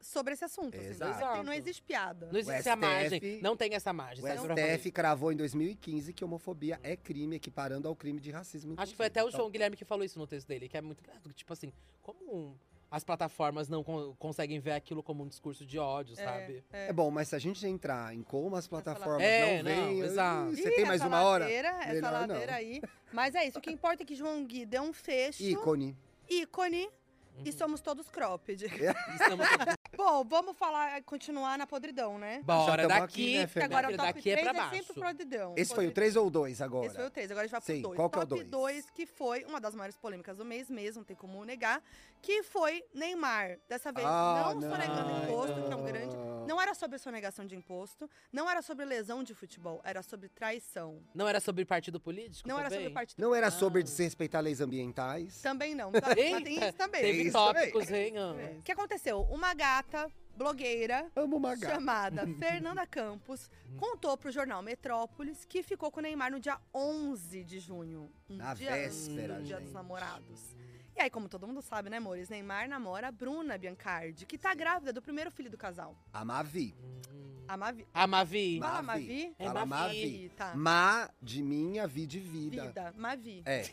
[SPEAKER 1] sobre esse assunto. Assim.
[SPEAKER 2] Exato.
[SPEAKER 1] Não tem- Não existe piada.
[SPEAKER 3] Não existe
[SPEAKER 2] O
[SPEAKER 3] essa margem.
[SPEAKER 2] STF
[SPEAKER 3] Não tem essa margem.
[SPEAKER 2] O
[SPEAKER 3] sabe? Pra falar isso.
[SPEAKER 2] STF cravou em 2015 que homofobia é crime, equiparando ao crime de racismo.
[SPEAKER 3] Acho que foi até o
[SPEAKER 2] inclusive. então,
[SPEAKER 3] João Guilherme que falou isso no texto dele, que é muito grato. que, Tipo assim, como as plataformas não con- conseguem ver aquilo como um discurso de ódio,
[SPEAKER 2] *laughs*
[SPEAKER 3] sabe?
[SPEAKER 2] É bom, mas se a gente entrar em como as plataformas
[SPEAKER 3] É,
[SPEAKER 2] não
[SPEAKER 3] não,
[SPEAKER 2] veem,
[SPEAKER 3] exato.
[SPEAKER 2] ih, você
[SPEAKER 1] Ih, é
[SPEAKER 2] tem mais
[SPEAKER 1] essa
[SPEAKER 2] uma hora?
[SPEAKER 1] ladeira, Essa
[SPEAKER 2] Melhor não.
[SPEAKER 1] ladeira aí. Mas é isso. O que importa é que João Gui deu um fecho.
[SPEAKER 2] Ícone.
[SPEAKER 1] ícone.
[SPEAKER 3] Uhum.
[SPEAKER 1] E somos todos cropped.
[SPEAKER 3] Estamos-
[SPEAKER 1] Bom, vamos falar, continuar na podridão, né?
[SPEAKER 3] Bora
[SPEAKER 2] Já tamo
[SPEAKER 3] daqui.
[SPEAKER 2] aqui, né,
[SPEAKER 1] Porque
[SPEAKER 2] Fernanda?
[SPEAKER 1] agora o
[SPEAKER 3] Porque
[SPEAKER 1] top
[SPEAKER 3] daqui é
[SPEAKER 1] 3 é,
[SPEAKER 3] pra baixo.
[SPEAKER 1] sempre podridão.
[SPEAKER 2] Esse foi o
[SPEAKER 1] Podridão.
[SPEAKER 2] 3 ou o 2 agora?
[SPEAKER 1] Esse foi o 3, agora a gente vai
[SPEAKER 2] Sim,
[SPEAKER 1] pro 2.
[SPEAKER 2] qual que é o
[SPEAKER 1] Top
[SPEAKER 2] dois?
[SPEAKER 1] 2, que foi uma das maiores polêmicas do mês mesmo, não tem como negar, que foi Neymar. Dessa vez,
[SPEAKER 2] Ah,
[SPEAKER 1] não, sonegando
[SPEAKER 3] não.
[SPEAKER 1] imposto, que é um grande.
[SPEAKER 2] Não.
[SPEAKER 1] Não era sobre sonegação de imposto, não era sobre lesão de futebol, era sobre traição.
[SPEAKER 3] Não era sobre partido político?
[SPEAKER 1] Não era
[SPEAKER 3] também?
[SPEAKER 1] sobre partido.
[SPEAKER 2] Não é era sobre
[SPEAKER 3] Ah.
[SPEAKER 2] desrespeitar leis ambientais?
[SPEAKER 1] Também não. Tá, mas tem
[SPEAKER 3] Eita,
[SPEAKER 1] isso também.
[SPEAKER 3] Teve
[SPEAKER 2] É Isso
[SPEAKER 3] tópicos, hein? Ana?
[SPEAKER 1] É. O que aconteceu? Uma gata blogueira
[SPEAKER 2] Amo uma gata. *laughs*
[SPEAKER 1] chamada Fernanda Campos contou pro jornal Metrópolis que ficou com o Neymar no dia 11 de junho. Um
[SPEAKER 2] Na
[SPEAKER 1] dia
[SPEAKER 2] véspera,
[SPEAKER 1] antes do Dia dos
[SPEAKER 2] gente.
[SPEAKER 1] Namorados. E aí, como todo mundo sabe, né, amores? Neymar namora a Bruna Biancardi, que tá grávida do primeiro filho do casal.
[SPEAKER 2] A Mavi.
[SPEAKER 3] Hum.
[SPEAKER 1] A Mavi.
[SPEAKER 3] A Mavi.
[SPEAKER 1] Fala Ah,
[SPEAKER 2] Mavi.
[SPEAKER 1] Mavi.
[SPEAKER 3] É
[SPEAKER 2] Fala
[SPEAKER 3] Mavi.
[SPEAKER 2] Mavi.
[SPEAKER 1] Ih, Tá.
[SPEAKER 2] Ma de minha, vi de vida.
[SPEAKER 1] Vida. Mavi.
[SPEAKER 2] É.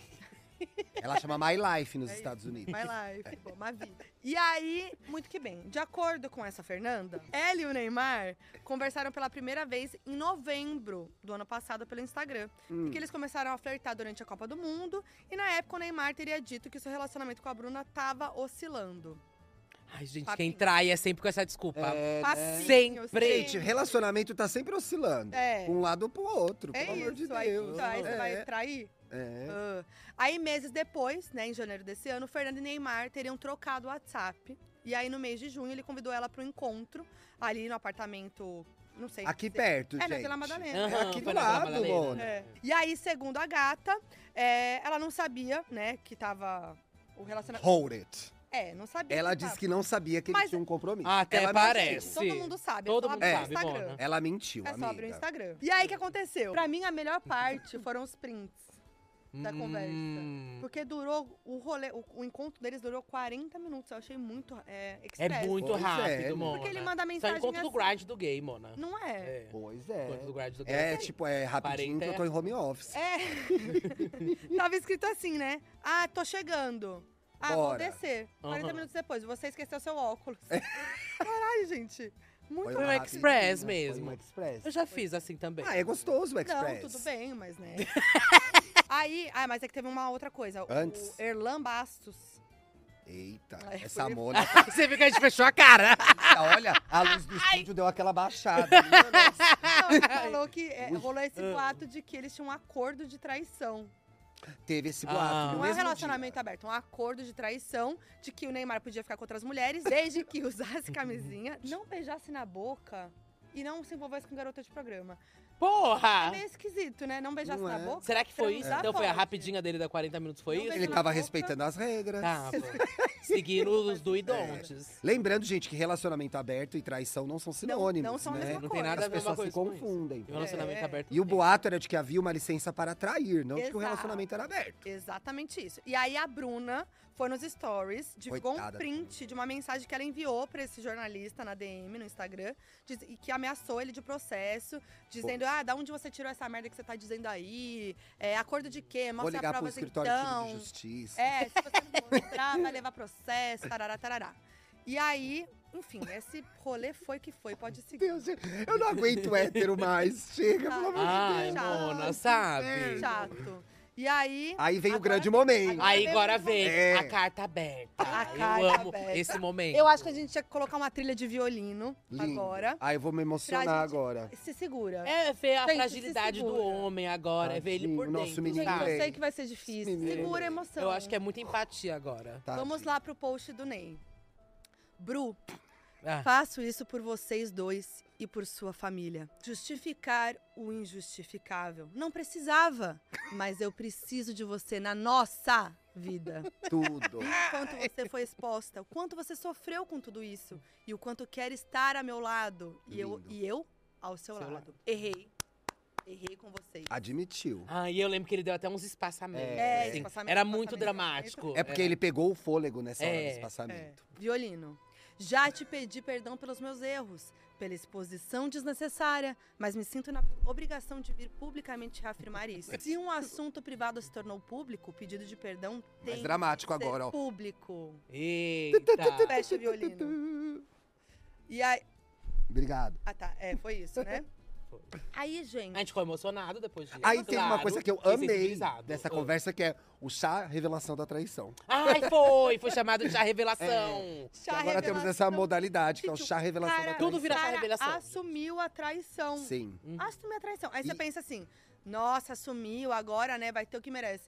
[SPEAKER 2] Ela chama My Life nos
[SPEAKER 1] É
[SPEAKER 2] Estados Unidos.
[SPEAKER 1] My life, bom, Mavi. E aí, muito que bem. De acordo com essa Fernanda, ela e o Neymar conversaram pela primeira vez em novembro do ano passado pelo Instagram.
[SPEAKER 2] Hum.
[SPEAKER 1] Porque eles começaram a flertar durante a Copa do Mundo. E na época o Neymar teria dito que seu relacionamento com a Bruna tava oscilando.
[SPEAKER 3] Ai, gente,
[SPEAKER 1] Papinho.
[SPEAKER 3] quem trai é sempre com essa desculpa.
[SPEAKER 2] É, né?
[SPEAKER 1] Passinho,
[SPEAKER 3] Sempre.
[SPEAKER 2] Gente, relacionamento tá sempre oscilando.
[SPEAKER 1] É.
[SPEAKER 2] Um lado pro outro,
[SPEAKER 1] É
[SPEAKER 2] pelo amor de
[SPEAKER 1] isso, aí,
[SPEAKER 2] Deus.
[SPEAKER 1] então, aí você
[SPEAKER 2] é,
[SPEAKER 1] vai trair?
[SPEAKER 2] é.
[SPEAKER 1] Ah. Aí, meses depois, né, em janeiro desse ano, Fernando e Neymar teriam trocado o WhatsApp. E aí, no mês de junho, ele convidou ela para um encontro ali no apartamento, não sei.
[SPEAKER 2] Aqui
[SPEAKER 1] dizer.
[SPEAKER 2] perto,
[SPEAKER 1] É,
[SPEAKER 2] gente.
[SPEAKER 1] na Vila Madalena.
[SPEAKER 3] Aham,
[SPEAKER 2] É aqui do
[SPEAKER 3] foi na Vila
[SPEAKER 2] lado,
[SPEAKER 3] Madalena.
[SPEAKER 2] Mona.
[SPEAKER 1] É. E aí, segundo a gata, é, ela não sabia, né, que tava o relacionamento.
[SPEAKER 2] Hold it.
[SPEAKER 1] É, não sabia.
[SPEAKER 2] Ela
[SPEAKER 1] tava.
[SPEAKER 2] disse que não sabia que
[SPEAKER 1] Mas-
[SPEAKER 2] ele tinha um compromisso.
[SPEAKER 3] Até
[SPEAKER 2] Ela
[SPEAKER 3] parece.
[SPEAKER 2] mentiu.
[SPEAKER 1] Todo mundo sabe.
[SPEAKER 3] Todo
[SPEAKER 1] é só
[SPEAKER 3] mundo
[SPEAKER 1] abrir o
[SPEAKER 3] sabe,
[SPEAKER 1] Instagram.
[SPEAKER 3] Mona.
[SPEAKER 2] Ela mentiu,
[SPEAKER 1] É só
[SPEAKER 2] amiga.
[SPEAKER 1] abrir o Instagram. E aí, o que aconteceu? Pra mim, a melhor parte foram os prints. É, da conversa.
[SPEAKER 3] Hum.
[SPEAKER 1] Porque durou o rolê, o, o encontro deles durou 40 minutos. Eu achei muito é,
[SPEAKER 3] É
[SPEAKER 1] expresso.
[SPEAKER 3] muito
[SPEAKER 2] Pois é,
[SPEAKER 3] rápido,
[SPEAKER 2] né?
[SPEAKER 3] Mona.
[SPEAKER 1] Porque ele manda
[SPEAKER 3] Só
[SPEAKER 1] mensagem
[SPEAKER 3] encontro do
[SPEAKER 1] assim.
[SPEAKER 3] grind do gay, Mona.
[SPEAKER 1] Não é.
[SPEAKER 3] É.
[SPEAKER 2] Pois
[SPEAKER 3] Encontro do
[SPEAKER 2] é.
[SPEAKER 3] grind do gay.
[SPEAKER 2] É, tipo, é rapidinho
[SPEAKER 3] Parenta
[SPEAKER 2] que eu tô em home office.
[SPEAKER 1] É. *laughs* Tava escrito assim, né? Ah, tô chegando. Ah, vou
[SPEAKER 2] Bora.
[SPEAKER 1] descer. 40
[SPEAKER 3] Aham.
[SPEAKER 1] minutos depois, você esqueceu seu
[SPEAKER 2] *laughs*
[SPEAKER 1] óculos. Caralho, gente. Muito
[SPEAKER 2] Foi
[SPEAKER 3] Foi um
[SPEAKER 2] uma rapidinha, foi
[SPEAKER 3] express
[SPEAKER 2] um
[SPEAKER 3] mesmo.
[SPEAKER 2] express.
[SPEAKER 3] Eu já fiz assim também.
[SPEAKER 2] Ah, é gostoso o
[SPEAKER 1] Não,
[SPEAKER 2] express.
[SPEAKER 1] tudo bem, mas
[SPEAKER 2] *laughs*
[SPEAKER 1] né. Aí, ah, mas é que teve uma outra coisa.
[SPEAKER 2] Antes.
[SPEAKER 1] O Erlan
[SPEAKER 2] *laughs*
[SPEAKER 1] Bastos. *laughs*
[SPEAKER 2] Eita,
[SPEAKER 1] Ai,
[SPEAKER 2] essa
[SPEAKER 1] foi- *laughs*
[SPEAKER 2] Mona
[SPEAKER 3] *laughs* Você viu que a gente fechou a cara.
[SPEAKER 2] Olha, a luz do estúdio deu
[SPEAKER 1] *laughs*
[SPEAKER 2] aquela baixada. Minha nossa.
[SPEAKER 1] Não, ele falou que é,
[SPEAKER 2] Ui.
[SPEAKER 1] rolou esse boato de que eles tinham um acordo de traição.
[SPEAKER 2] Teve esse
[SPEAKER 3] Ah.
[SPEAKER 2] boato. no
[SPEAKER 1] Não é um
[SPEAKER 2] mesmo
[SPEAKER 1] relacionamento aberto, é um acordo de traição de que o Neymar podia ficar com outras mulheres desde
[SPEAKER 2] *laughs*
[SPEAKER 1] que usasse camisinha, não beijasse na boca e não se envolvesse com garota de programa. É
[SPEAKER 3] Porra!
[SPEAKER 1] meio esquisito, né? Não beijasse
[SPEAKER 2] Ah. Não
[SPEAKER 1] na
[SPEAKER 2] é.
[SPEAKER 1] boca.
[SPEAKER 3] Será que foi isso?
[SPEAKER 1] Transar
[SPEAKER 3] Então foi a
[SPEAKER 1] pode.
[SPEAKER 3] rapidinha dele da 40 minutos, foi
[SPEAKER 1] Não
[SPEAKER 2] dia.
[SPEAKER 3] isso?
[SPEAKER 2] Ele
[SPEAKER 1] na
[SPEAKER 2] tava
[SPEAKER 1] boca.
[SPEAKER 2] respeitando as regras.
[SPEAKER 3] Tava. Seguindo os do e
[SPEAKER 2] É.
[SPEAKER 3] don'ts.
[SPEAKER 2] Lembrando, gente, que relacionamento aberto e traição não são sinônimos,
[SPEAKER 1] não são a
[SPEAKER 2] né?
[SPEAKER 1] mesma
[SPEAKER 3] Não tem nada a
[SPEAKER 2] As
[SPEAKER 3] ver uma
[SPEAKER 2] pessoas
[SPEAKER 3] coisa
[SPEAKER 2] se
[SPEAKER 3] com isso.
[SPEAKER 2] confundem.
[SPEAKER 3] E o relacionamento
[SPEAKER 1] É.
[SPEAKER 3] aberto.
[SPEAKER 2] E o
[SPEAKER 3] não tem.
[SPEAKER 2] boato era de que havia uma licença para trair, não de que
[SPEAKER 1] Exato.
[SPEAKER 2] o relacionamento era aberto.
[SPEAKER 1] Exatamente isso. E aí a Bruna foi nos stories, divulgou um
[SPEAKER 2] Coitada.
[SPEAKER 1] print de uma mensagem que ela enviou pra esse jornalista na DM, no Instagram, diz- e que ameaçou ele de processo, dizendo: ah, da onde você tirou essa merda que você tá dizendo aí? É, acordo de quê?
[SPEAKER 2] Vou
[SPEAKER 1] Mostra
[SPEAKER 2] ligar pro
[SPEAKER 1] provas
[SPEAKER 2] escritório de
[SPEAKER 1] então.
[SPEAKER 2] de justiça.
[SPEAKER 1] É, se você não mostrar, vai levar processo, tarará, tarará. E aí, enfim, esse rolê foi que foi, pode seguir.
[SPEAKER 2] Deus, gente, eu não aguento
[SPEAKER 1] *laughs*
[SPEAKER 2] hétero mais. Chega, pelo amor de
[SPEAKER 3] Ai,
[SPEAKER 2] Deus.
[SPEAKER 1] Chato.
[SPEAKER 3] Mona,
[SPEAKER 1] É.
[SPEAKER 3] sabe?
[SPEAKER 1] Chato. E aí.
[SPEAKER 2] Aí vem o
[SPEAKER 1] Agora
[SPEAKER 2] grande
[SPEAKER 1] vem.
[SPEAKER 2] momento.
[SPEAKER 3] Aí agora vem
[SPEAKER 2] É.
[SPEAKER 3] a carta aberta.
[SPEAKER 1] A
[SPEAKER 3] eu
[SPEAKER 1] carta
[SPEAKER 3] amo
[SPEAKER 1] aberta.
[SPEAKER 3] esse momento.
[SPEAKER 1] Eu acho que a gente tinha que colocar uma trilha de violino
[SPEAKER 2] Lindo.
[SPEAKER 1] agora.
[SPEAKER 2] Aí eu vou me emocionar
[SPEAKER 1] gente-
[SPEAKER 2] agora.
[SPEAKER 1] Se segura.
[SPEAKER 3] É ver a
[SPEAKER 1] Gente, se
[SPEAKER 3] fragilidade do
[SPEAKER 1] segura.
[SPEAKER 3] homem agora, é ver ele
[SPEAKER 2] Tadinho,
[SPEAKER 3] por
[SPEAKER 2] nosso
[SPEAKER 3] dentro.
[SPEAKER 2] menino
[SPEAKER 1] Gente,
[SPEAKER 3] sabe?
[SPEAKER 1] eu
[SPEAKER 2] Ninguém.
[SPEAKER 1] sei que vai ser difícil.
[SPEAKER 2] Ninguém.
[SPEAKER 1] Segura a emoção.
[SPEAKER 3] Eu acho que é muita empatia agora.
[SPEAKER 2] Tá,
[SPEAKER 1] Vamos
[SPEAKER 2] gente?
[SPEAKER 1] lá pro post do Ney. Bru,
[SPEAKER 3] Ah,
[SPEAKER 1] faço isso por vocês dois e por sua família. Justificar o injustificável. Não precisava, mas eu preciso de você na nossa vida.
[SPEAKER 2] Tudo.
[SPEAKER 1] Vi o quanto você foi exposta, o quanto você sofreu com tudo isso e o quanto quer estar a meu lado. E, eu,
[SPEAKER 2] Lindo.
[SPEAKER 1] e eu ao seu,
[SPEAKER 3] Seu
[SPEAKER 1] lado.
[SPEAKER 3] lado.
[SPEAKER 1] Errei. Errei com vocês.
[SPEAKER 2] Admitiu.
[SPEAKER 3] Ah, e eu lembro que ele deu até uns espaçamentos.
[SPEAKER 1] É,
[SPEAKER 3] assim.
[SPEAKER 1] espaçamento,
[SPEAKER 3] Era muito
[SPEAKER 1] espaçamento.
[SPEAKER 3] dramático.
[SPEAKER 2] É porque ele pegou o fôlego nessa hora
[SPEAKER 3] É.
[SPEAKER 2] desse passamento.
[SPEAKER 1] Violino. Já te pedi perdão pelos meus erros, pela exposição desnecessária, mas me sinto na obrigação de vir publicamente reafirmar
[SPEAKER 2] *laughs*
[SPEAKER 1] isso. Se um assunto privado se tornou público, o pedido de perdão É. tem
[SPEAKER 2] Mais dramático
[SPEAKER 1] que ser
[SPEAKER 2] agora, ó.
[SPEAKER 1] público.
[SPEAKER 3] Eita!
[SPEAKER 1] Fecha o violino. E aí.
[SPEAKER 2] Obrigado.
[SPEAKER 1] Ah, tá. É, foi isso,
[SPEAKER 3] *laughs*
[SPEAKER 1] né?
[SPEAKER 3] Foi.
[SPEAKER 1] Aí,
[SPEAKER 3] A
[SPEAKER 1] gente.
[SPEAKER 3] gente ficou emocionado depois disso.
[SPEAKER 2] Aí tem uma
[SPEAKER 3] claro,
[SPEAKER 2] coisa que eu
[SPEAKER 3] e
[SPEAKER 2] amei
[SPEAKER 3] sensibilizado.
[SPEAKER 2] dessa
[SPEAKER 3] Ah.
[SPEAKER 2] conversa, que é o chá revelação da traição.
[SPEAKER 3] Ai, foi! Foi chamado de chá revelação.
[SPEAKER 2] Que
[SPEAKER 1] chá
[SPEAKER 2] agora temos essa
[SPEAKER 1] revelação.
[SPEAKER 2] modalidade, que é o
[SPEAKER 1] Gente,
[SPEAKER 2] chá revelação
[SPEAKER 1] cara- é um
[SPEAKER 2] da traição.
[SPEAKER 3] Tudo vira chá
[SPEAKER 1] Cara,
[SPEAKER 3] revelação.
[SPEAKER 1] Assumiu a traição.
[SPEAKER 2] Sim.
[SPEAKER 3] Uhum.
[SPEAKER 1] Assumiu a traição. Aí você
[SPEAKER 2] E-
[SPEAKER 1] pensa assim: nossa, assumiu, agora, né? Vai ter o que merece.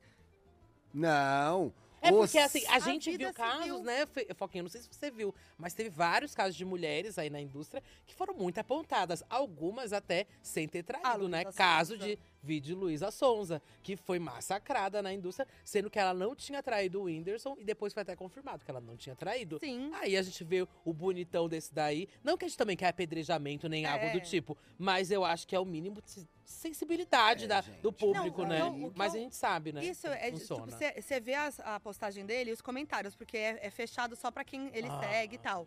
[SPEAKER 2] Não.
[SPEAKER 3] É
[SPEAKER 2] Os-
[SPEAKER 3] porque assim, a
[SPEAKER 1] A
[SPEAKER 3] gente
[SPEAKER 1] vida
[SPEAKER 3] viu casos,
[SPEAKER 1] civil.
[SPEAKER 3] né, Fe- Foquinha, não sei se você viu, mas teve vários casos de mulheres aí na indústria que foram muito apontadas, algumas até sem ter traído,
[SPEAKER 1] Ah, Luísa
[SPEAKER 3] né?
[SPEAKER 1] Sonza.
[SPEAKER 3] Caso de vídeo Luísa Sonza, que foi massacrada na indústria, sendo que ela não tinha traído o Whindersson e depois foi até confirmado que ela não tinha traído.
[SPEAKER 1] Sim.
[SPEAKER 3] Aí a gente vê o bonitão desse daí. Não que a gente também quer apedrejamento nem algo do
[SPEAKER 1] É.
[SPEAKER 3] tipo, mas eu acho que é o mínimo de se- sensibilidade
[SPEAKER 2] É,
[SPEAKER 3] da-
[SPEAKER 2] gente.
[SPEAKER 3] do público,
[SPEAKER 1] Não,
[SPEAKER 3] né?
[SPEAKER 1] não, o que
[SPEAKER 3] mas a
[SPEAKER 1] eu-
[SPEAKER 3] gente sabe, né?
[SPEAKER 1] Isso,
[SPEAKER 3] como
[SPEAKER 1] é
[SPEAKER 3] funciona.
[SPEAKER 1] você vê as- a postagem dele e os comentários, porque é, é fechado só pra quem ele
[SPEAKER 3] Ah.
[SPEAKER 1] segue e tal.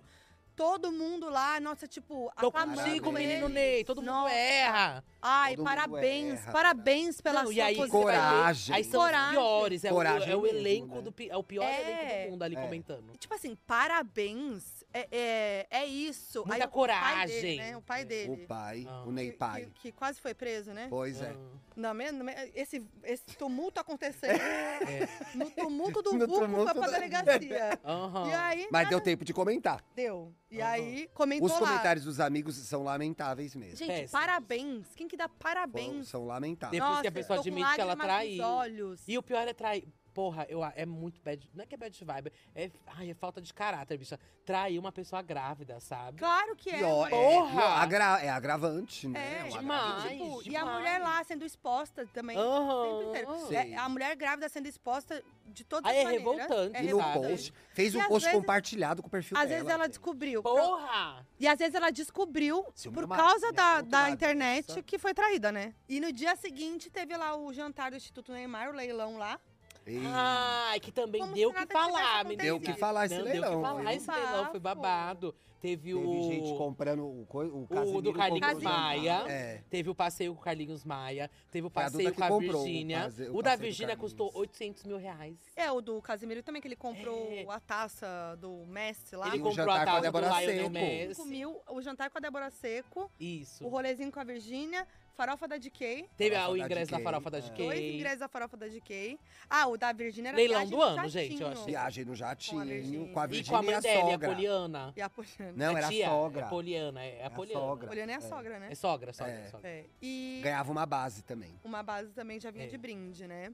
[SPEAKER 1] Todo mundo lá, nossa, tipo,
[SPEAKER 3] Tô
[SPEAKER 1] aclamando
[SPEAKER 3] contigo,
[SPEAKER 1] ele.
[SPEAKER 3] menino Ney. Todo mundo é.
[SPEAKER 1] Nossa.
[SPEAKER 3] erra.
[SPEAKER 1] Ai,
[SPEAKER 2] Todo mundo
[SPEAKER 1] parabéns,
[SPEAKER 2] erra,
[SPEAKER 1] parabéns pela
[SPEAKER 3] é, Não,
[SPEAKER 1] sua
[SPEAKER 3] e aí,
[SPEAKER 1] posição.
[SPEAKER 3] você vai ver,
[SPEAKER 2] Coragem.
[SPEAKER 3] Aí são
[SPEAKER 1] Coragem.
[SPEAKER 3] os piores. É o,
[SPEAKER 2] Coragem
[SPEAKER 3] é o
[SPEAKER 2] mesmo,
[SPEAKER 3] elenco
[SPEAKER 2] né?
[SPEAKER 3] do pi- é o pior
[SPEAKER 1] É.
[SPEAKER 3] elenco do mundo ali
[SPEAKER 2] É.
[SPEAKER 3] comentando.
[SPEAKER 1] Tipo assim, parabéns, é, é, é isso.
[SPEAKER 3] Muita
[SPEAKER 1] o pai dele,
[SPEAKER 3] coragem.
[SPEAKER 1] né, O pai
[SPEAKER 3] É.
[SPEAKER 1] dele.
[SPEAKER 2] O pai,
[SPEAKER 3] Ah.
[SPEAKER 2] o Ney
[SPEAKER 1] que-
[SPEAKER 2] pai.
[SPEAKER 1] Que, que quase foi preso, né?
[SPEAKER 2] Pois é.
[SPEAKER 1] Não, me- não, me- esse, esse tumulto acontecendo.
[SPEAKER 3] *laughs* É.
[SPEAKER 1] No tumulto do
[SPEAKER 2] No
[SPEAKER 1] vulco
[SPEAKER 2] tumulto
[SPEAKER 1] foi pra
[SPEAKER 2] da-
[SPEAKER 3] *laughs*
[SPEAKER 1] delegacia.
[SPEAKER 3] Ah, aham.
[SPEAKER 1] E aí,
[SPEAKER 2] Mas deu tempo de comentar.
[SPEAKER 1] deu. E
[SPEAKER 3] Aham.
[SPEAKER 1] aí, comentou
[SPEAKER 2] Os
[SPEAKER 1] lá.
[SPEAKER 2] comentários dos amigos são lamentáveis mesmo.
[SPEAKER 1] Gente,
[SPEAKER 3] Péssimos.
[SPEAKER 1] parabéns. Quem que dá
[SPEAKER 2] Foram-
[SPEAKER 1] parabéns?
[SPEAKER 2] São lamentáveis.
[SPEAKER 3] Depois que a
[SPEAKER 1] Nossa,
[SPEAKER 3] pessoa
[SPEAKER 1] eu tô com
[SPEAKER 3] admite que ela
[SPEAKER 1] lágrimas nos
[SPEAKER 3] traiu.
[SPEAKER 1] Olhos.
[SPEAKER 3] E o pior é trair. Porra, eu, a- é muito bad. Não é que é bad vibe. É, ai, é falta de caráter, bicha. Trair uma pessoa grávida, sabe?
[SPEAKER 1] Claro que é.
[SPEAKER 2] E ó, é,
[SPEAKER 3] Porra!
[SPEAKER 2] e ó, agra- é agravante, né?
[SPEAKER 1] É,
[SPEAKER 2] um
[SPEAKER 3] demais.
[SPEAKER 2] agravante.
[SPEAKER 1] Tipo, e a
[SPEAKER 3] demais.
[SPEAKER 1] mulher lá sendo exposta também.
[SPEAKER 3] Aham.
[SPEAKER 1] Sempre inteiro.
[SPEAKER 2] Sim.
[SPEAKER 1] É, a mulher grávida sendo exposta de todas
[SPEAKER 3] Aí
[SPEAKER 1] as
[SPEAKER 3] é
[SPEAKER 1] maneiras.
[SPEAKER 3] revoltante,
[SPEAKER 1] É
[SPEAKER 2] E no
[SPEAKER 3] revoltante.
[SPEAKER 2] post. Fez
[SPEAKER 1] E
[SPEAKER 2] um
[SPEAKER 1] às
[SPEAKER 2] post
[SPEAKER 1] vezes-
[SPEAKER 2] compartilhado com o perfil
[SPEAKER 1] Às
[SPEAKER 2] dela. assim.
[SPEAKER 1] vezes ela
[SPEAKER 2] gente.
[SPEAKER 1] descobriu.
[SPEAKER 3] Porra!
[SPEAKER 1] E às vezes ela descobriu,
[SPEAKER 2] Se o
[SPEAKER 1] por
[SPEAKER 2] meu
[SPEAKER 1] causa
[SPEAKER 2] marido
[SPEAKER 3] né?
[SPEAKER 1] da,
[SPEAKER 2] me aponta
[SPEAKER 1] da
[SPEAKER 2] nada,
[SPEAKER 1] internet,
[SPEAKER 2] sabe?
[SPEAKER 1] que foi traída, né? E no dia seguinte teve lá o jantar do Instituto Neymar, o leilão lá.
[SPEAKER 2] Ei,
[SPEAKER 1] Ah,
[SPEAKER 3] Ai, que também
[SPEAKER 1] Como
[SPEAKER 3] deu
[SPEAKER 1] se
[SPEAKER 3] o que
[SPEAKER 1] nada tivesse
[SPEAKER 3] falar, menina.
[SPEAKER 2] Deu o que falar esse
[SPEAKER 3] Não,
[SPEAKER 2] leilão.
[SPEAKER 3] Deu o que falar
[SPEAKER 2] viu?
[SPEAKER 3] esse leilão, foi
[SPEAKER 1] Bafo.
[SPEAKER 3] babado. Teve,
[SPEAKER 2] Teve
[SPEAKER 3] o.
[SPEAKER 2] gente comprando o, coi- o
[SPEAKER 3] O
[SPEAKER 2] Casimiro
[SPEAKER 3] do Carlinhos
[SPEAKER 2] comprou já.
[SPEAKER 3] Maia.
[SPEAKER 2] É.
[SPEAKER 3] Teve o passeio com o Carlinhos Maia. Teve o
[SPEAKER 2] Foi a
[SPEAKER 3] passeio
[SPEAKER 2] Duda que
[SPEAKER 3] com a
[SPEAKER 2] comprou o
[SPEAKER 3] Virgínia.
[SPEAKER 2] pase- o
[SPEAKER 3] O, da
[SPEAKER 2] passeio do
[SPEAKER 3] Virgínia custou
[SPEAKER 2] Carlinhos.
[SPEAKER 3] 800 mil reais.
[SPEAKER 1] É, o do Casimiro também, que ele comprou
[SPEAKER 3] É.
[SPEAKER 1] a taça do Messi lá.
[SPEAKER 3] Ele
[SPEAKER 2] E o
[SPEAKER 3] comprou
[SPEAKER 2] jantar tá
[SPEAKER 3] a
[SPEAKER 2] com a
[SPEAKER 3] taça do
[SPEAKER 2] Débora
[SPEAKER 3] Lionel
[SPEAKER 2] Seco.
[SPEAKER 3] Messi.
[SPEAKER 1] 5 mil, o jantar com a Débora Seco,
[SPEAKER 3] Isso.
[SPEAKER 1] o rolezinho com a Virgínia, farofa da DK,
[SPEAKER 3] Teve ah,
[SPEAKER 2] Farofa
[SPEAKER 3] o
[SPEAKER 2] da
[SPEAKER 3] ingresso da
[SPEAKER 2] GK,
[SPEAKER 3] farofa da
[SPEAKER 2] é.
[SPEAKER 3] GK.
[SPEAKER 1] dois ingressos da farofa da DK. Ah, o da Virgínia era
[SPEAKER 3] Leilão
[SPEAKER 1] viagem
[SPEAKER 3] do
[SPEAKER 1] no
[SPEAKER 3] ano, gente, eu
[SPEAKER 1] jatinho.
[SPEAKER 3] achei.
[SPEAKER 2] Viagem no jatinho,
[SPEAKER 1] Virgínia.
[SPEAKER 2] com a
[SPEAKER 3] E com a
[SPEAKER 2] Virgínia e
[SPEAKER 3] mãe
[SPEAKER 2] a
[SPEAKER 3] dele, a
[SPEAKER 2] sogra.
[SPEAKER 3] Poliana.
[SPEAKER 1] E a Poliana.
[SPEAKER 2] Não,
[SPEAKER 3] Né, a
[SPEAKER 2] era a
[SPEAKER 3] tia,
[SPEAKER 2] sogra.
[SPEAKER 3] É Poliana, é, a
[SPEAKER 2] a
[SPEAKER 3] Poliana.
[SPEAKER 1] A
[SPEAKER 2] sogra.
[SPEAKER 1] Poliana é a
[SPEAKER 2] É.
[SPEAKER 1] sogra, né?
[SPEAKER 3] É sogra, sogra,
[SPEAKER 2] É.
[SPEAKER 3] sogra.
[SPEAKER 1] É. E
[SPEAKER 2] Ganhava uma base também.
[SPEAKER 1] uma base também já vinha
[SPEAKER 3] É.
[SPEAKER 1] de brinde, né?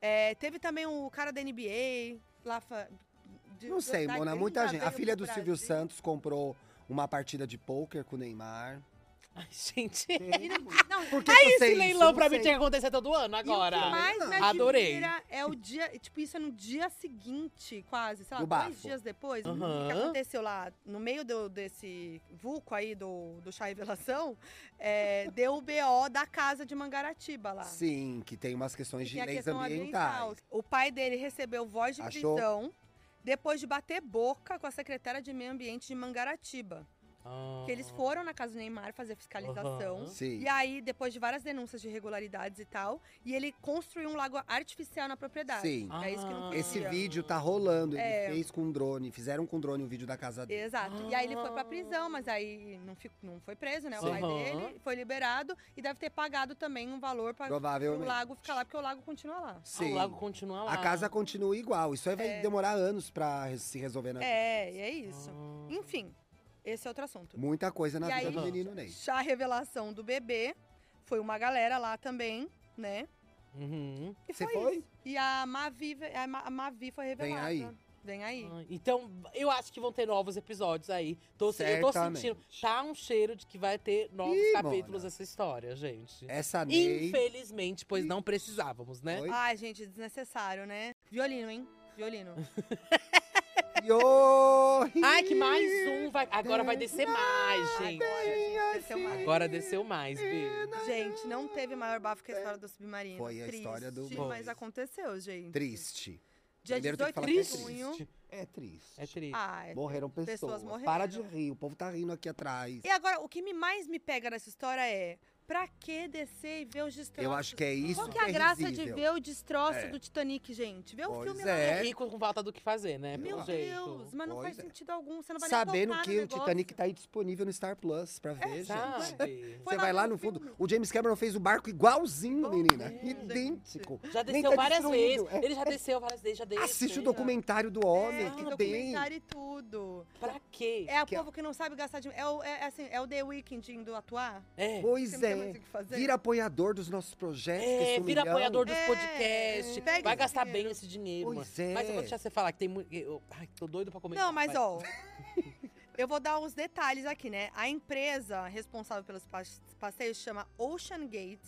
[SPEAKER 1] É, teve também o cara da NBA, lá... fa- de-
[SPEAKER 2] Não sei,
[SPEAKER 1] da
[SPEAKER 2] Mona,
[SPEAKER 1] gringa
[SPEAKER 2] muita gente. A
[SPEAKER 1] veio
[SPEAKER 2] filha do
[SPEAKER 1] pro
[SPEAKER 2] Silvio
[SPEAKER 1] Brasil. É,
[SPEAKER 2] Santos comprou uma partida de pôquer com o Neymar.
[SPEAKER 3] Ai, gente.
[SPEAKER 1] Não,
[SPEAKER 2] Por que
[SPEAKER 1] e
[SPEAKER 2] que eu sei
[SPEAKER 3] Esse
[SPEAKER 2] isso?
[SPEAKER 3] leilão
[SPEAKER 2] Não
[SPEAKER 3] pra mim
[SPEAKER 2] sei.
[SPEAKER 3] tinha que acontecer todo ano
[SPEAKER 1] o que
[SPEAKER 3] agora.
[SPEAKER 1] mais me
[SPEAKER 3] Adorei.
[SPEAKER 1] admira é o dia, tipo, isso é no dia seguinte, quase, sei lá,
[SPEAKER 2] Do
[SPEAKER 1] dois
[SPEAKER 2] bafo.
[SPEAKER 1] dias depois, o que
[SPEAKER 3] Aham.
[SPEAKER 1] aconteceu lá, no meio do- desse vulco aí, do, do chá revelação, é, deu o BO da casa de Mangaratiba lá.
[SPEAKER 2] Sim, que tem umas questões de
[SPEAKER 1] Tem a
[SPEAKER 2] leis
[SPEAKER 1] questão
[SPEAKER 2] ambientais.
[SPEAKER 1] ambiental. O pai dele recebeu voz de
[SPEAKER 2] Achou?
[SPEAKER 1] prisão depois de bater boca com a secretária de meio ambiente de Mangaratiba.
[SPEAKER 3] Ah.
[SPEAKER 1] Que eles foram na casa do Neymar fazer fiscalização.
[SPEAKER 3] Aham.
[SPEAKER 2] Sim.
[SPEAKER 1] E aí, depois de várias denúncias de irregularidades e tal, e ele construiu um lago artificial na propriedade.
[SPEAKER 2] Sim.
[SPEAKER 1] É isso que não
[SPEAKER 3] Ah.
[SPEAKER 1] podia.
[SPEAKER 2] Esse vídeo tá rolando. Ele
[SPEAKER 1] É.
[SPEAKER 2] fez com um drone. Fizeram com um drone o vídeo da casa dele.
[SPEAKER 1] Exato. E aí ele foi pra prisão, mas aí não, fico- não foi preso, né? O
[SPEAKER 3] Sim.
[SPEAKER 1] pai
[SPEAKER 3] Aham.
[SPEAKER 1] dele foi liberado e deve ter pagado também um valor pra o
[SPEAKER 2] Provavelmente.
[SPEAKER 1] lago ficar lá, porque o lago continua lá.
[SPEAKER 3] Ah,
[SPEAKER 2] Sim.
[SPEAKER 3] o lago continua lá.
[SPEAKER 2] A casa continua igual. Isso aí vai demorar anos pra re- se resolver né? na
[SPEAKER 1] É, e é isso.
[SPEAKER 3] Ah.
[SPEAKER 1] Enfim, esse é outro assunto.
[SPEAKER 2] Muita coisa na
[SPEAKER 1] E
[SPEAKER 2] vida
[SPEAKER 1] aí-
[SPEAKER 2] do menino Ney.
[SPEAKER 1] Já a revelação do bebê, foi uma galera lá também, né?
[SPEAKER 3] Uhum.
[SPEAKER 1] E
[SPEAKER 2] Você
[SPEAKER 1] foi,
[SPEAKER 2] foi?
[SPEAKER 1] isso. E a Mavi, ve- a Ma- a Mavi foi
[SPEAKER 2] Vem
[SPEAKER 1] revelada.
[SPEAKER 2] aí.
[SPEAKER 1] Vem aí.
[SPEAKER 3] Ai, Então, eu acho que vão ter novos episódios aí. Tô, se- eu tô
[SPEAKER 2] Certamente.
[SPEAKER 3] sentindo. Tá um cheiro de que vai ter novos
[SPEAKER 2] Ih,
[SPEAKER 3] capítulos
[SPEAKER 2] Mona.
[SPEAKER 3] dessa história, gente.
[SPEAKER 2] Essa Ney.
[SPEAKER 3] Infelizmente, pois não precisávamos, né?
[SPEAKER 2] Oi?
[SPEAKER 1] Ai, gente, desnecessário, né? Violino, hein?
[SPEAKER 2] *laughs*
[SPEAKER 1] Violino.
[SPEAKER 2] Yo!
[SPEAKER 3] Ai, que mais um. Vai, agora vai descer mais, gente.
[SPEAKER 1] Agora, gente, desceu é mais.
[SPEAKER 3] Agora desceu mais, Bi.
[SPEAKER 2] É,
[SPEAKER 1] Gente, não teve maior bafo que a história do submarino.
[SPEAKER 2] Foi a É. história do-
[SPEAKER 1] Triste,
[SPEAKER 3] Foi.
[SPEAKER 1] Mas aconteceu, gente.
[SPEAKER 2] Triste.
[SPEAKER 1] Dia
[SPEAKER 2] Primeiro tem que
[SPEAKER 1] 18
[SPEAKER 2] falar
[SPEAKER 1] de
[SPEAKER 2] que é triste.
[SPEAKER 1] junho.
[SPEAKER 2] É triste.
[SPEAKER 3] É triste.
[SPEAKER 1] Ah, é
[SPEAKER 2] Morreram pessoas.
[SPEAKER 1] Pessoas morreram.
[SPEAKER 2] Para de rir, o povo tá rindo aqui atrás.
[SPEAKER 1] E agora, o que me mais me pega nessa história é pra que descer e ver os destroços?
[SPEAKER 2] Eu acho que é isso
[SPEAKER 1] Qual que
[SPEAKER 2] que
[SPEAKER 1] é a
[SPEAKER 2] é
[SPEAKER 1] graça de
[SPEAKER 2] risível.
[SPEAKER 1] ver o destroço
[SPEAKER 2] É.
[SPEAKER 1] do Titanic, gente? Vê o
[SPEAKER 2] Pois
[SPEAKER 1] filme
[SPEAKER 2] é.
[SPEAKER 1] lá.
[SPEAKER 3] Rico com falta do que fazer, né?
[SPEAKER 1] Meu Deus,
[SPEAKER 3] pelo jeito.
[SPEAKER 1] mas não
[SPEAKER 2] Pois
[SPEAKER 1] faz
[SPEAKER 2] é.
[SPEAKER 1] sentido algum. Você não vai nem
[SPEAKER 2] Sabendo
[SPEAKER 1] voltar
[SPEAKER 2] que
[SPEAKER 1] no
[SPEAKER 2] o Titanic
[SPEAKER 1] negócio.
[SPEAKER 2] tá aí disponível no Star Plus pra ver, gente. *laughs*
[SPEAKER 3] Sabe?
[SPEAKER 1] Foi
[SPEAKER 2] Você
[SPEAKER 1] lá
[SPEAKER 2] vai lá
[SPEAKER 1] no
[SPEAKER 2] no fundo.
[SPEAKER 1] filme.
[SPEAKER 2] O James Cameron fez o barco igualzinho,
[SPEAKER 1] Oh,
[SPEAKER 2] menina.
[SPEAKER 1] meu Deus.
[SPEAKER 2] Idêntico.
[SPEAKER 3] Já
[SPEAKER 2] Nem
[SPEAKER 3] desceu
[SPEAKER 2] tá
[SPEAKER 3] várias
[SPEAKER 2] destruído,
[SPEAKER 3] vezes.
[SPEAKER 2] é.
[SPEAKER 3] Ele já desceu várias vezes, já desceu.
[SPEAKER 2] Assiste o documentário do homem,
[SPEAKER 1] É,
[SPEAKER 2] que tem.
[SPEAKER 1] documentário e tudo.
[SPEAKER 3] Pra quê?
[SPEAKER 1] É o
[SPEAKER 2] Que-
[SPEAKER 1] povo que não sabe gastar dinheiro. É, o- é, assim, é o The Weeknd indo atuar?
[SPEAKER 3] É.
[SPEAKER 1] Você
[SPEAKER 2] Pois
[SPEAKER 1] não tem mais
[SPEAKER 2] é.
[SPEAKER 1] o que fazer?
[SPEAKER 2] Vira apoiador dos nossos projetos. que
[SPEAKER 3] É,
[SPEAKER 2] esse um
[SPEAKER 3] vira
[SPEAKER 2] milhão-
[SPEAKER 3] apoiador dos
[SPEAKER 1] É,
[SPEAKER 3] podcasts.
[SPEAKER 1] pega
[SPEAKER 3] Vai
[SPEAKER 1] esse
[SPEAKER 3] gastar
[SPEAKER 1] dinheiro.
[SPEAKER 3] bem esse dinheiro, mano.
[SPEAKER 2] Pois é.
[SPEAKER 3] Mas eu vou deixar você falar que tem muito. eu- Ai, tô doido pra comentar.
[SPEAKER 1] Não, mas
[SPEAKER 3] vai.
[SPEAKER 1] ó, eu vou dar uns detalhes aqui, né? A empresa responsável pelos pas- passeios chama Ocean Gate.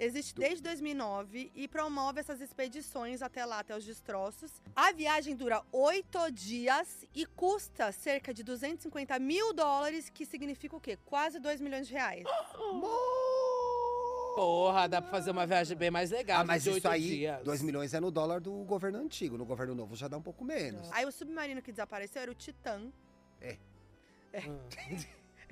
[SPEAKER 1] Existe desde 2009 e promove essas expedições até lá, até os destroços. A viagem dura oito dias e custa cerca de 250 mil dólares, que significa o quê? Quase 2 milhões de reais.
[SPEAKER 3] Porra, dá pra fazer uma viagem bem mais legal.
[SPEAKER 2] Ah, mas
[SPEAKER 3] de
[SPEAKER 2] isso
[SPEAKER 3] oito
[SPEAKER 2] aí,
[SPEAKER 3] dias.
[SPEAKER 2] 2 milhões é no dólar do governo antigo. No governo novo já dá um pouco menos.
[SPEAKER 1] Aí o submarino que desapareceu era o Titã,
[SPEAKER 3] Ah,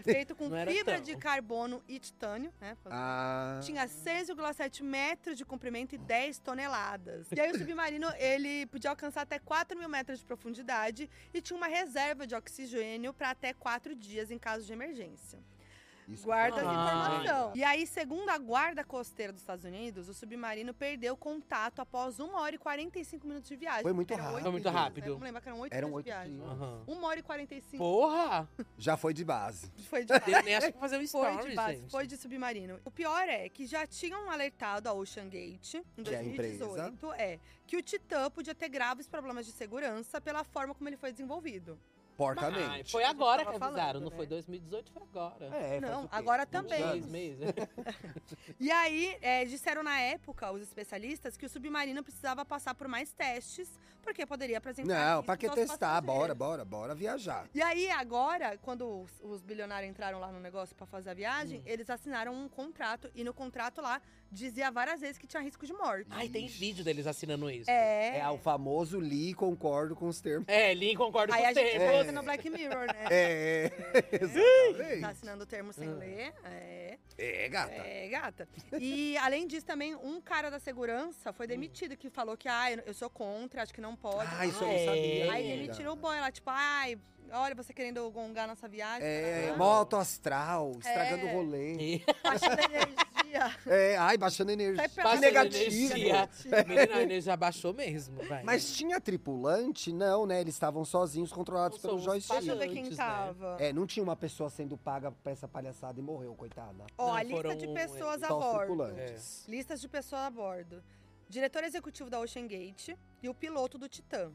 [SPEAKER 1] feito com
[SPEAKER 3] Não era
[SPEAKER 1] fibra
[SPEAKER 3] tão.
[SPEAKER 1] de carbono e titânio, né? Por causa
[SPEAKER 2] Ah,
[SPEAKER 1] Tinha 6,7 metros de comprimento e 10 toneladas. E aí o submarino, ele podia alcançar até 4 mil metros de profundidade e tinha uma reserva de oxigênio para até 4 dias em caso de emergência.
[SPEAKER 2] isso
[SPEAKER 1] Guarda
[SPEAKER 2] que
[SPEAKER 1] essa
[SPEAKER 2] tá
[SPEAKER 3] Ah.
[SPEAKER 2] aí.
[SPEAKER 1] informação. E aí, segundo a guarda costeira dos Estados Unidos, o submarino perdeu contato após 1 hora e 45 minutos de viagem.
[SPEAKER 2] Foi muito
[SPEAKER 1] Eram oito
[SPEAKER 2] rápido.
[SPEAKER 3] Foi muito
[SPEAKER 1] dias, né?
[SPEAKER 3] rápido.
[SPEAKER 1] Vamos lembrar que eram 8
[SPEAKER 2] Eram
[SPEAKER 1] dias de
[SPEAKER 2] oito
[SPEAKER 1] viagem.
[SPEAKER 2] dias.
[SPEAKER 3] Aham.
[SPEAKER 1] *laughs* 1 hora e 45
[SPEAKER 3] Porra!
[SPEAKER 2] Já foi de base.
[SPEAKER 1] foi
[SPEAKER 2] *laughs*
[SPEAKER 1] de viagem.
[SPEAKER 3] Eu nem acho que fazer um story,
[SPEAKER 1] *laughs* Foi de base,
[SPEAKER 3] gente.
[SPEAKER 1] foi de submarino. O pior é que já tinham alertado a Ocean Gate em
[SPEAKER 2] Que é a empresa.
[SPEAKER 1] 2018, é, que o Titã podia ter graves problemas de segurança pela forma como ele foi desenvolvido.
[SPEAKER 3] Ai,
[SPEAKER 2] Porcamente.
[SPEAKER 3] foi agora que
[SPEAKER 1] tava
[SPEAKER 3] avisaram,
[SPEAKER 1] falando,
[SPEAKER 3] não
[SPEAKER 1] né?
[SPEAKER 3] foi 2018, foi agora.
[SPEAKER 2] É, faz
[SPEAKER 1] Não,
[SPEAKER 2] o quê?
[SPEAKER 1] agora
[SPEAKER 2] Uns
[SPEAKER 1] também.
[SPEAKER 2] anos.
[SPEAKER 3] Dois meses.
[SPEAKER 1] E aí, é, disseram na época, os especialistas, que o submarino precisava passar por mais testes, porque poderia apresentar
[SPEAKER 2] Não,
[SPEAKER 1] riscos
[SPEAKER 2] pra que
[SPEAKER 1] aos
[SPEAKER 2] testar?
[SPEAKER 1] passageiros.
[SPEAKER 2] Bora, bora, bora viajar.
[SPEAKER 1] E aí, agora, quando os, os bilionários entraram lá no negócio pra fazer a
[SPEAKER 2] Hum.
[SPEAKER 1] viagem, eles assinaram um contrato, e no contrato lá dizia várias vezes que tinha risco de morte.
[SPEAKER 3] Ai, tem vídeo deles assinando isso.
[SPEAKER 1] É.
[SPEAKER 2] É, o famoso li concordo com os termos.
[SPEAKER 3] É, Lin, concordo
[SPEAKER 1] Aí
[SPEAKER 3] com
[SPEAKER 1] a
[SPEAKER 3] você.
[SPEAKER 1] gente volta no Black Mirror,
[SPEAKER 3] *laughs*
[SPEAKER 1] né?
[SPEAKER 2] *laughs* É,
[SPEAKER 1] Tá
[SPEAKER 2] exatamente.
[SPEAKER 1] assinando o termo sem
[SPEAKER 3] Ah. tá.
[SPEAKER 1] ler. É,
[SPEAKER 2] É, gata.
[SPEAKER 1] é, gata. E além disso, também um cara da segurança foi demitido que falou que, ah, eu eu sou contra, acho que não pode.
[SPEAKER 2] Ah, isso eu
[SPEAKER 3] É.
[SPEAKER 2] não sabia.
[SPEAKER 1] Aí
[SPEAKER 3] ele
[SPEAKER 2] amiga.
[SPEAKER 1] demitiram o boy lá, tipo, ai, olha você querendo gongar nossa viagem. "Ah,
[SPEAKER 2] É,
[SPEAKER 1] caralho.
[SPEAKER 2] moto astral, estragando
[SPEAKER 1] É.
[SPEAKER 2] o rolê.
[SPEAKER 3] E-
[SPEAKER 1] *laughs* Baixando a
[SPEAKER 3] *laughs*
[SPEAKER 1] energia.
[SPEAKER 2] É, ai, baixando energia.
[SPEAKER 1] Sai pra
[SPEAKER 3] Baixando
[SPEAKER 2] Que negativo.
[SPEAKER 3] energia. É. Menina, a energia baixou mesmo, vai.
[SPEAKER 2] Mas tinha tripulante? Não, né? Eles estavam sozinhos, controlados
[SPEAKER 3] Não
[SPEAKER 2] pelo
[SPEAKER 3] são os
[SPEAKER 1] Deixa eu
[SPEAKER 2] joystick.
[SPEAKER 1] ver quem
[SPEAKER 3] Antes, né?
[SPEAKER 1] tava.
[SPEAKER 2] É, não tinha uma pessoa sendo paga pra essa palhaçada e morreu, coitada.
[SPEAKER 1] Ó, a
[SPEAKER 3] Não,
[SPEAKER 1] lista
[SPEAKER 3] foram,
[SPEAKER 1] de
[SPEAKER 3] é,
[SPEAKER 1] pessoas a
[SPEAKER 2] Só os
[SPEAKER 1] bordo.
[SPEAKER 2] tripulantes.
[SPEAKER 1] Listas de pessoas a bordo. Diretor executivo da Ocean Gate e o piloto do Titã.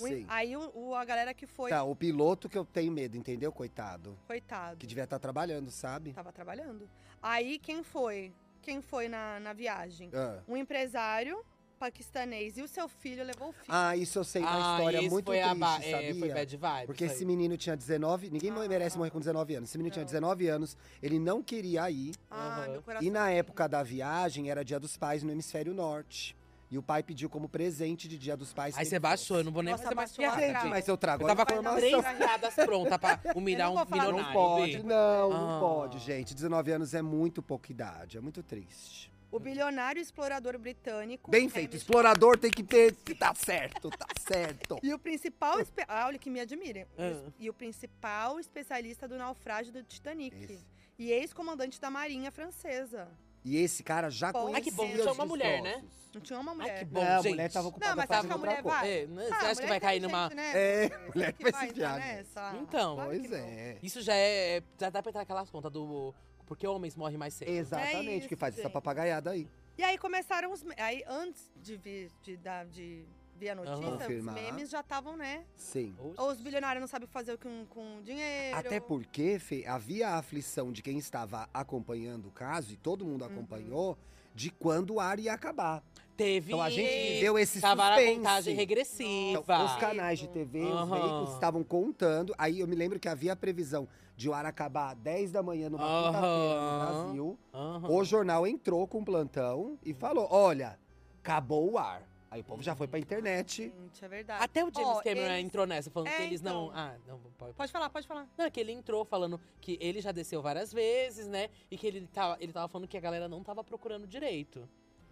[SPEAKER 1] O-
[SPEAKER 2] Sim.
[SPEAKER 1] Aí o- o- a galera que foi,
[SPEAKER 2] Tá, o piloto que eu tenho medo, entendeu, coitado?
[SPEAKER 1] coitado.
[SPEAKER 2] Que devia estar trabalhando, sabe?
[SPEAKER 1] Tava trabalhando. Aí quem foi? Quem foi na, na viagem?
[SPEAKER 2] Ah.
[SPEAKER 1] Um empresário paquistanês e o seu filho levou o filho.
[SPEAKER 2] Ah, isso eu sei, uma
[SPEAKER 3] Ah,
[SPEAKER 2] história
[SPEAKER 3] isso
[SPEAKER 2] muito
[SPEAKER 3] foi a
[SPEAKER 2] triste,
[SPEAKER 3] ba- é,
[SPEAKER 2] sabia?
[SPEAKER 3] foi bad vibe.
[SPEAKER 2] Porque
[SPEAKER 3] isso
[SPEAKER 2] esse
[SPEAKER 3] aí.
[SPEAKER 2] menino tinha 19, ninguém
[SPEAKER 1] Ah.
[SPEAKER 2] merece morrer com 19 anos. Esse menino tinha
[SPEAKER 1] Não.
[SPEAKER 2] 19 anos, ele não queria ir.
[SPEAKER 1] Ah,
[SPEAKER 3] aham.
[SPEAKER 1] meu coração.
[SPEAKER 2] E na época da viagem era Dia dos Pais no hemisfério norte. E o pai pediu como presente de Dia dos Pais.
[SPEAKER 3] Aí
[SPEAKER 2] que
[SPEAKER 3] você
[SPEAKER 2] ele
[SPEAKER 3] baixou, eu não vou nem
[SPEAKER 1] Nossa,
[SPEAKER 3] fazer mais
[SPEAKER 1] baixou a
[SPEAKER 3] piada.
[SPEAKER 2] fosse. Gente,
[SPEAKER 1] trava.
[SPEAKER 3] gente.
[SPEAKER 2] mas eu trago
[SPEAKER 3] Eu
[SPEAKER 2] a
[SPEAKER 3] tava com
[SPEAKER 1] Vai dar
[SPEAKER 3] três
[SPEAKER 1] pra ele.
[SPEAKER 3] piadas prontas pra humilhar
[SPEAKER 1] Eu não
[SPEAKER 3] um
[SPEAKER 1] vou falar, não
[SPEAKER 3] milionário.
[SPEAKER 2] Não pode,
[SPEAKER 3] Bi.
[SPEAKER 2] não,
[SPEAKER 3] Ah.
[SPEAKER 2] não pode, gente. 19 anos é muito pouca idade, é muito triste.
[SPEAKER 1] O bilionário explorador britânico.
[SPEAKER 2] Bem
[SPEAKER 1] Hamilton-
[SPEAKER 2] feito, explorador tem que ter. Tá certo, tá
[SPEAKER 3] *laughs*
[SPEAKER 2] certo.
[SPEAKER 1] E o principal. espe- Ah, olha que me admire. O es-
[SPEAKER 3] Ah.
[SPEAKER 1] E o principal especialista do naufrágio do Titanic.
[SPEAKER 2] Esse.
[SPEAKER 1] E ex-comandante da Marinha Francesa.
[SPEAKER 2] E esse cara já
[SPEAKER 1] Bom.
[SPEAKER 2] conhecia
[SPEAKER 1] Ai, que bom,
[SPEAKER 2] os
[SPEAKER 1] tinha
[SPEAKER 3] uma mulher, né?
[SPEAKER 2] destroços.
[SPEAKER 1] Não tinha uma
[SPEAKER 3] Ai,
[SPEAKER 1] mulher.
[SPEAKER 3] que bom,
[SPEAKER 2] Não, a
[SPEAKER 3] gente.
[SPEAKER 2] mulher tava ocupada
[SPEAKER 1] Não, mas sabe
[SPEAKER 2] fazendo
[SPEAKER 1] que a mulher
[SPEAKER 2] outra coisa.
[SPEAKER 1] vai?
[SPEAKER 3] É, né,
[SPEAKER 1] Ah,
[SPEAKER 3] você acha que
[SPEAKER 1] mulher
[SPEAKER 3] vai cair
[SPEAKER 1] inteligente,
[SPEAKER 3] numa...
[SPEAKER 1] Né?
[SPEAKER 2] É,
[SPEAKER 1] Por que
[SPEAKER 2] mulher
[SPEAKER 1] que
[SPEAKER 2] vai
[SPEAKER 1] vai
[SPEAKER 2] se
[SPEAKER 1] entrar
[SPEAKER 2] enfiar
[SPEAKER 1] nessa? Ah,
[SPEAKER 3] Então.
[SPEAKER 1] claro que
[SPEAKER 2] Pois
[SPEAKER 1] não.
[SPEAKER 2] é.
[SPEAKER 3] Isso já é... Já dá pra entrar aquelas contas do... Porque homens morrem mais cedo.
[SPEAKER 2] Exatamente,
[SPEAKER 1] É isso,
[SPEAKER 2] que faz essa
[SPEAKER 1] gente.
[SPEAKER 2] papagaiada aí.
[SPEAKER 1] E aí começaram os. me- Aí antes de vir, de dar, de vir a notícia,
[SPEAKER 3] Aham.
[SPEAKER 1] os
[SPEAKER 2] Confirmar.
[SPEAKER 1] memes já estavam, né?
[SPEAKER 2] Sim.
[SPEAKER 1] Ou os bilionários não sabem fazer com, com dinheiro.
[SPEAKER 2] Até porque, Fê, havia a aflição de quem estava acompanhando o caso, e todo
[SPEAKER 3] Uhum.
[SPEAKER 2] mundo acompanhou, de quando o ar ia acabar.
[SPEAKER 3] Teve
[SPEAKER 2] Então a gente
[SPEAKER 3] isso.
[SPEAKER 2] viveu esse
[SPEAKER 3] Tava na
[SPEAKER 2] suspense.
[SPEAKER 3] contagem regressiva.
[SPEAKER 2] Então, os canais de
[SPEAKER 1] Isso.
[SPEAKER 2] TV, os
[SPEAKER 3] Aham.
[SPEAKER 2] veículos estavam contando. Aí eu me lembro que havia a previsão de o ar acabar às 10 da manhã numa quinta-feira
[SPEAKER 3] Aham.
[SPEAKER 2] no Brasil.
[SPEAKER 3] Aham.
[SPEAKER 2] O jornal entrou com um plantão e falou: olha, acabou o ar. Aí o povo já foi pra internet.
[SPEAKER 1] Gente, é verdade.
[SPEAKER 3] Até o James
[SPEAKER 1] Ó,
[SPEAKER 3] Cameron
[SPEAKER 1] eles-
[SPEAKER 3] entrou nessa, falando
[SPEAKER 1] É,
[SPEAKER 3] que eles não.
[SPEAKER 1] então.
[SPEAKER 3] Ah, não, pode.
[SPEAKER 1] Pode falar, pode falar.
[SPEAKER 3] Não, é que ele entrou falando que ele já desceu várias vezes, né? E que ele tava, ele tava falando que a galera não tava procurando direito.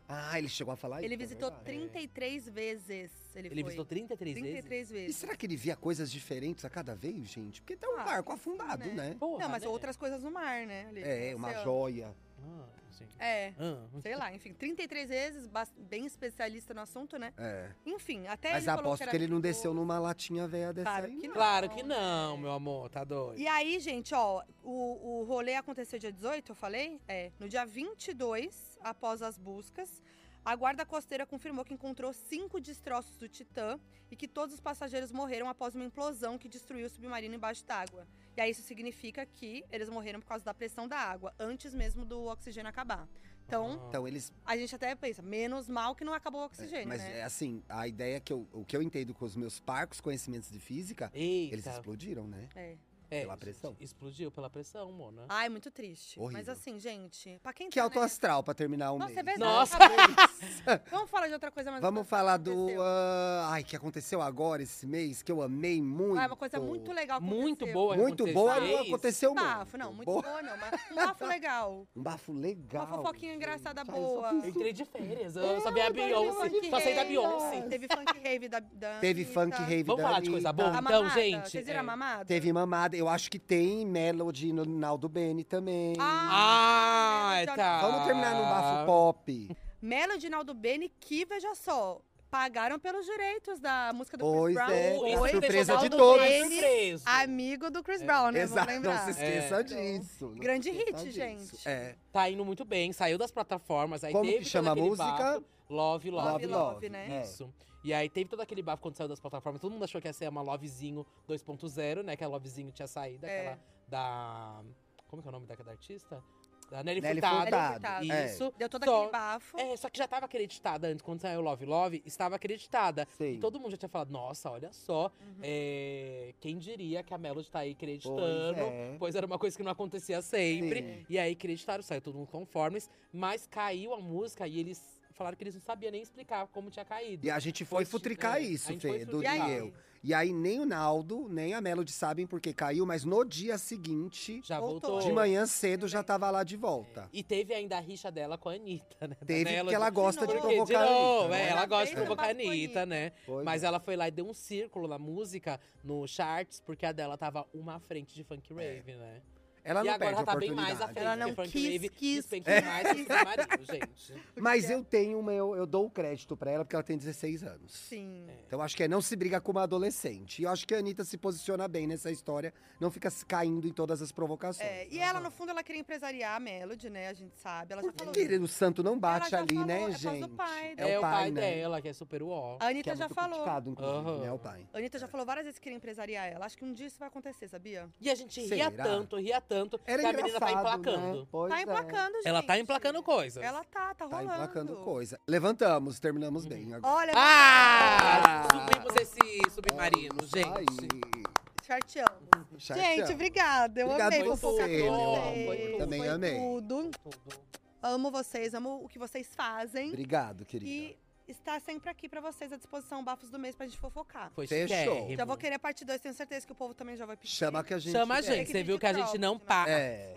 [SPEAKER 2] Ah, ele chegou a falar isso.
[SPEAKER 1] ele
[SPEAKER 2] é
[SPEAKER 1] visitou
[SPEAKER 2] verdade.
[SPEAKER 1] 33 vezes. Ele,
[SPEAKER 3] Ele,
[SPEAKER 1] foi.
[SPEAKER 3] visitou 33, vezes.
[SPEAKER 1] 33
[SPEAKER 2] E
[SPEAKER 1] vezes.
[SPEAKER 2] será que ele via coisas diferentes a cada vez, gente? Porque tem um
[SPEAKER 1] Ah,
[SPEAKER 2] barco afundado,
[SPEAKER 1] né?
[SPEAKER 2] né?
[SPEAKER 3] Porra,
[SPEAKER 1] Não, mas
[SPEAKER 3] né?
[SPEAKER 1] outras coisas no mar, né? Ali,
[SPEAKER 2] É,
[SPEAKER 1] no
[SPEAKER 2] uma
[SPEAKER 1] oceano.
[SPEAKER 2] joia.
[SPEAKER 3] Ah, sim.
[SPEAKER 1] É.
[SPEAKER 3] Ah,
[SPEAKER 1] Sei lá, enfim, 33 vezes, bas- bem especialista no assunto, né?
[SPEAKER 2] É.
[SPEAKER 1] Enfim, até
[SPEAKER 2] Mas
[SPEAKER 1] ele falou
[SPEAKER 2] aposto
[SPEAKER 1] era
[SPEAKER 2] que ele não
[SPEAKER 1] muito
[SPEAKER 2] desceu numa latinha velha dessa
[SPEAKER 1] Claro
[SPEAKER 2] aí,
[SPEAKER 1] que
[SPEAKER 2] não.
[SPEAKER 3] Claro que
[SPEAKER 1] é.
[SPEAKER 3] não, meu amor, tá doido.
[SPEAKER 1] E aí, gente, ó, o, o rolê aconteceu dia 18, eu falei? É. No dia 22, após as buscas, a guarda costeira confirmou que encontrou cinco destroços do Titã e que todos os passageiros morreram após uma implosão que destruiu o submarino embaixo d'água. E aí, isso significa que eles morreram por causa da pressão da água, antes mesmo do oxigênio acabar. Então,
[SPEAKER 3] Ah.
[SPEAKER 2] Então eles.
[SPEAKER 1] a gente até pensa, menos mal que não acabou o oxigênio,
[SPEAKER 2] mas
[SPEAKER 1] né?
[SPEAKER 2] é assim, a ideia que eu, o que eu entendo com os meus parcos conhecimentos de física,
[SPEAKER 3] Eita.
[SPEAKER 2] eles explodiram, né?
[SPEAKER 1] É.
[SPEAKER 3] É,
[SPEAKER 2] pela pressão.
[SPEAKER 3] Explodiu pela pressão, né? mona.
[SPEAKER 1] Ai, muito triste. Mas
[SPEAKER 2] Horrível.
[SPEAKER 1] assim, gente, pra quem
[SPEAKER 2] Que é
[SPEAKER 1] tá, né?
[SPEAKER 2] autoastral pra terminar o
[SPEAKER 1] Nossa,
[SPEAKER 2] mês.
[SPEAKER 1] é verdade.
[SPEAKER 3] Nossa.
[SPEAKER 2] *laughs*
[SPEAKER 1] acabou. Vamos falar de *laughs* outra coisa mais
[SPEAKER 2] Vamos falar do.
[SPEAKER 1] aconteceu.
[SPEAKER 2] ah, ai, que aconteceu agora esse mês, que eu amei muito.
[SPEAKER 1] Ah, é uma coisa muito legal que
[SPEAKER 3] Muito
[SPEAKER 1] aconteceu.
[SPEAKER 3] boa.
[SPEAKER 2] Muito
[SPEAKER 3] aconteceu
[SPEAKER 2] boa,
[SPEAKER 3] isso.
[SPEAKER 2] não aconteceu
[SPEAKER 1] Bafo,
[SPEAKER 2] muito.
[SPEAKER 1] não, muito
[SPEAKER 2] Boa-
[SPEAKER 1] boa não, mas um bafo
[SPEAKER 2] *laughs*
[SPEAKER 1] legal.
[SPEAKER 2] Um bafo legal.
[SPEAKER 1] Uma fofoquinha
[SPEAKER 2] gente.
[SPEAKER 1] engraçada
[SPEAKER 2] Ai, só
[SPEAKER 1] boa.
[SPEAKER 2] fiz
[SPEAKER 3] Eu entrei de férias, eu só vi a
[SPEAKER 1] Funk
[SPEAKER 3] Beyoncé, só sei da
[SPEAKER 1] rave,
[SPEAKER 3] Beyoncé.
[SPEAKER 1] Teve funk rave da, da
[SPEAKER 2] Teve
[SPEAKER 1] Anitta.
[SPEAKER 2] funk rave
[SPEAKER 3] Vamos
[SPEAKER 2] da
[SPEAKER 3] falar de coisa
[SPEAKER 2] Anitta.
[SPEAKER 3] boa?
[SPEAKER 1] A
[SPEAKER 3] Então,
[SPEAKER 1] mamada,
[SPEAKER 3] gente,
[SPEAKER 1] Vocês viram a
[SPEAKER 3] é.
[SPEAKER 1] mamada?
[SPEAKER 2] Teve mamada. Eu acho que tem Melody no Naldo Bene também.
[SPEAKER 3] Ah,
[SPEAKER 1] Melody,
[SPEAKER 3] tá.
[SPEAKER 2] Vamos terminar no
[SPEAKER 3] Ah.
[SPEAKER 2] bafo né? pop.
[SPEAKER 1] Melody Naldo Bene, que veja só, pagaram pelos direitos da música do Chris
[SPEAKER 2] Pois
[SPEAKER 1] Brown.
[SPEAKER 2] é,
[SPEAKER 3] Isso
[SPEAKER 1] Oi,
[SPEAKER 3] deixou
[SPEAKER 2] surpresa de
[SPEAKER 3] todo
[SPEAKER 2] todos.
[SPEAKER 3] mundo
[SPEAKER 1] Ele-
[SPEAKER 3] surpreso.
[SPEAKER 1] Amigo do Chris Brown, né?
[SPEAKER 2] Exato,
[SPEAKER 1] Vamos
[SPEAKER 2] não se
[SPEAKER 1] lembrar.
[SPEAKER 2] esqueça
[SPEAKER 1] É.
[SPEAKER 2] disso. não se
[SPEAKER 1] Grande
[SPEAKER 2] esqueça
[SPEAKER 1] hit,
[SPEAKER 2] disso.
[SPEAKER 1] gente.
[SPEAKER 2] É.
[SPEAKER 3] Tá indo muito bem, saiu das plataformas. Aí
[SPEAKER 2] Como
[SPEAKER 3] Tá, teve
[SPEAKER 2] que chama a
[SPEAKER 3] todo aquele
[SPEAKER 2] música?
[SPEAKER 3] bafo. Love,
[SPEAKER 1] Love,
[SPEAKER 3] love,
[SPEAKER 1] Love, né?
[SPEAKER 2] é.
[SPEAKER 3] Isso. E aí teve todo aquele bafo quando saiu das plataformas. Todo mundo achou que ia ser uma Lovezinho 2.0, né? Que a Lovezinho tinha saído,
[SPEAKER 1] É.
[SPEAKER 3] aquela da. Como que é o nome daquela da artista? Da Nelly,
[SPEAKER 2] Nelly
[SPEAKER 3] Furtado.
[SPEAKER 1] Furtado.
[SPEAKER 2] Furtado.
[SPEAKER 1] Nelly
[SPEAKER 2] É.
[SPEAKER 3] Isso.
[SPEAKER 1] Deu todo
[SPEAKER 3] Só-
[SPEAKER 1] aquele bafo.
[SPEAKER 3] É, só que já tava acreditada antes, quando saiu Love Love, estava acreditada.
[SPEAKER 2] Sim.
[SPEAKER 3] E todo mundo já tinha falado, nossa, olha só,
[SPEAKER 1] Uhum.
[SPEAKER 3] é, quem diria que a Melody tá aí acreditando.
[SPEAKER 2] Pois
[SPEAKER 3] Pois,
[SPEAKER 2] é.
[SPEAKER 3] era uma coisa que não acontecia sempre.
[SPEAKER 2] Sim.
[SPEAKER 3] E aí acreditaram, saiu todo mundo conformes, mas caiu a música e eles falaram que eles não sabiam nem explicar como tinha caído.
[SPEAKER 2] E a gente foi futricar
[SPEAKER 3] é, a
[SPEAKER 2] isso,
[SPEAKER 3] gente
[SPEAKER 2] Fê,
[SPEAKER 3] foi
[SPEAKER 2] Dudu
[SPEAKER 1] e
[SPEAKER 3] futricar.
[SPEAKER 2] e
[SPEAKER 1] aí?
[SPEAKER 2] eu. E aí nem o Naldo, nem a Melody sabem porque caiu, mas no dia seguinte,
[SPEAKER 3] Já
[SPEAKER 1] voltou.
[SPEAKER 3] voltou.
[SPEAKER 2] de manhã cedo, já tava lá de volta.
[SPEAKER 3] E teve ainda a rixa dela com a Anitta, né? Da
[SPEAKER 2] Teve
[SPEAKER 3] Melody.
[SPEAKER 2] porque ela gosta tá de
[SPEAKER 1] novo.
[SPEAKER 3] Porque, de
[SPEAKER 2] provocar.
[SPEAKER 3] novo,
[SPEAKER 2] a Anitta,
[SPEAKER 3] é,
[SPEAKER 2] né?
[SPEAKER 3] ela gosta de
[SPEAKER 1] fez um
[SPEAKER 3] provocar a
[SPEAKER 1] bafo com a
[SPEAKER 3] Anitta, né?
[SPEAKER 2] Pois
[SPEAKER 3] Mas
[SPEAKER 2] é.
[SPEAKER 3] ela foi lá e deu um círculo na música, no charts, porque a dela tava uma à frente de funk rave, né?
[SPEAKER 2] É. ela
[SPEAKER 3] e
[SPEAKER 2] não
[SPEAKER 3] agora
[SPEAKER 2] perde
[SPEAKER 3] ela
[SPEAKER 2] a
[SPEAKER 3] tá bem mais à
[SPEAKER 2] oportunidade.
[SPEAKER 3] frente.
[SPEAKER 1] Ela não
[SPEAKER 3] porque funk
[SPEAKER 1] quis,
[SPEAKER 3] rave
[SPEAKER 1] quis,
[SPEAKER 3] despenca mais que
[SPEAKER 2] *laughs*
[SPEAKER 3] seu marido, gente.
[SPEAKER 2] Mas eu tenho uma, eu, eu dou o crédito pra ela porque ela tem 16 anos.
[SPEAKER 1] Sim.
[SPEAKER 2] Então acho que é não se briga com uma adolescente. E eu acho que a Anitta se posiciona bem nessa história, não fica se caindo em todas as provocações.
[SPEAKER 1] É, e ela, no fundo, ela queria empresariar a Melody, né? A gente sabe. Ela já
[SPEAKER 2] Por que
[SPEAKER 1] falou.
[SPEAKER 2] que o santo não bate
[SPEAKER 1] já
[SPEAKER 2] ali,
[SPEAKER 1] falou, é
[SPEAKER 2] né,
[SPEAKER 1] por causa do
[SPEAKER 2] gente?
[SPEAKER 1] pai
[SPEAKER 3] É, o pai
[SPEAKER 2] né?
[SPEAKER 3] dela, que é super uó.
[SPEAKER 1] A
[SPEAKER 2] Que é
[SPEAKER 1] Anitta já
[SPEAKER 2] muito
[SPEAKER 1] falou.
[SPEAKER 2] criticado, inclusive,
[SPEAKER 3] Aham.
[SPEAKER 2] né, o pai.
[SPEAKER 1] A Anitta já falou várias vezes que queria empresariar ela. Acho que um dia isso vai acontecer, sabia?
[SPEAKER 3] E a gente
[SPEAKER 2] Será?
[SPEAKER 3] ria tanto, ria tanto,
[SPEAKER 2] Era
[SPEAKER 3] que a menina tá
[SPEAKER 2] engraçado,
[SPEAKER 3] emplacando.
[SPEAKER 2] Né? Pois
[SPEAKER 1] tá
[SPEAKER 2] é.
[SPEAKER 1] emplacando, gente.
[SPEAKER 3] Ela tá emplacando coisas.
[SPEAKER 1] Ela tá, tá
[SPEAKER 2] Tá
[SPEAKER 1] rolando.
[SPEAKER 2] emplacando coisa. Levantamos, terminamos bem agora.
[SPEAKER 1] Olha,
[SPEAKER 3] Ah! Subimos esse submarino, gente.
[SPEAKER 2] Aí,
[SPEAKER 1] charteamos. Gente, obrigada. Eu
[SPEAKER 2] Obrigado
[SPEAKER 1] amei
[SPEAKER 3] por
[SPEAKER 1] fofocar
[SPEAKER 3] você,
[SPEAKER 1] com
[SPEAKER 3] meu
[SPEAKER 1] vocês.
[SPEAKER 3] amor. Eu
[SPEAKER 2] também
[SPEAKER 1] Foi
[SPEAKER 2] amei.
[SPEAKER 1] tudo.
[SPEAKER 3] Tudo.
[SPEAKER 1] Amo vocês, amo o que vocês fazem.
[SPEAKER 2] Obrigado, querida.
[SPEAKER 1] E está sempre aqui pra vocês à disposição, Bafos do Mês, pra gente fofocar.
[SPEAKER 3] Foi
[SPEAKER 2] Fechou.
[SPEAKER 3] chiquérrimo.
[SPEAKER 1] Já vou querer a parte 2, tenho certeza que o povo também já vai pedir.
[SPEAKER 2] Chama que a gente.
[SPEAKER 3] Chama a
[SPEAKER 1] Tem
[SPEAKER 3] gente,
[SPEAKER 1] que
[SPEAKER 3] você viu
[SPEAKER 1] pedir
[SPEAKER 3] que a gente
[SPEAKER 1] próximo,
[SPEAKER 3] não
[SPEAKER 1] né?
[SPEAKER 3] para.
[SPEAKER 2] É.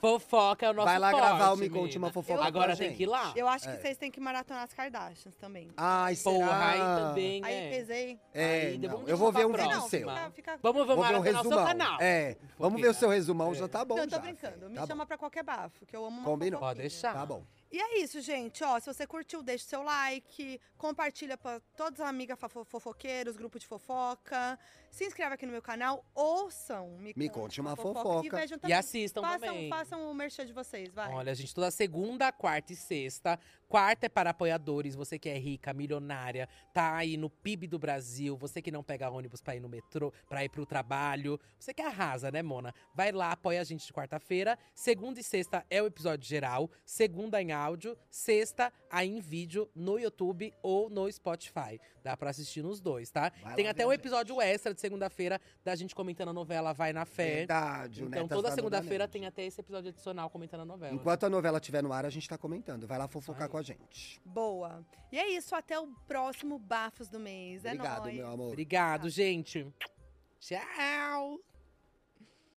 [SPEAKER 3] Fofoca é o nosso
[SPEAKER 2] Vai lá
[SPEAKER 3] forte,
[SPEAKER 2] gravar o Me Conte
[SPEAKER 3] menina.
[SPEAKER 2] Uma Fofoca
[SPEAKER 3] Agora
[SPEAKER 2] pra
[SPEAKER 3] tem
[SPEAKER 2] gente.
[SPEAKER 3] que ir lá.
[SPEAKER 1] Eu acho que
[SPEAKER 2] É.
[SPEAKER 1] vocês têm que maratonar as Kardashians também.
[SPEAKER 2] Ai, será?
[SPEAKER 3] Porra, aí também,
[SPEAKER 1] Aí
[SPEAKER 3] né?
[SPEAKER 1] pesei.
[SPEAKER 2] É,
[SPEAKER 3] Aí,
[SPEAKER 2] não,
[SPEAKER 3] vamos
[SPEAKER 2] eu vou
[SPEAKER 3] deixar
[SPEAKER 2] ver um
[SPEAKER 3] pra
[SPEAKER 2] vídeo
[SPEAKER 1] não,
[SPEAKER 3] próxima.
[SPEAKER 2] seu.
[SPEAKER 1] fica, fica...
[SPEAKER 2] Vou
[SPEAKER 3] Vamos, vamos
[SPEAKER 2] ver o
[SPEAKER 3] maratonar o seu
[SPEAKER 2] resumão.
[SPEAKER 3] canal. Um né?
[SPEAKER 2] É, vamos ver o seu resumão,
[SPEAKER 3] É.
[SPEAKER 2] já tá bom.
[SPEAKER 1] Não, eu tô
[SPEAKER 2] já.
[SPEAKER 1] brincando. Me
[SPEAKER 2] Tá bom.
[SPEAKER 1] chama pra qualquer bafo, que eu amo uma
[SPEAKER 2] Combinou.
[SPEAKER 1] fofoquinha.
[SPEAKER 3] Pode deixar.
[SPEAKER 2] Tá bom.
[SPEAKER 1] E é isso, gente. Ó, se você curtiu, deixa o seu like, compartilha pra todas as amigas fafo- fofoqueiros, grupo de fofoca. Se inscreve aqui no meu canal, ouçam.
[SPEAKER 2] Me Conte Uma
[SPEAKER 1] E
[SPEAKER 2] Fofoca.
[SPEAKER 1] vejam
[SPEAKER 3] E
[SPEAKER 1] também.
[SPEAKER 3] assistam
[SPEAKER 1] façam,
[SPEAKER 3] também.
[SPEAKER 1] façam o merchan de vocês, vai.
[SPEAKER 3] Olha, gente, toda segunda, quarta e sexta. Quarta é para apoiadores, você que é rica, milionária, tá aí no PIB do Brasil, você que não pega ônibus pra ir no metrô, pra ir pro trabalho, você que arrasa, né, Mona? Vai lá, apoia a gente de quarta-feira. Segunda e sexta é o episódio geral, segunda em áudio, sexta aí em vídeo no YouTube ou no Spotify. Dá pra assistir nos dois, tá?
[SPEAKER 2] Vai lá é.
[SPEAKER 3] Tem
[SPEAKER 2] ver
[SPEAKER 3] até
[SPEAKER 2] a
[SPEAKER 3] um
[SPEAKER 2] gente.
[SPEAKER 3] episódio extra de segunda-feira da gente comentando a novela Vai na Fé.
[SPEAKER 2] Verdade, o
[SPEAKER 3] Então,
[SPEAKER 2] Netas
[SPEAKER 3] toda
[SPEAKER 2] tá no
[SPEAKER 3] segunda-feira
[SPEAKER 2] Danone.
[SPEAKER 3] tem até esse episódio adicional comentando a novela.
[SPEAKER 2] Enquanto a novela estiver no ar, a gente tá comentando. Vai lá fofocar
[SPEAKER 3] Aí.
[SPEAKER 2] com a com a gente.
[SPEAKER 1] Boa. E é isso, até o próximo Bafos do Mês. É
[SPEAKER 2] Obrigado,
[SPEAKER 1] nóis.
[SPEAKER 2] meu amor.
[SPEAKER 3] Obrigado, gente. Tchau!